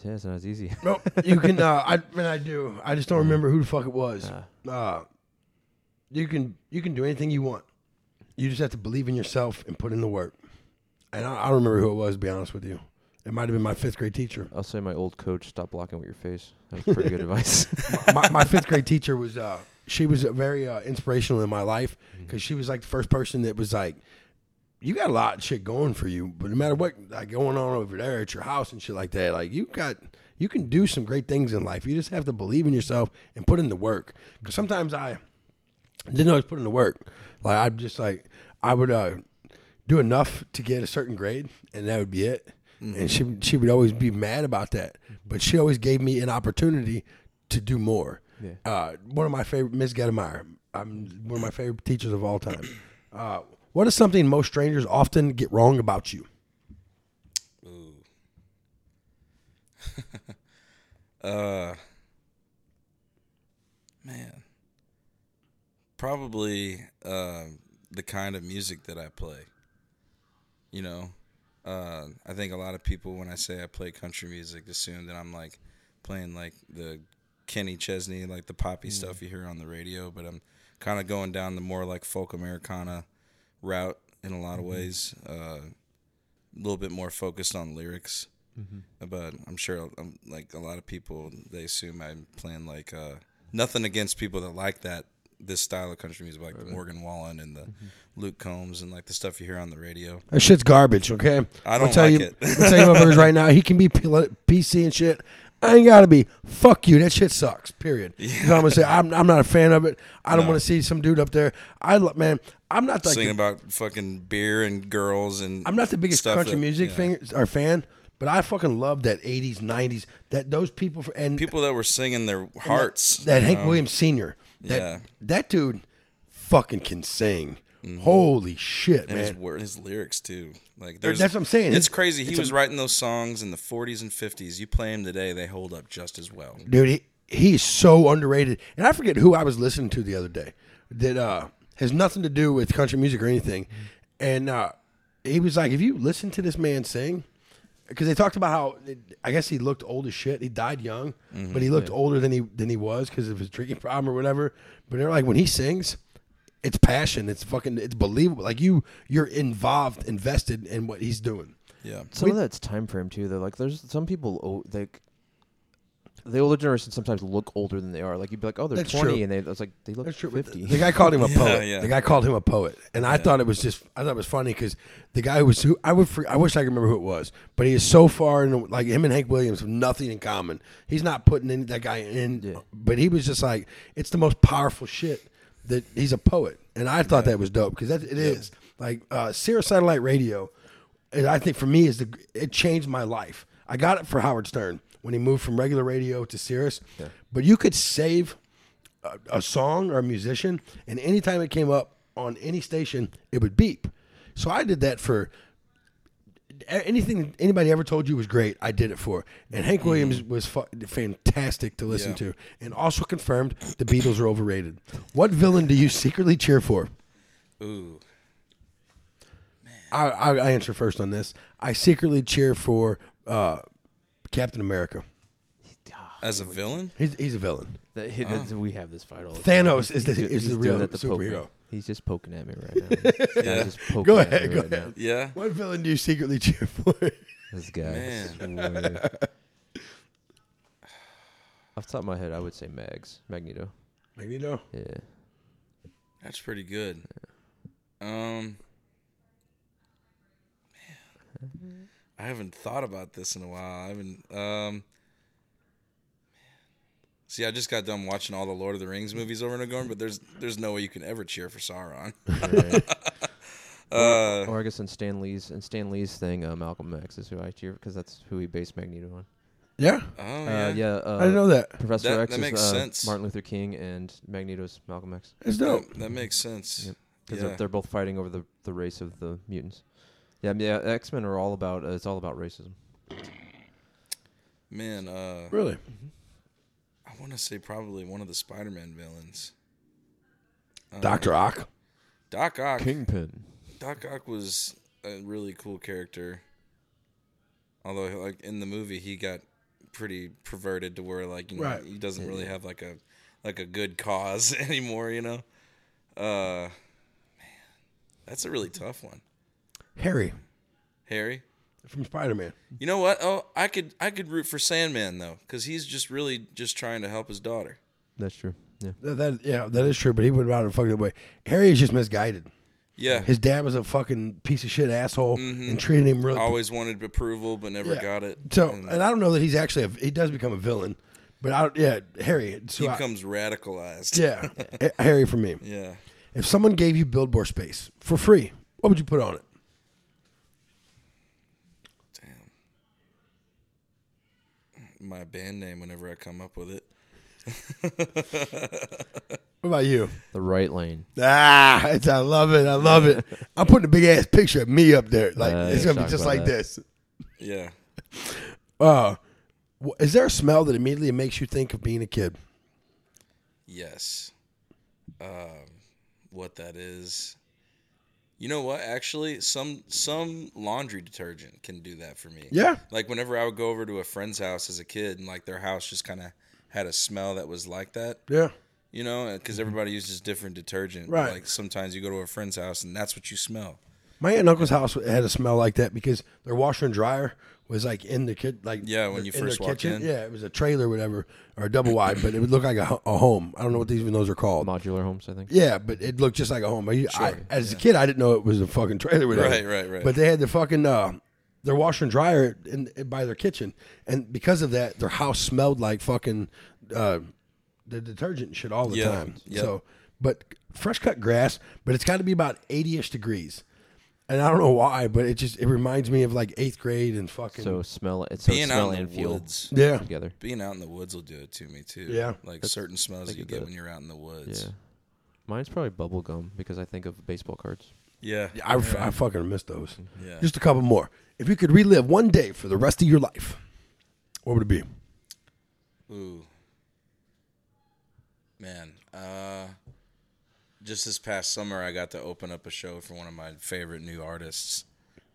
Yeah, it's not as easy. No, you can. Uh, I when I do, I just don't Mm. remember who the fuck it was. Uh, you can you can do anything you want. You just have to believe in yourself and put in the work. And I, I don't remember who it was. To be honest with you, it might have been my fifth grade teacher. [LAUGHS] I'll say my old coach. Stop blocking with your face. That was pretty [LAUGHS] good advice. my, my fifth grade teacher was uh, she was very uh, inspirational in my life because she was like the first person that was like you got a lot of shit going for you but no matter what like going on over there at your house and shit like that like you got you can do some great things in life you just have to believe in yourself and put in the work because sometimes i didn't always put in the work like i'm just like i would uh, do enough to get a certain grade and that would be it and she she would always be mad about that but she always gave me an opportunity to do more Yeah. uh, one of my favorite Miss Gettemeyer. I'm one of my favorite teachers of all time. Uh, what is something most strangers often get wrong about you? Uh, man, probably um the kind of music that I play. You know, uh, I think a lot of people when I say I play country music assume that I'm like playing like the Kenny Chesney, like the poppy stuff you hear on the radio, but I'm kind of going down the more like folk Americana route in a lot of ways. Uh, a little bit more focused on lyrics but I'm sure um like a lot of people they assume I'm playing like uh, nothing against people that like that this style of country music like the Morgan Wallen and the Mm-hmm. Luke Combs and like the stuff you hear on the radio. That shit's garbage. Okay, I I'll don't tell like you, it. I'll tell you, motherfuckers, right now, he can be P- PC and shit. I ain't gotta be. Fuck you. That shit sucks. Period. You know what I'm gonna say? I'm, I'm not a fan of it. I don't want to see some dude up there. I lo- man, I'm not like Singing about fucking beer and girls and I'm not the biggest stuff country that- music yeah. fan or fan, but I fucking love that '80s, '90s. That those people for, and People that were singing their hearts. That Hank Williams Sr. That Um, Yeah. that dude fucking can sing. Holy shit, and his man. word, his lyrics too. Like That's there's, what I'm saying. It's It's- crazy. He was writing those songs in the 40s and 50s. You play them today, they hold up just as well. Dude, he, he's so underrated. And I forget who I was listening to the other day that uh has nothing to do with country music or anything. And uh he was like, if you listen to this man sing, because they talked about how I guess he looked old as shit. He died young, but he looked older than he than he was because of his drinking problem or whatever. But they're like, when he sings, it's passion. It's fucking. It's believable. Like you, you're involved, invested in what he's doing. Yeah. some of that's time frame too though like there's some people oh, like the older generation sometimes look older than they are like you'd be like oh they're That's 20 true. and they it's like they look That's true. but 50 The guy called him a poet. [LAUGHS] yeah. The guy called him a poet, and I thought it was just I thought it was funny because the guy who was who I would fr- I wish I could remember who it was, but he is so far in like him and Hank Williams have nothing in common. He's not putting any, that guy in, but he was just like it's the most powerful shit that he's a poet, and I thought that was dope because that it is like uh, Sirius Satellite Radio. And I think for me is the it changed my life. I got it for Howard Stern when he moved from regular radio to Sirius, but you could save a, a song or a musician, and anytime it came up on any station, it would beep. So I did that for a- anything that anybody ever told you was great. I did it for, and Hank Williams was fu- fantastic to listen Yeah. to, and also confirmed the Beatles are overrated. What villain do you secretly cheer for? Ooh. I, I, I answer first on this. I secretly cheer for uh, Captain America. As a villain? He's, he's a villain. That- he- that's- we have this fight all the time. Thanos is the, He's is the doing real it to poke me. superhero. he's just poking at me right now [LAUGHS] yeah. just poking Go at me ahead, go right ahead. now. Yeah. What villain do you secretly [LAUGHS] cheer for? this guy is [LAUGHS] way- off the top of my head I would say Mags Magneto Magneto. yeah That's pretty good. Um, man, I haven't thought about this in a while. I haven't. Um, see, I just got done watching all the Lord of the Rings movies over and over, but there's there's no way you can ever cheer for Sauron. [LAUGHS] [LAUGHS] uh, or I guess in Stan Lee's in Stan Lee's thing uh, Malcolm X is who I cheer because that's who he based Magneto on Yeah, Oh yeah. Uh, yeah. Uh, I didn't know that. Professor That- X that is makes uh, sense. Martin Luther King, and Magneto's Malcolm X. It's dope. That, that makes sense. Yep. Because Yeah. they're, they're both fighting over the, the race of the mutants. Yeah, I mean, yeah. X Men are all about uh, it's all about racism. Man, uh, Really? I want to say probably one of the Spider-Man villains. Doctor Ock. Doc Ock. Kingpin. Doc Ock was a really cool character. Although, like in the movie, he got pretty perverted to where like you know Right. he doesn't really have like a like a good cause [LAUGHS] anymore. You know, uh, man, that's a really tough one, Harry Harry. from Spider Man. You know what? Oh, I could I could root for Sandman though, because he's just really just trying to help his daughter. That's true. Yeah. That, that- yeah, that is true. But he would have fucked it away. Harry is just misguided. Yeah, His dad was a fucking piece of shit asshole and treated him really. Mm-hmm. always wanted approval but never Yeah. got it. So, uh, And and I don't know that he's actually a, he does become a villain, but I don't- yeah, Harry. So he I- becomes [LAUGHS] radicalized. yeah, Ha- Harry for me. yeah. If someone gave you billboard space for free, what would you put on it? Damn. My band name whenever I come up with it. What about you? [LAUGHS] The right lane. Ah, it's, I love it. I love it. I'm putting a big ass picture of me up there. Like Uh, it's gonna be shocked just by like that. this. Yeah. Uh, wh- is there a smell that immediately makes you think of being a kid? Yes. Um, what that is. You know what? Actually, some some laundry detergent can do that for me. Yeah. Like whenever I would go over to a friend's house as a kid, and like their house just kind of had a smell that was like that. Yeah. You know, because everybody uses different detergent. but, Right. Like sometimes you go to a friend's house and that's what you smell. My aunt and uncle's house had a smell like that because their washer and dryer was like in the kid, like Yeah, when you in their first walk kitchen. in. Yeah, it was a trailer, or whatever, or a double wide, but it would look like a, ho- a home. I don't know what these even those are called. Modular homes, I think. Yeah, but it looked just like a home. I, I, as a kid, I didn't know it was a fucking trailer. or Whatever. Right, right, right. But they had the fucking uh, their washer and dryer in, in- by their kitchen, and because of that, their house smelled like fucking uh, the detergent and shit all the Yeah, time. yeah. So, but fresh cut grass, but it's got to be about eighty ish degrees, and I don't know why, but it just it reminds me of like eighth grade and fucking So smell it. So Being out smell in and the feel woods. yeah. together. Being out in the woods will do it to me too. Yeah. Like certain smells that you could get do it. when you're out in the woods. Yeah. Mine's probably bubble gum because I think of baseball cards. Yeah. Yeah, I, I fucking miss those. Yeah. Just a couple more. If you could relive one day for the rest of your life, what would it be? Ooh. Man, uh just this past summer I got to open up a show for one of my favorite new artists,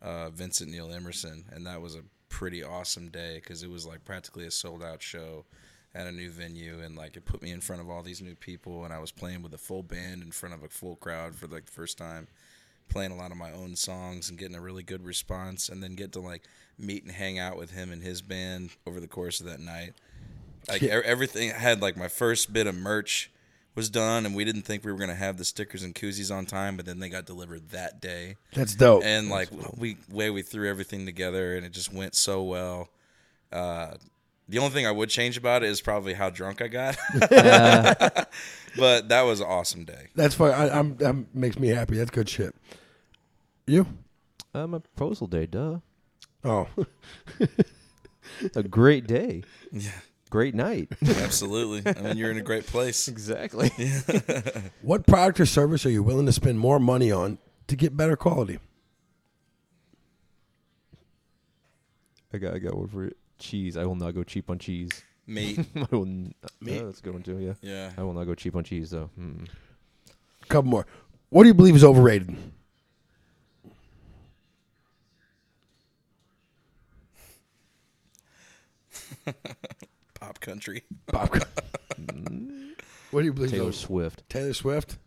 uh Vincent Neil Emerson, and that was a pretty awesome day cuz it was like practically a sold out show at a new venue and like it put me in front of all these new people and I was playing with a full band in front of a full crowd for like the first time playing a lot of my own songs and getting a really good response and then get to like meet and hang out with him and his band over the course of that night like e everything I had like my first bit of merch was done and we didn't think we were going to have the stickers and koozies on time but then they got delivered that day That's dope. and like we way we threw everything together and it just went so well uh the only thing I would change about it is probably how drunk I got, [LAUGHS] but that was an awesome day. That's fine. I, I'm that makes me happy. That's good shit. You? Uh, my proposal day, duh. Oh, [LAUGHS] A great day. Yeah. Great [LAUGHS] night. Absolutely, I mean you're in a great place. [LAUGHS] exactly. [LAUGHS] what product or service are you willing to spend more money on to get better quality? I got I got one for it. Cheese. I will not go cheap on cheese. [LAUGHS] [LAUGHS] Meat, I will. N- Me- oh, that's a good one too. Yeah. yeah. I will not go cheap on cheese though. Mm. couple more. What do you believe is overrated? Pop country. Popcorn. [LAUGHS] what do you believe? Taylor those- Swift. Taylor Swift.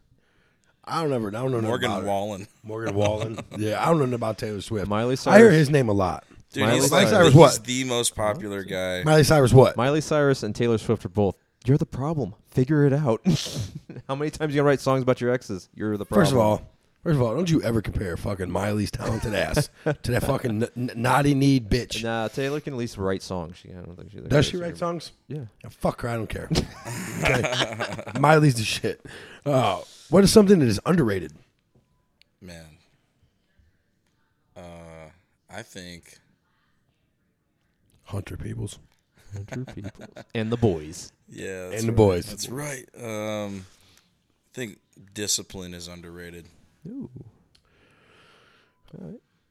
I don't ever. I don't know. nothing about Morgan her. Wallen. Morgan Wallen. [LAUGHS] yeah, I don't know nothing about Taylor Swift. Miley I hear Cyrus. his name a lot. Dude, Miley he's, Cyrus. like, Miley Cyrus he's what? the most popular guy. Miley Cyrus. What? Miley Cyrus and Taylor Swift are both. You're the problem. Figure it out. [LAUGHS] How many times you gonna write songs about your exes? You're the problem. First of all, first of all, don't you ever compare fucking Miley's talented ass to that fucking n- n- naughty need bitch. Nah, Taylor can at least write songs. She, I don't think she Does she write songs? [LAUGHS] Yeah. Yeah, fuck her. I don't care. Okay. Miley's the shit. Uh, what is something that is underrated? Man. Uh, I think Hunter Peoples. Andrew Peoples and the boys. Yeah, that's and the right. boys. That's right. Um, I think discipline is underrated. Ooh.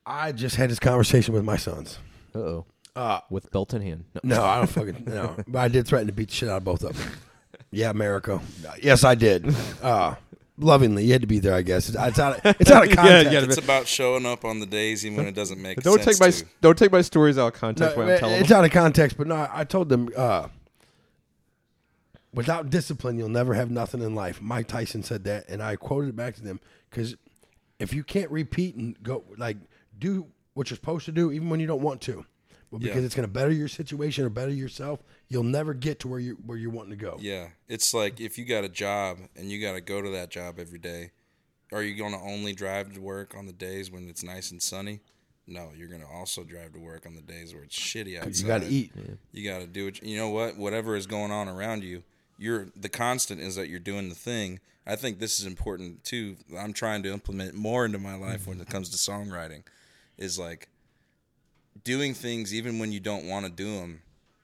I just had this conversation with my sons. Uh oh. Uh, With belt in hand. No. No, I don't fucking no. But I did threaten to beat the shit out of both of them. Yeah, America. Yes, I did. Uh, lovingly, you had to be there. I guess it's, it's out. Of, it's out of [LAUGHS] Yeah, context. yeah, It's about showing up on the days even when it doesn't make [LAUGHS] Don't sense. take my to. don't take my stories out of No, context when I'm it- [LAUGHS] telling it's them. out of context. But no, I told them uh, without discipline, you'll never have nothing in life. Mike Tyson said that, and I quoted it back to them because if you can't repeat and go like do what you're supposed to do, even when you don't want to. But because Yeah. it's going to better your situation or better yourself, you'll never get to where you where you're wanting to go. Yeah, it's like if you got a job and you got to go to that job every day, are you going to only drive to work on the days when it's nice and sunny? No, you're going to also drive to work on the days where it's shitty outside. You got to eat. You got to do it. You know what? Whatever is going on around you, you're the constant is that you're doing the thing. I think this is important too. I'm trying to implement more into my life when it comes to songwriting. Is like doing things even when you don't want to do them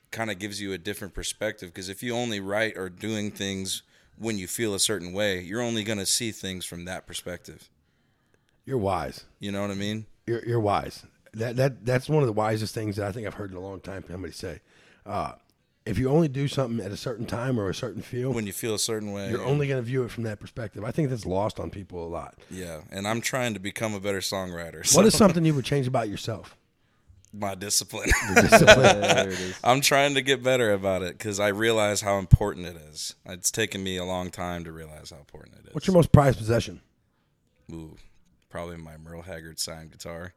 kind of gives you a different perspective because if you only write or doing things when you feel a certain way, you're only going to see things from that perspective. You're wise. You know what I mean? You're, you're wise. That that that's one of the wisest things that I think I've heard in a long time. Somebody say, uh, if you only do something at a certain time or a certain feel, When you feel a certain way. you're only going to view it from that perspective. I think that's lost on people a lot. yeah, and I'm trying to become a better songwriter. So What is something you would change about yourself? my discipline? [LAUGHS] there it is. I'm trying to get better about it because I realize how important it is. It's taken me a long time to realize how important it is. What's your most prized possession? Ooh, probably my Merle Haggard signed guitar.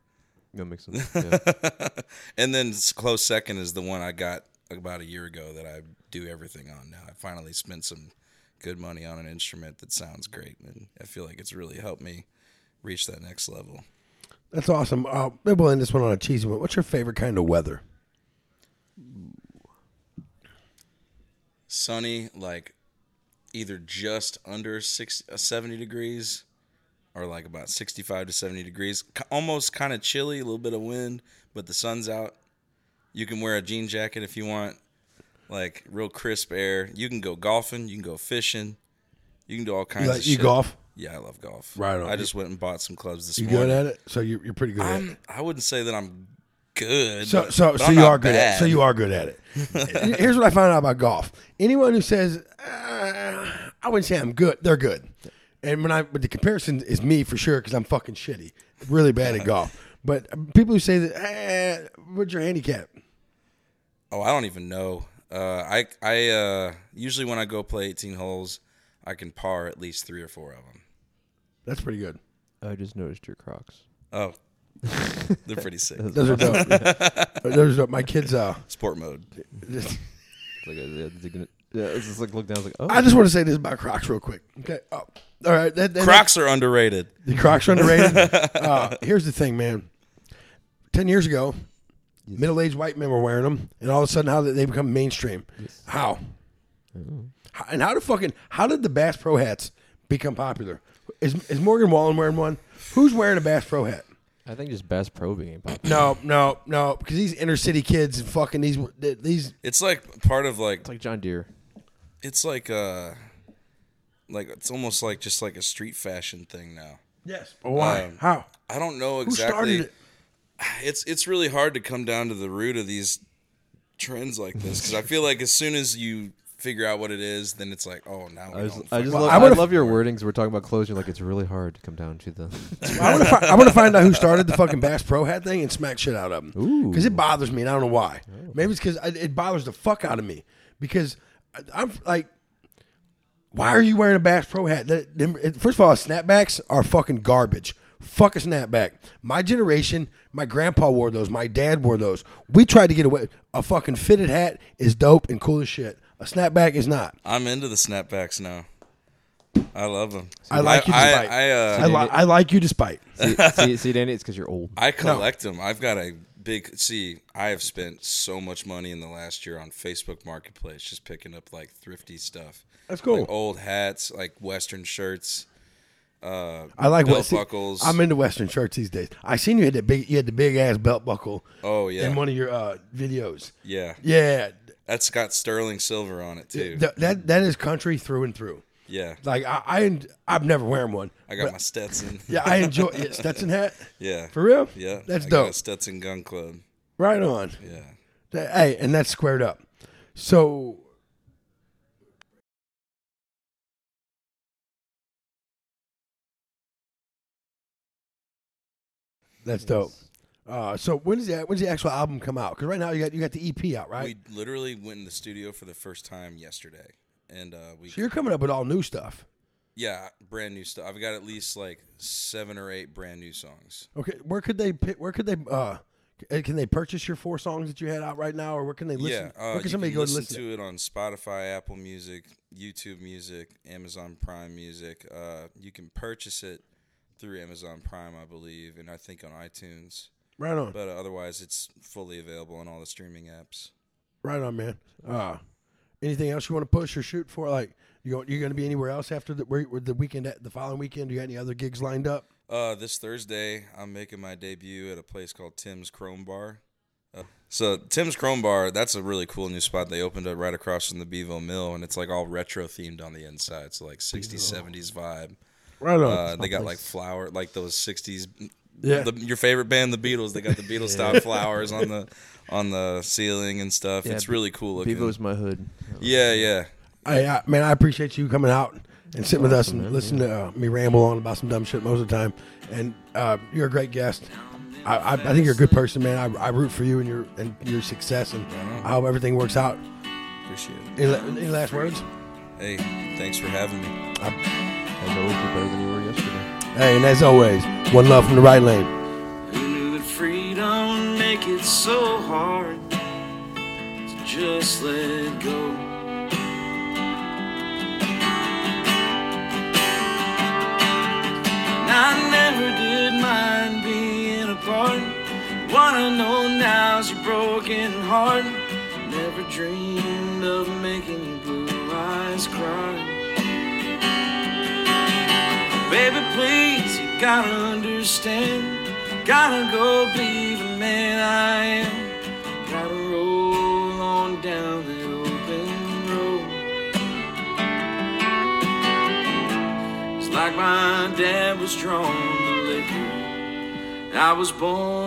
That [LAUGHS] makes sense. Yeah. And then s- close second is the one I got about a year ago that I do everything on now. I finally spent some good money on an instrument that sounds great, and I feel like it's really helped me reach that next level. That's awesome. Uh, maybe we'll end this one on a cheesy one. What's your favorite kind of weather? Sunny, like either just under 60, uh, 70 degrees or like about 65 to 70 degrees. K- Almost kind of chilly, a little bit of wind, but the sun's out. You can wear a jean jacket if you want. Like real crisp air. You can go golfing, you can go fishing. You can do all kinds You, of like, you shit. golf? Yeah, I love golf. Right on. I just went and bought some clubs this You morning. good at it? So you're, you're pretty good at it. I'm, I wouldn't say that I'm good. So but- so but so I'm you not are good at it. so bad. you are good at it. [LAUGHS] Here's what I found out about golf. Anyone who says uh, I wouldn't say I'm good, they're good. And when I but the comparison is me for sure because I'm fucking shitty, really bad at golf. [LAUGHS] But people who say that, uh, what's your handicap? Oh, I don't even know. Uh, I I uh, usually when I go play 18 holes, I can par at least three or four of them. That's pretty good. I just noticed your Crocs. Oh, they're pretty sick. Those are dope. Those are dope. My kids. Uh, [LAUGHS] Sport mode. It's like, uh, yeah, digging it. yeah, it's just like look down. It's like, oh, I just want to say this about Crocs real quick. Okay. Oh, all right. That, that- Crocs are underrated. The Crocs are underrated. uh, here's the thing, man. Ten years ago, middle-aged white men were wearing them, and all of a sudden, how did they become mainstream? How? How- And how did fucking how did the Bass Pro hats become popular? Is is Morgan Wallen wearing one? Who's wearing a Bass Pro hat? I think just Bass Pro being [LAUGHS] popular. No, no, no, because these inner city kids and fucking these these It's like part of like It's like John Deere. it's like uh like it's almost like just like a street fashion thing now. yes. Why? Um, how? I don't know Who exactly. started it? It's it's really hard to come down to the root of these trends like this because I feel like as soon as you figure out what it is, then it's like, oh, now we I just, don't I just fuck- love, I I, would've- love your wordings. We're talking about clothes. You're like, it's really hard to come down to [LAUGHS] the. I want to find, I want to find out who started the fucking Bass Pro Hat thing and smack shit out of them. Because it bothers me, and I don't know why. Maybe it's because it bothers the fuck out of me. Because I- I'm like, why are you wearing a Bass Pro Hat? That- them- it- First of all, snapbacks are fucking garbage. Fuck a snapback. My generation, my grandpa wore those. My dad wore those. We tried to get away. A fucking fitted hat is dope and cool as shit. A snapback is not. I'm into the snapbacks now. I love them. I like you I, despite. I, uh, I, li- I like you despite. see, see, see, Danny, it's because you're old. I collect them. I've got a big. See, I have spent so much money in the last year on Facebook Marketplace just picking up like thrifty stuff. That's cool. Like old hats, like Western shirts. I like Belt West- see, buckles. I'm into Western shirts these days. I seen you had that big, you had the big ass belt buckle Oh yeah, in one of your uh, videos. yeah. Yeah, That's got sterling silver on it too. Th- that that is country through and through. yeah, Like I, I I'm never wearing one. I got but- my Stetson. [LAUGHS] Yeah, I enjoy yeah, Stetson [LAUGHS] hat. yeah, For real? Yeah, That's I got a dope. Stetson Gun Club. Right on. Yeah, That- hey, and that's squared up. So that's dope. Uh, so when does the when's the actual album come out? Because right now you got you got the EP out, right? we literally went in the studio for the first time yesterday, and uh, we so you're coming up with all new stuff. yeah, brand new stuff. I've got at least like seven or eight brand new songs. Okay, where could they pick, where could they uh c- can they purchase your four songs that you had out right now, or where can they listen? yeah, uh, where can you somebody can go listen, listen to? to it on Spotify, Apple Music, YouTube Music, Amazon Prime Music. Uh, you can purchase it through Amazon Prime, I believe, and I think on iTunes. Right on, But uh, otherwise, it's fully available on all the streaming apps. right on, man. Uh, anything else you want to push or shoot for? Like you go, you're going to be anywhere else after the where, where the weekend at the following weekend? Do you got any other gigs lined up? Uh, this Thursday, I'm making my debut at a place called Tim's Chrome Bar. Uh, so Tim's Chrome Bar, that's a really cool new spot they opened up right across from the Bevo Mill, and it's like all retro themed on the inside, so like 60s, 70s vibe. Right on. Uh, they got like flower, like those '60s. Oh, Yeah. The, your favorite band, the Beatles. They got the Beatles style flowers on the on the ceiling and stuff. Yeah, it's really cool looking. Bevo's my hood. yeah, yeah. I, I man, I appreciate you coming out and sitting with us and listening to uh, me ramble on about some dumb shit most of the time. And uh, you're a great guest. I, I, I think you're a good person, man. I, I root for you and your and your success, and I hope everything works out. Appreciate it. Any, la- any last words? Hey, thanks for having me. As always, you're better than you were yesterday. Hey, and as always, one love from the right lane. Who knew that freedom would make it so hard to just let go? And I never did mind being apart. What I know now's your broken heart. Never dreamed of making your blue eyes cry. Baby, please, you gotta understand. Gotta go be the man I am. Gotta roll on down the open road. It's like my dad was drawn to liquor. I was born.